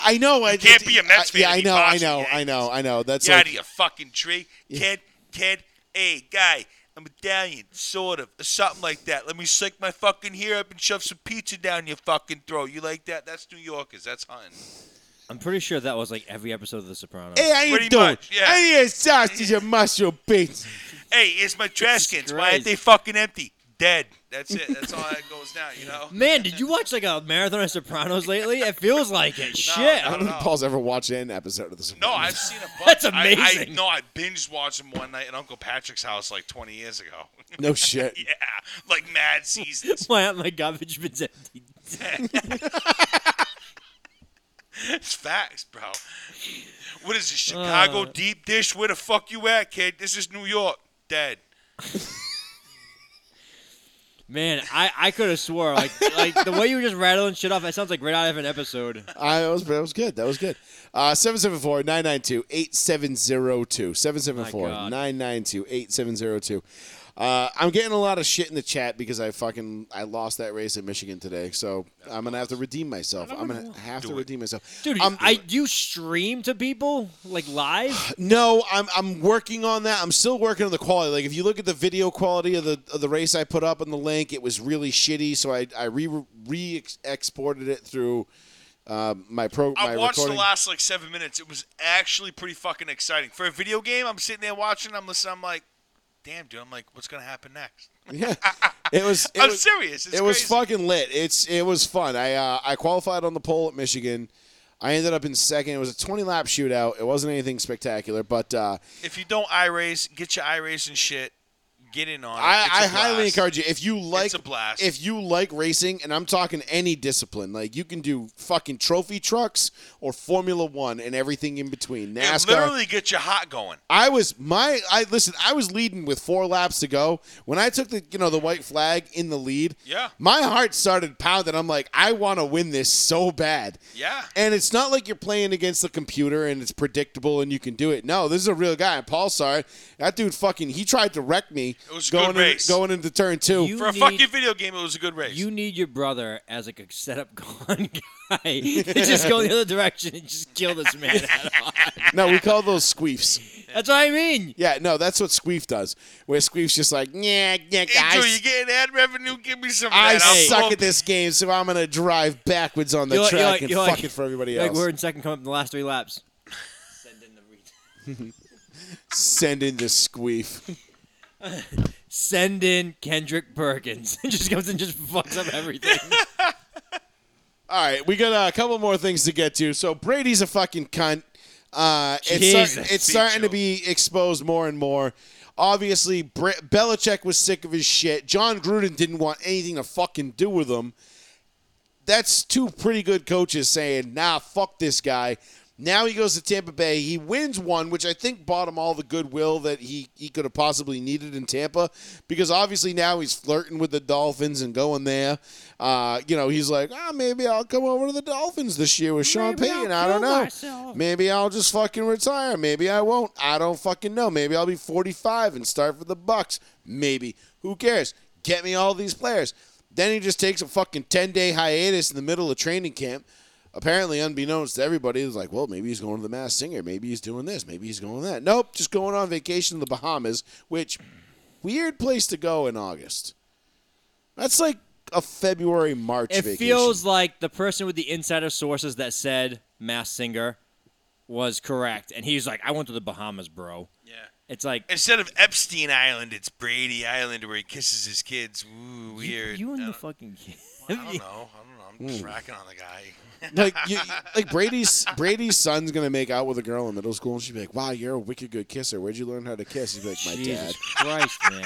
A: I know. I
C: you can't
A: just-
C: be a Mets
A: I-
C: fan
A: Yeah,
C: and
A: I
C: be
A: know. I
C: partial to
A: know.
C: the
A: I know. I know. That's
C: Get out
A: like,
C: of your fucking tree, kid, kid. Hey, guy, I'm Italian, sort of, or something like that. Let me slick my fucking hair up and shove some pizza down your fucking throat. You like that? That's New Yorkers. That's hunting.
B: I'm pretty sure that was like every episode of The Sopranos.
A: hey, I
C: Pretty
A: ain't doing.
C: much, yeah.
A: I need a sausage and mushroom pizza.
C: Hey, it's my trash cans. Why
B: Christ.
C: aren't they fucking empty? Dead. That's it. That's all that goes down. You know.
B: Man, did you watch like a marathon of Sopranos lately? It feels like it. Shit.
A: I
C: no.
A: don't think Paul's ever watched an episode of this.
C: No, I've seen a bunch.
B: That's
C: I, I,
B: amazing.
C: no, I binge watched them one night at Uncle Patrick's house like 20 years ago.
A: No shit.
C: yeah, like mad seasons.
B: My, my garbage bin's empty.
C: It's facts, bro. What is this,
B: Uh,
C: Chicago deep dish? Where the fuck you at, kid? This is New York. Dead.
B: Man, I, I could have swore like like the way you were just rattling shit off. That sounds like right out of an episode.
A: I, that was that was good. That was good. Uh, 774-992-8702.
B: My God.
A: 774-992-8702. Uh, I'm getting a lot of shit in the chat because I fucking I lost that race in Michigan today. So I'm gonna have to redeem myself. I'm gonna have to
C: it.
A: redeem myself. Um,
B: Dude,
A: I'm-
B: I do you stream to people like live?
A: no, I'm I'm working on that. I'm still working on the quality. Like if you look at the video quality of the of the race I put up on the link, it was really shitty. So I I re re exported it through uh, my pro my
C: I watched
A: recording.
C: the last like seven minutes. It was actually pretty fucking exciting for a video game. I'm sitting there watching. I'm listening. I'm like, damn, dude. I'm like, what's gonna happen next?
A: Yeah, it was. It
C: I'm
A: was,
C: serious. It's
A: it was
C: crazy.
A: fucking lit. It's it was fun. I uh, I qualified on the pole at Michigan. I ended up in second. It was a 20 lap shootout. It wasn't anything spectacular, but uh,
C: If you don't iRace, get your iRace and shit. Get in on it.
A: I,
C: Ah, It's a
A: I highly
C: blast.
A: encourage you if you like
C: a blast.
A: if you like racing, and I'm talking any discipline. Like you can do fucking trophy trucks or Formula One and everything in between.
C: It
A: NASCAR.
C: literally get you hot going.
A: I was my I listen. I was leading with four laps to go when I took the you know the white flag in the lead.
C: Yeah.
A: my heart started pounding. I'm like, I want to win this so bad.
C: Yeah.
A: and it's not like you're playing against the computer and it's predictable and you can do it. No, this is a real guy. Paul Sard, that dude fucking he tried to wreck me.
C: It was a
A: going
C: good
A: in-
C: race.
A: going into turn two.
B: You
C: For a
B: need-
C: fucking video game, it was a good race.
B: You need your brother as like a setup gone guy. just go the other direction and just kill this man.
A: no, we call those squeefs.
B: That's what I mean.
A: Yeah, no, that's what squeef does. Where squeef's just like, yeah, yeah,
C: hey, Drew, you
A: guys.
C: getting ad revenue? Give me some. of
A: I
C: that. I'll
A: suck
C: pump
A: at this game, so I'm gonna drive backwards on the
B: You're like-
A: track
B: you're like-
A: and
B: you're
A: fuck
B: like-
A: it for everybody
B: Like
A: else.
B: we're in second coming up in the last three laps. Send in the re-
A: Send in the squeef.
B: Send in Kendrick Perkins. just comes and just fucks up everything.
A: All right, we got uh, a couple more things to get to. So Brady's a fucking cunt. Uh, it's start-
B: Jesus.
A: it's starting to be exposed more and more. Obviously, Br- Belichick was sick of his shit. John Gruden didn't want anything to fucking do with him. That's two pretty good coaches saying, "Nah, fuck this guy." Now he goes to Tampa Bay. He wins one, which I think bought him all the goodwill that he, he could have possibly needed in Tampa, because obviously now he's flirting with the Dolphins and going there. Uh, you know, he's like, ah, maybe I'll come over to the Dolphins this year with Sean
B: Maybe I'll
A: Payton. I don't
B: kill
A: know.
B: myself.
A: Maybe I'll just fucking retire. Maybe I won't. I don't fucking know. Maybe I'll be 45 and start for the Bucks. Maybe. Who cares? Get me all these players. Then he just takes a fucking 10 day hiatus in the middle of training camp. apparently unbeknownst to everybody, it was like, well, maybe he's going to the Mass Singer, maybe he's doing this, maybe he's going that. Nope, just going on vacation to the Bahamas, which weird place to go in August. That's like a February March.
B: It
A: vacation.
B: feels like the person with the insider sources that said Mass Singer was correct, and he's like, "I went to the Bahamas, bro."
C: Yeah.
B: It's like
C: Instead of Epstein Island, it's Brady Island where he kisses his kids. Ooh, weird.
B: You, you
C: I
B: and the
C: don't-
B: fucking
C: I don't know. I don't know. I'm just racking on the guy.
A: like you, like Brady's Brady's son's gonna make out with a girl in middle school, and she'd be like, "Wow, you're a wicked good kisser. Where'd you learn how to kiss?" He'd be like, "My dad."
B: Jesus Christ, man.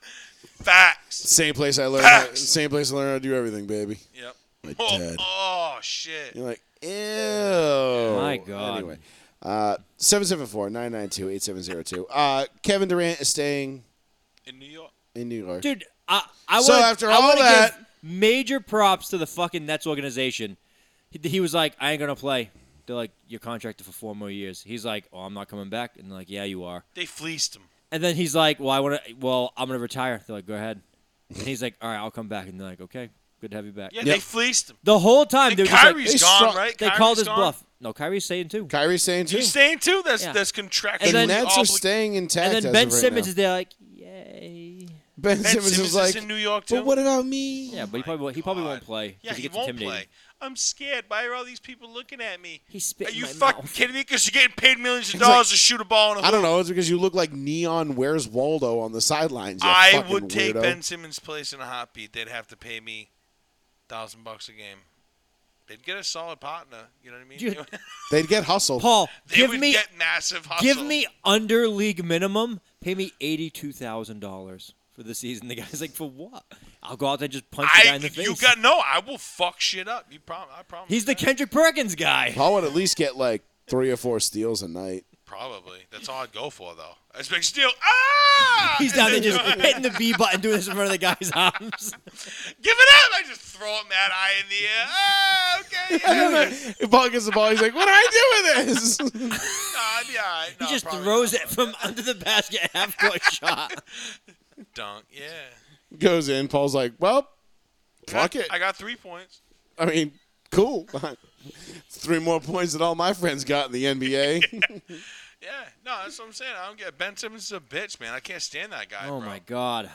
C: Facts.
A: Same place I learned. How,
C: Facts.
A: same place I learned how to do everything, baby.
C: Yep.
A: My
C: Oh,
A: dad.
C: oh, shit.
A: You're like, ew.
B: My God.
A: Anyway, uh, 774-992-8702. Uh, Kevin Durant is staying
C: In New York.
A: in New York.
B: Dude, I, I
A: So
B: wanna,
A: after
B: I
A: all
B: wanna
A: that-
B: give major props to the fucking Nets organization. He, he was like, "I ain't gonna play." They're like, "You're contracted for four more years." He's like, "Oh, I'm not coming back," and they're like, "Yeah, you are."
C: They fleeced him.
B: And then he's like, "Well, I want to. Well, I'm gonna retire." They're like, "Go ahead." And he's like, "All right, I'll come back." And they're like, "Okay, good to have you back."
C: Yeah,
A: Yep.
C: they fleeced him.
B: The whole time
C: And
B: they were just
C: Kyrie's
B: like,
A: They
C: gone,
A: saw-
C: right?
B: they
C: Kyrie's
B: called his
C: gone?
B: bluff. No, Kyrie's saying too.
A: Kyrie's staying too.
C: You staying too? That's
B: Yeah.
C: that's contractual.
A: and
B: And then-
A: Nets are
C: obli-
A: staying intact.
B: And then
A: as
B: Ben
A: of right
B: Simmons
A: now.
B: is there, like, "Yay."
C: Oh
A: Ben,
C: Ben
A: Simmons,
C: Simmons
A: is like,
C: is in New York too.
A: but what about me?
B: Yeah, but he probably won't- he probably won't play. 'cause
C: Yeah, he,
B: gets
C: won't
B: intimidated.
C: play. I'm scared. Why are all these people looking at me?
B: He
C: Are
B: spit in
C: you
B: my
C: fucking
B: mouth.
C: kidding me? Because you're getting paid millions of
A: It's like-
C: dollars to shoot a ball in a
A: I
C: hoop.
A: don't know. It's because you look like neon. Where's Waldo on the sidelines? you
C: I
A: fucking
C: would take
A: weirdo.
C: Ben Simmons' place in a hot beat. They'd have to pay me thousand bucks a game. They'd get a solid partner. You know what I mean?
B: You-
A: They'd get hustled.
B: Paul,
C: they
B: give
C: would
B: me
C: get massive hustle.
B: Give me under league minimum. Pay me eighty-two thousand dollars for the season. The guy's like, for what? I'll go out there and just punch the guy
C: I,
B: in the face.
C: you got no. I will fuck shit up. You prom- I promise.
B: He's the
C: that.
B: Kendrick Perkins guy.
A: Paul would at least get like three or four steals a night.
C: Probably. That's all I'd go for though. I expect steal. Ah!
B: He's
C: And
B: down there
C: then
B: just
C: run.
B: hitting the B button, doing this in front of the guy's arms.
C: Give it up! I just throw him that eye in the air. Ah, okay. Yeah,
A: If Paul gets the ball, he's like, "What do I do with this?"
C: nah, I'd be all right.
B: He
C: Nah,
B: just
C: probably
B: throws
C: not.
B: it from under the basket, half court shot.
C: Dunk. Yeah.
A: Goes in. Paul's like, "Well, fuck it.
C: I got three points.
A: I mean, cool. Three more points than all my friends got in the NBA."
C: Yeah. No, that's what I'm saying. I don't get Ben Simmons is a bitch, man. I can't stand that guy. bro.
B: Oh my god.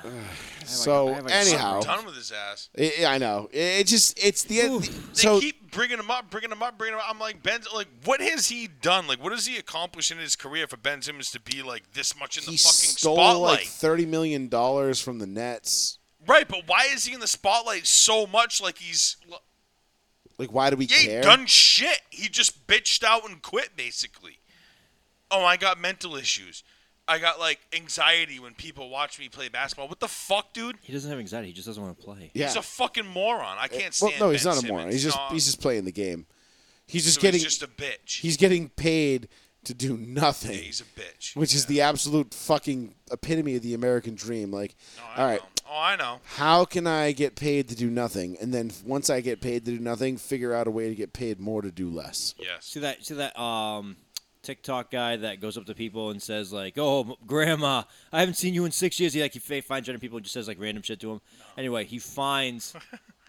A: so
B: I have a-
A: anyhow,
C: I'm done with his ass.
A: I I know. It, it just it's the end.
C: They
A: so
C: keep bringing him up, bringing him up, bringing him up. I'm like Ben. Like, what has he done? Like, what has he accomplished in his career for Ben Simmons to be like this much in
A: he
C: the fucking
A: stole
C: spotlight?
A: like thirty million dollars from the Nets.
C: right, but why is he in the spotlight so much? Like he's
A: Like, why do we
C: he ain't
A: care?
C: done shit. He just bitched out and quit basically. Oh, I got mental issues. I got like anxiety when people watch me play basketball. What the fuck, dude?
B: He doesn't have anxiety. He just doesn't want to play.
A: yeah. Eh,
C: He's a fucking moron. I can't
A: well,
C: stand.
A: no, he's
C: Ben
A: not a moron.
C: Simmons.
A: He's just
C: No,
A: he's just playing the game. He's just
C: dude,
A: getting
C: He's just a bitch.
A: he's getting paid to do nothing.
C: Yeah, he's a bitch.
A: which is the absolute fucking epitome of the American dream. Like,
C: No, I
A: all right,
C: know. Oh, I know.
A: how can I get paid to do nothing? And then f- once I get paid to do nothing, figure out a way to get paid more to do less.
C: Yes.
B: See that? See that? Um, TikTok guy that goes up to people and says like, "Oh, m- grandma, I haven't seen you in six years." He like he fa- finds random people and just says like random shit to him. Anyway, he finds.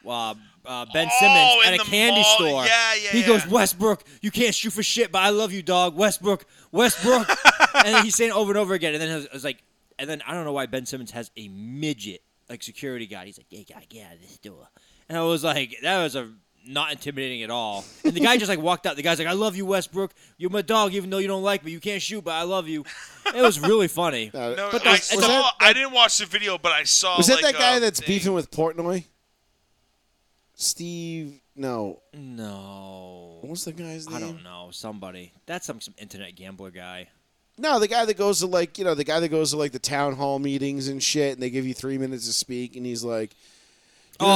B: Uh, uh, ben
C: Oh,
B: Simmons
C: in
B: at a
C: the
B: candy
C: mall.
B: store.
C: Yeah, yeah,
B: He goes,
C: yeah.
B: Westbrook, you can't shoot for shit, but I love you, dog. Westbrook, Westbrook. and then he's saying it over and over again. And then it's- it's like, and then I don't know why Ben Simmons has a midget like security guy. He's like, hey, guy, get out of this door. And I was like, that was a not intimidating at all. And the guy just like walked out. The guy's like, I love you, Westbrook. You're my dog, even though you don't like me. You can't shoot, but I love you. It was really funny.
A: Uh,
C: No,
A: but
C: I,
A: was,
C: saw,
A: was that,
C: I didn't watch the video, but I saw.
A: was that
C: like, uh, a
A: that guy that's
C: thing.
A: beefing with Portnoy? Steve? No,
B: No.
A: what was the guy's name?
B: I don't know. Somebody. That's some, some internet gambler guy.
A: No, the guy that goes to like you know the guy that goes to like the town hall meetings and shit, and they give you three minutes to speak, and he's like, you know,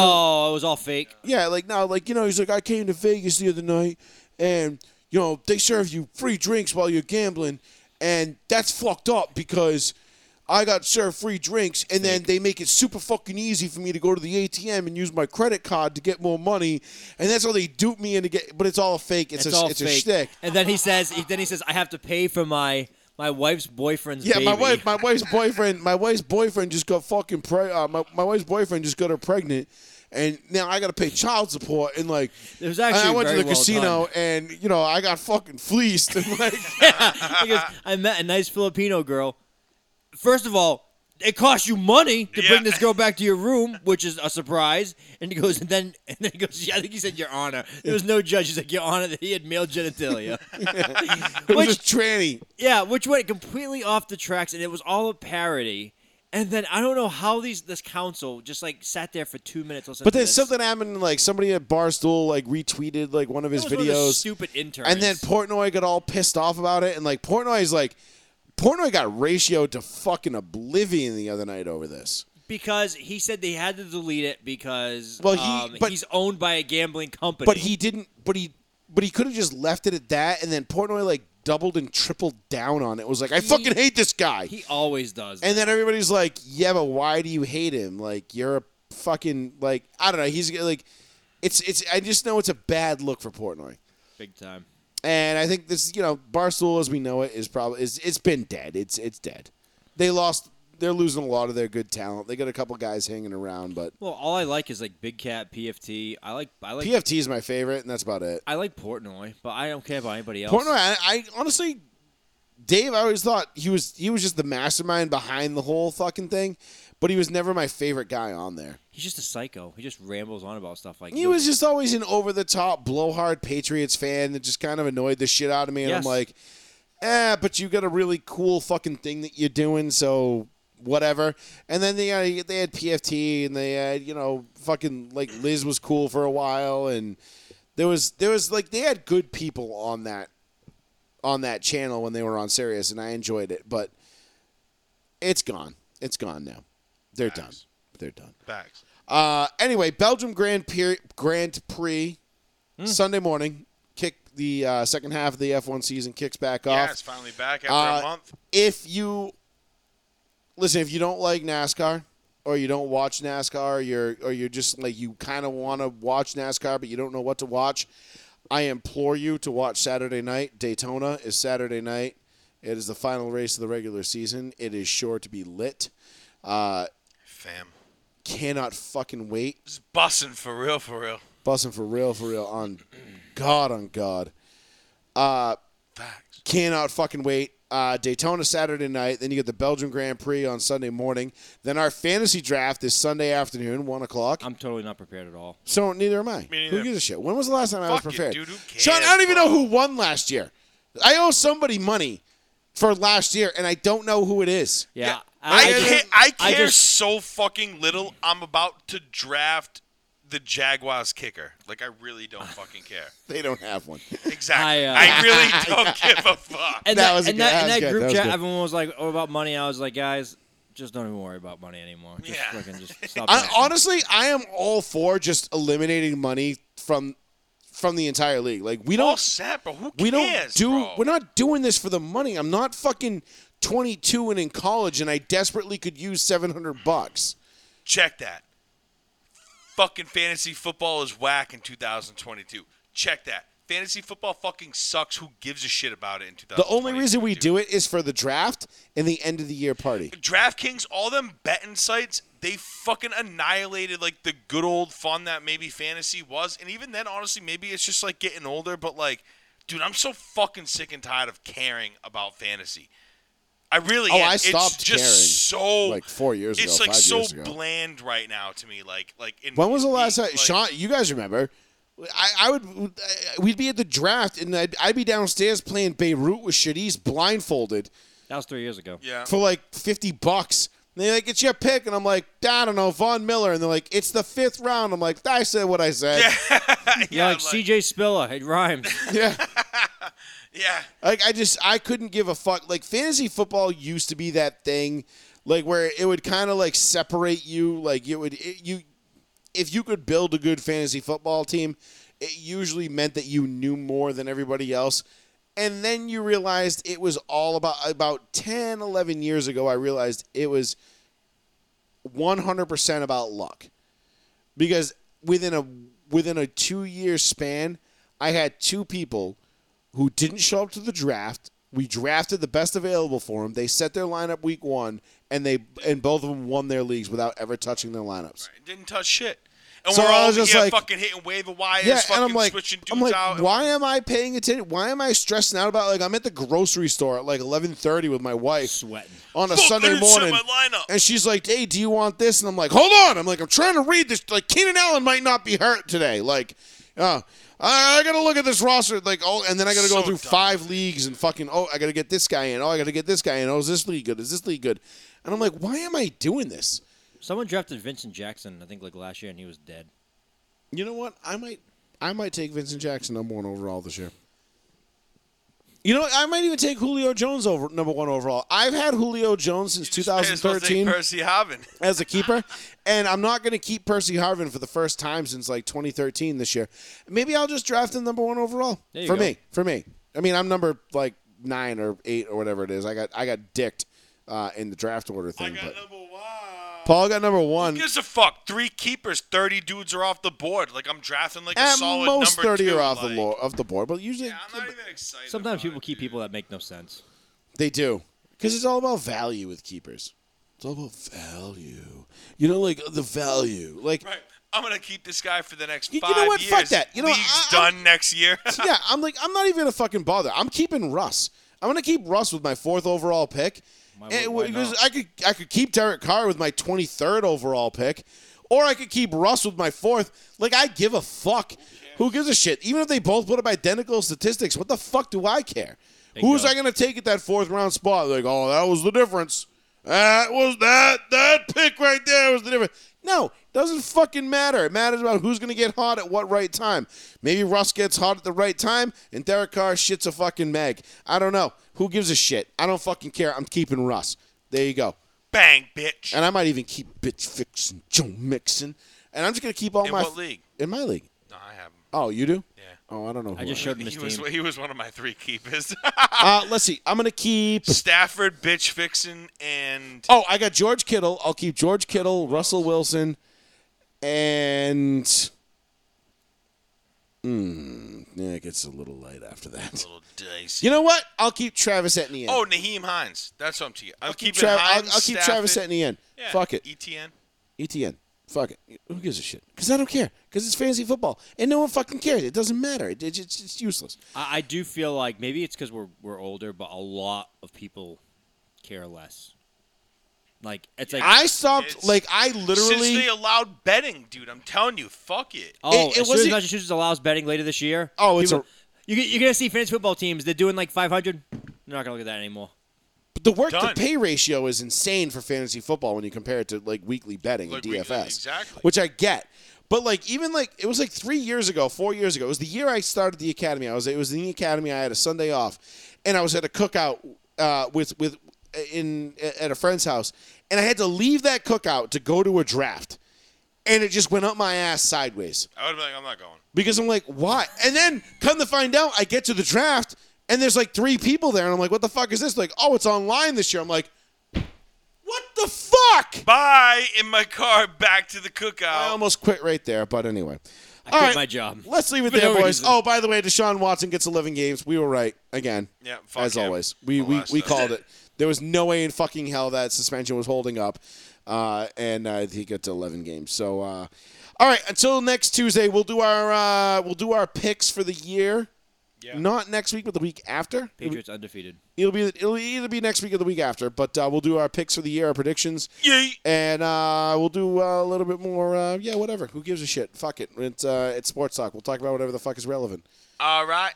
B: Oh, it was all fake.
A: Yeah, like no, like you know, he's like, I came to Vegas the other night, and you know they serve you free drinks while you're gambling, and that's fucked up because I got served free drinks, and then they make it super fucking easy for me to go to the ATM and use my credit card to get more money, and that's how they dupe me into get. But it's all fake. It's,
B: It's,
A: a
B: all
A: it's
B: fake.
A: a shtick.
B: And then he says, he, then he says, I have to pay for my my wife's boyfriend's
A: Yeah, my
B: baby."
A: wife, my wife's boyfriend, my wife's boyfriend just got fucking pre- uh, my, my wife's boyfriend just got her pregnant, and now I got to pay child support, and like,
B: It was
A: and
B: actually
A: I went to
B: very
A: the
B: well
A: casino, and you know, I got fucking fleeced, and like,
B: done. because I met a nice Filipino girl. First of all, it costs you money to
C: Yeah.
B: bring this girl back to your room, which is a surprise. And he goes, and then and then he goes, yeah, I think he said Your Honor. There was no judge. He's like Your Honor that he had male genitalia,
A: it was
B: which
A: just tranny.
B: Yeah, which went completely off the tracks, and it was all a parody. And then I don't know how these this council just like sat there for two minutes. listening
A: But
B: to
A: then
B: this.
A: something happened. Like somebody at Barstool like retweeted like one of
B: That
A: his
B: was one of the
A: videos,
B: stupid interns.
A: and then Portnoy got all pissed off about it, and like Portnoy's like, Portnoy got ratioed to fucking oblivion the other night over this.
B: because he said they had to delete it because
A: Well, he-
B: um,
A: but-
B: he's owned by a gambling company.
A: But he didn't. But he. But he could have just left it at that, and then Portnoy like doubled and tripled down on it. Was like, I fucking hate this guy.
B: he always does.
A: and then everybody's like, Yeah, but why do you hate him? Like you're a fucking like I don't know. He's like, it's it's. I just know it's a bad look for Portnoy.
B: that big time.
A: And I think this, you know, Barstool as we know it is probably is it's been dead. It's it's dead. They lost. They're losing a lot of their good talent. They got a couple guys hanging around, but
B: Well, all I like is like Big Cat, PFT. I like I like
A: PFT is my favorite, and that's about it.
B: I like Portnoy, but I don't care about anybody else.
A: Portnoy, I, I honestly, Dave, I always thought he was he was just the mastermind behind the whole fucking thing, but he was never my favorite guy on there.
B: he's just a psycho. He just rambles on about stuff like
A: He was just always an over the top blowhard Patriots fan that just kind of annoyed the shit out of me, and
B: Yes.
A: I'm like, eh, but you got a really cool fucking thing that you're doing, so whatever. And then they uh, they had PFT, and they had you know fucking like Liz was cool for a while, and there was there was like they had good people on that on that channel when they were on Sirius, and I enjoyed it, but it's gone, it's gone now. They're done. They're done.
C: Facts.
A: Uh, anyway, Belgium Grand Prix, Grand Prix Sunday morning. Kick the uh, second half of the F1 season kicks back
C: Yeah,
A: off.
C: it's finally back after
A: Uh,
C: a month.
A: If you listen, if you don't like NASCAR or you don't watch NASCAR, or you're or you're just like you kind of want to watch NASCAR but you don't know what to watch, I implore you to watch Saturday night. Daytona is Saturday night. It is the final race of the regular season. It is sure to be lit. Uh,
C: Fam.
A: cannot fucking wait.
C: Just bussing for real, for real.
A: Busting for real, for real. On God, on God.
C: Facts.
A: Cannot fucking wait. Uh, Daytona Saturday night. Then you get the Belgium Grand Prix on Sunday morning. Then our fantasy draft is Sunday afternoon, 1 o'clock.
B: I'm totally not prepared at all.
A: so neither am I.
C: Me neither.
A: Who gives a shit? When was the last time I was
C: Fuck it,
A: prepared?
C: dude. Who
A: Sean, I
C: cares,
A: don't even
C: bro?
A: know who won last year. I owe somebody money for last year, and I don't know who it is.
B: Yeah,
C: I,
B: like-
C: care, I
B: I
C: care
B: just-
C: so fucking little. I'm about to draft the Jaguars kicker. Like, I really don't fucking care.
A: They don't have one.
C: Exactly.
B: I,
C: I,
B: uh,
C: really don't give a fuck.
B: And
A: That
B: that,
A: was a
B: and
A: good- that
B: that, and
A: was
B: that
A: good,
B: group
A: that was
B: chat,
A: good.
B: everyone was like, "Oh, about money." I was like, "Guys, just don't even worry about money anymore. Just
C: Yeah.
B: fucking just stop."
A: I,
B: asking."
A: honestly, I am all for just eliminating money from from the entire league. Like we
C: All
A: don't
C: set, bro. Who cares?
A: We don't do.
C: Bro?
A: We're not doing this for the money. I'm not fucking 22 and in college, and I desperately could use 700 bucks.
C: Check that. Fucking fantasy football is whack in 2022. Check that. Fantasy football fucking sucks. Who gives a shit about it in 2022?
A: The only reason we do it is for the draft and the end of the year party.
C: DraftKings, all them betting sites, they fucking annihilated like the good old fun that maybe fantasy was. And even then, honestly, maybe it's just like getting older, but like, dude, I'm so fucking sick and tired of caring about fantasy. I really
A: Oh,
C: am.
A: I
C: it's
A: stopped
C: just so
A: like, four years
C: It's
A: ago,
C: like
A: five
C: so
A: years ago.
C: bland right now to me. Like like in,
A: When was the
C: in
A: last
C: week,
A: time,
C: like,
A: Sean? You guys remember? I, I would. We'd be at the draft, and I'd, I'd be downstairs playing Beirut with Shadis blindfolded
B: that was three years ago.
C: Yeah.
A: for like 50 bucks. And they're like, "It's your pick," and I'm like, "I don't know, Von Miller." And they're like, "It's the fifth round." I'm like, "I said what I said."
B: Yeah, like, CJ Spiller, it rhymes.
A: yeah.
C: Yeah.
A: Like I just I couldn't give a fuck. Like fantasy football used to be that thing, like where it would kind of like separate you. Like it would it, you, if you could build a good fantasy football team, it usually meant that you knew more than everybody else. And then you realized it was all about about 10, 11 years ago. I realized it was 100% about luck because within a within a two year span, I had two people who didn't show up to the draft. We drafted the best available for them. They set their lineup week one, and they and both of them won their leagues without ever touching their lineups.
C: Didn't touch shit. And
A: So
C: we're
A: I
C: all
A: was just
C: here
A: like-
C: fucking hitting waiver wires,
A: Yeah,
C: fucking
A: and I'm like,
C: switching dudes
A: I'm like,
C: out.
A: why am I paying attention? Why am I stressing out about like I'm at the grocery store at like 11:30 with my wife
B: Sweating.
A: on a
C: Fuck, I
A: Sunday
C: didn't set
A: morning,
C: my lineup.
A: and she's like, "Hey, do you want this?" And I'm like, "Hold on!" I'm like, "I'm trying to read this. Like, Keenan Allen might not be hurt today. Like, uh, I, I gotta look at this roster. Like, oh, and then I gotta go
C: So
A: through
C: dumb.
A: five leagues and fucking. Oh, I gotta get this guy in. Oh, I gotta get this guy in. Oh, is this league good? Is this league good? And I'm like, why am I doing this?
B: Someone drafted Vincent Jackson, I think, like last year, and he was dead.
A: You know what? I might I might take Vincent Jackson number one overall this year. You know, what? I might even take Julio Jones over number one overall. I've had Julio Jones since
C: You just may as well take
A: 2013
C: Percy Harvin.
A: as a keeper, and I'm not going to keep Percy Harvin for the first time since like 2013 this year. Maybe I'll just draft him number one overall
B: There you
A: for
B: go.
A: me. For me, I mean, I'm number like nine or eight or whatever it is. I got I got dicked uh, in the draft order
C: I
A: thing.
C: got
A: but
C: number one.
A: Paul got number one.
C: Who gives a fuck? Three keepers, thirty dudes are off the board. Like I'm drafting like a
A: At
C: solid
A: most
C: number
A: 30
C: two,
A: are off
C: like,
A: the lo- off the board, but usually
C: Yeah, I'm not even excited. about
B: Sometimes people
C: it,
B: keep
C: dude.
B: people that make no sense.
A: They do. Because it's all about value with keepers. It's all about value. You know, like the value. Like,
C: Right. I'm gonna keep this guy for the next
A: You- you
C: five
A: know what?
C: years.
A: Fuck that. You know what?
C: League's
A: I- I'm-
C: done next year.
A: yeah, I'm like, I'm not even going to fucking bother. I'm keeping Russ. I'm going to keep Russ with my fourth overall pick.
B: Why-
A: And-
B: why
A: because
B: not?
A: I could I could keep Derek Carr with my 23rd overall pick, or I could keep Russ with my fourth. Like, I give a fuck. Who gives a shit? Even if they both put up identical statistics, what the fuck do I care? Who's
B: go.
A: I going to take at that fourth round spot? Like, oh, that was the difference. That was that that pick right there was the difference. No, doesn't fucking matter. It matters about who's going to get hot at what right time. Maybe Russ gets hot at the right time, and Derek Carr shits a fucking mag. I don't know. Who gives a shit? I don't fucking care. I'm keeping Russ. There you go.
C: Bang, bitch.
A: And I might even keep bitch fixing, Joe mixing, and I'm just gonna keep all
C: In
A: my
C: what league?
A: in my league.
C: No, I haven't.
A: Oh, you do?
C: Yeah.
A: Oh, I don't know. Who
B: I just
A: am.
B: showed him his
C: He was,
B: team.
C: he was one of my three keepers.
A: Uh, let's see. I'm gonna keep.
C: Stafford, bitch fixing, and
A: Oh, I got George Kittle. I'll keep George Kittle, Russell Wilson, and. Mm, yeah, it gets a little light after that.
C: little dicey.
A: You know what? I'll keep Travis Etienne.
C: Oh, Naheem Hines. That's what I'm to you. I'm keeping
A: Tra- I'll,
C: Hines.
A: I'll keep Travis
C: Stafford.
A: Etienne.
C: Yeah,
A: Fuck it.
C: ETN.
A: ETN. Fuck it. Who gives a shit? Because I don't care. Because it's fantasy football. And no one fucking cares. It doesn't matter. It, it's, it's it's useless.
B: I, I do feel like maybe it's because we're we're older, but a lot of people care less. Like it's like
A: I stopped,
C: It's-
A: like, I literally.
C: Since they allowed betting, dude, I'm telling you, fuck it.
A: it- it
B: oh, as soon as
A: wasn't-
B: Massachusetts allows betting later this year,
A: Oh, it's
B: people- you you're gonna see fantasy football teams. They're doing like 500. They're not gonna look at that anymore.
A: the work
C: Done.
A: to pay ratio is insane for fantasy football when you compare it to like weekly betting
C: Like
A: and
C: weekly-
A: DFS,
C: exactly.
A: which I get. But like even like it was like three years ago, four years ago. It was the year I started the academy. I was it was in the academy. I had a Sunday off, and I was at a cookout uh, with with in at a friend's house, and I had to leave that cookout to go to a draft, and it just went up my ass sideways
C: I would have been like, I'm not going.
A: because I'm like, why? And then come to find out, I get to the draft and there's like three people there, and I'm like, what the fuck is this? Like, oh, it's online this year. I'm like, what the fuck?
C: Bye, in my car, back to the
A: I
C: cookout.
A: almost quit right there, but anyway. I
B: quit my job.
A: Let's leave it
B: For
A: there,
B: no
A: boys.
B: reason.
A: Oh, by the way, Deshaun Watson gets 11 games. We were right again.
C: Yeah, fuck
A: as
C: him.
A: always, we
C: I'll
A: we,
C: ask
A: we
C: that.
A: called it. There was no way in fucking hell that suspension was holding up, uh, and uh, he got to 11 games. So, uh, all right, until next Tuesday, we'll do our uh, we'll do our picks for the year.
C: Yeah.
A: Not next week, but the week after.
B: Patriots undefeated.
A: It'll be it'll either be next week or the week after, but uh, we'll do our picks for the year, our predictions,
C: Yeet.
A: and uh, we'll do uh, a little bit more. Uh, yeah, whatever. Who gives a shit? Fuck it. It's uh, it's sports talk. We'll talk about whatever the fuck is relevant.
C: All right.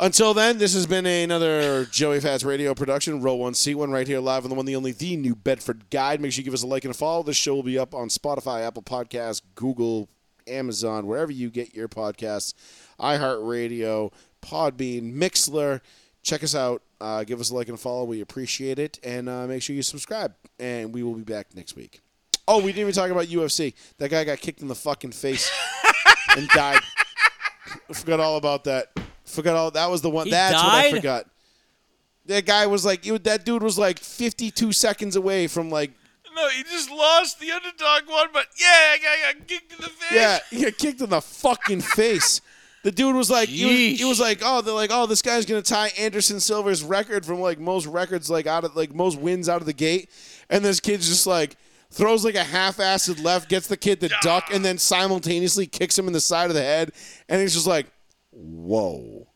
A: Until then, this has been another Joey Fats Radio production. Roll one, see one, right here live on the one, the only, the New Bedford Guide. Make sure you give us a like and a follow. This show will be up on Spotify, Apple Podcasts, Google, Amazon, wherever you get your podcasts, iHeartRadio, Podbean, Mixler. Check us out. Uh, give us a like and a follow. We appreciate it, and uh, make sure you subscribe. And we will be back next week. Oh, we didn't even talk about UFC. That guy got kicked in the fucking face and died. I forgot all about that. Forgot all. That was the one.
B: He
A: that's what I
B: died?
A: forgot. That guy was like, it, that dude was like 52 seconds away from like,
C: No, he just lost the underdog one, but yeah, I got, I got kicked in the face.
A: yeah, he got kicked in the fucking face. The dude was like, he was,
B: Yeesh.
A: he was like, oh, they're like, oh, this guy's gonna tie Anderson Silva's record from like most records, like out of like most wins out of the gate, and this kid's just like, throws like a half-assed left, gets the kid to duck, and then simultaneously kicks him in the side of the head. And it's just like, whoa,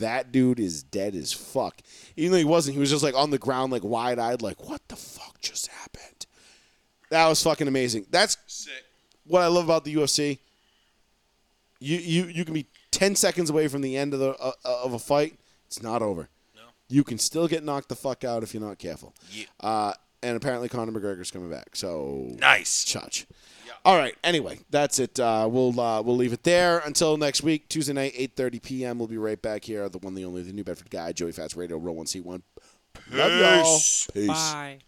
A: that dude is dead as fuck. Even though he wasn't, he was just like on the ground, like wide-eyed, like what the fuck just happened. That was fucking amazing. That's
C: Sick.
A: what I love about the UFC. You you you can be ten seconds away from the end of the uh, of a fight. It's not over.
C: No.
A: You can still get knocked the fuck out if you're not careful.
C: Yeah.
A: Uh, and apparently Conor McGregor's coming back. So
C: Nice.
A: Chach.
C: Yeah.
A: All right. Anyway, that's it. Uh, we'll uh, we'll leave it there until next week, Tuesday night, eight thirty p.m. We'll be right back here. The one, the only, the New Bedford guy, Joey Fats Radio, Roll One C One. Love y'all.
C: Peace.
A: Peace.
F: Bye.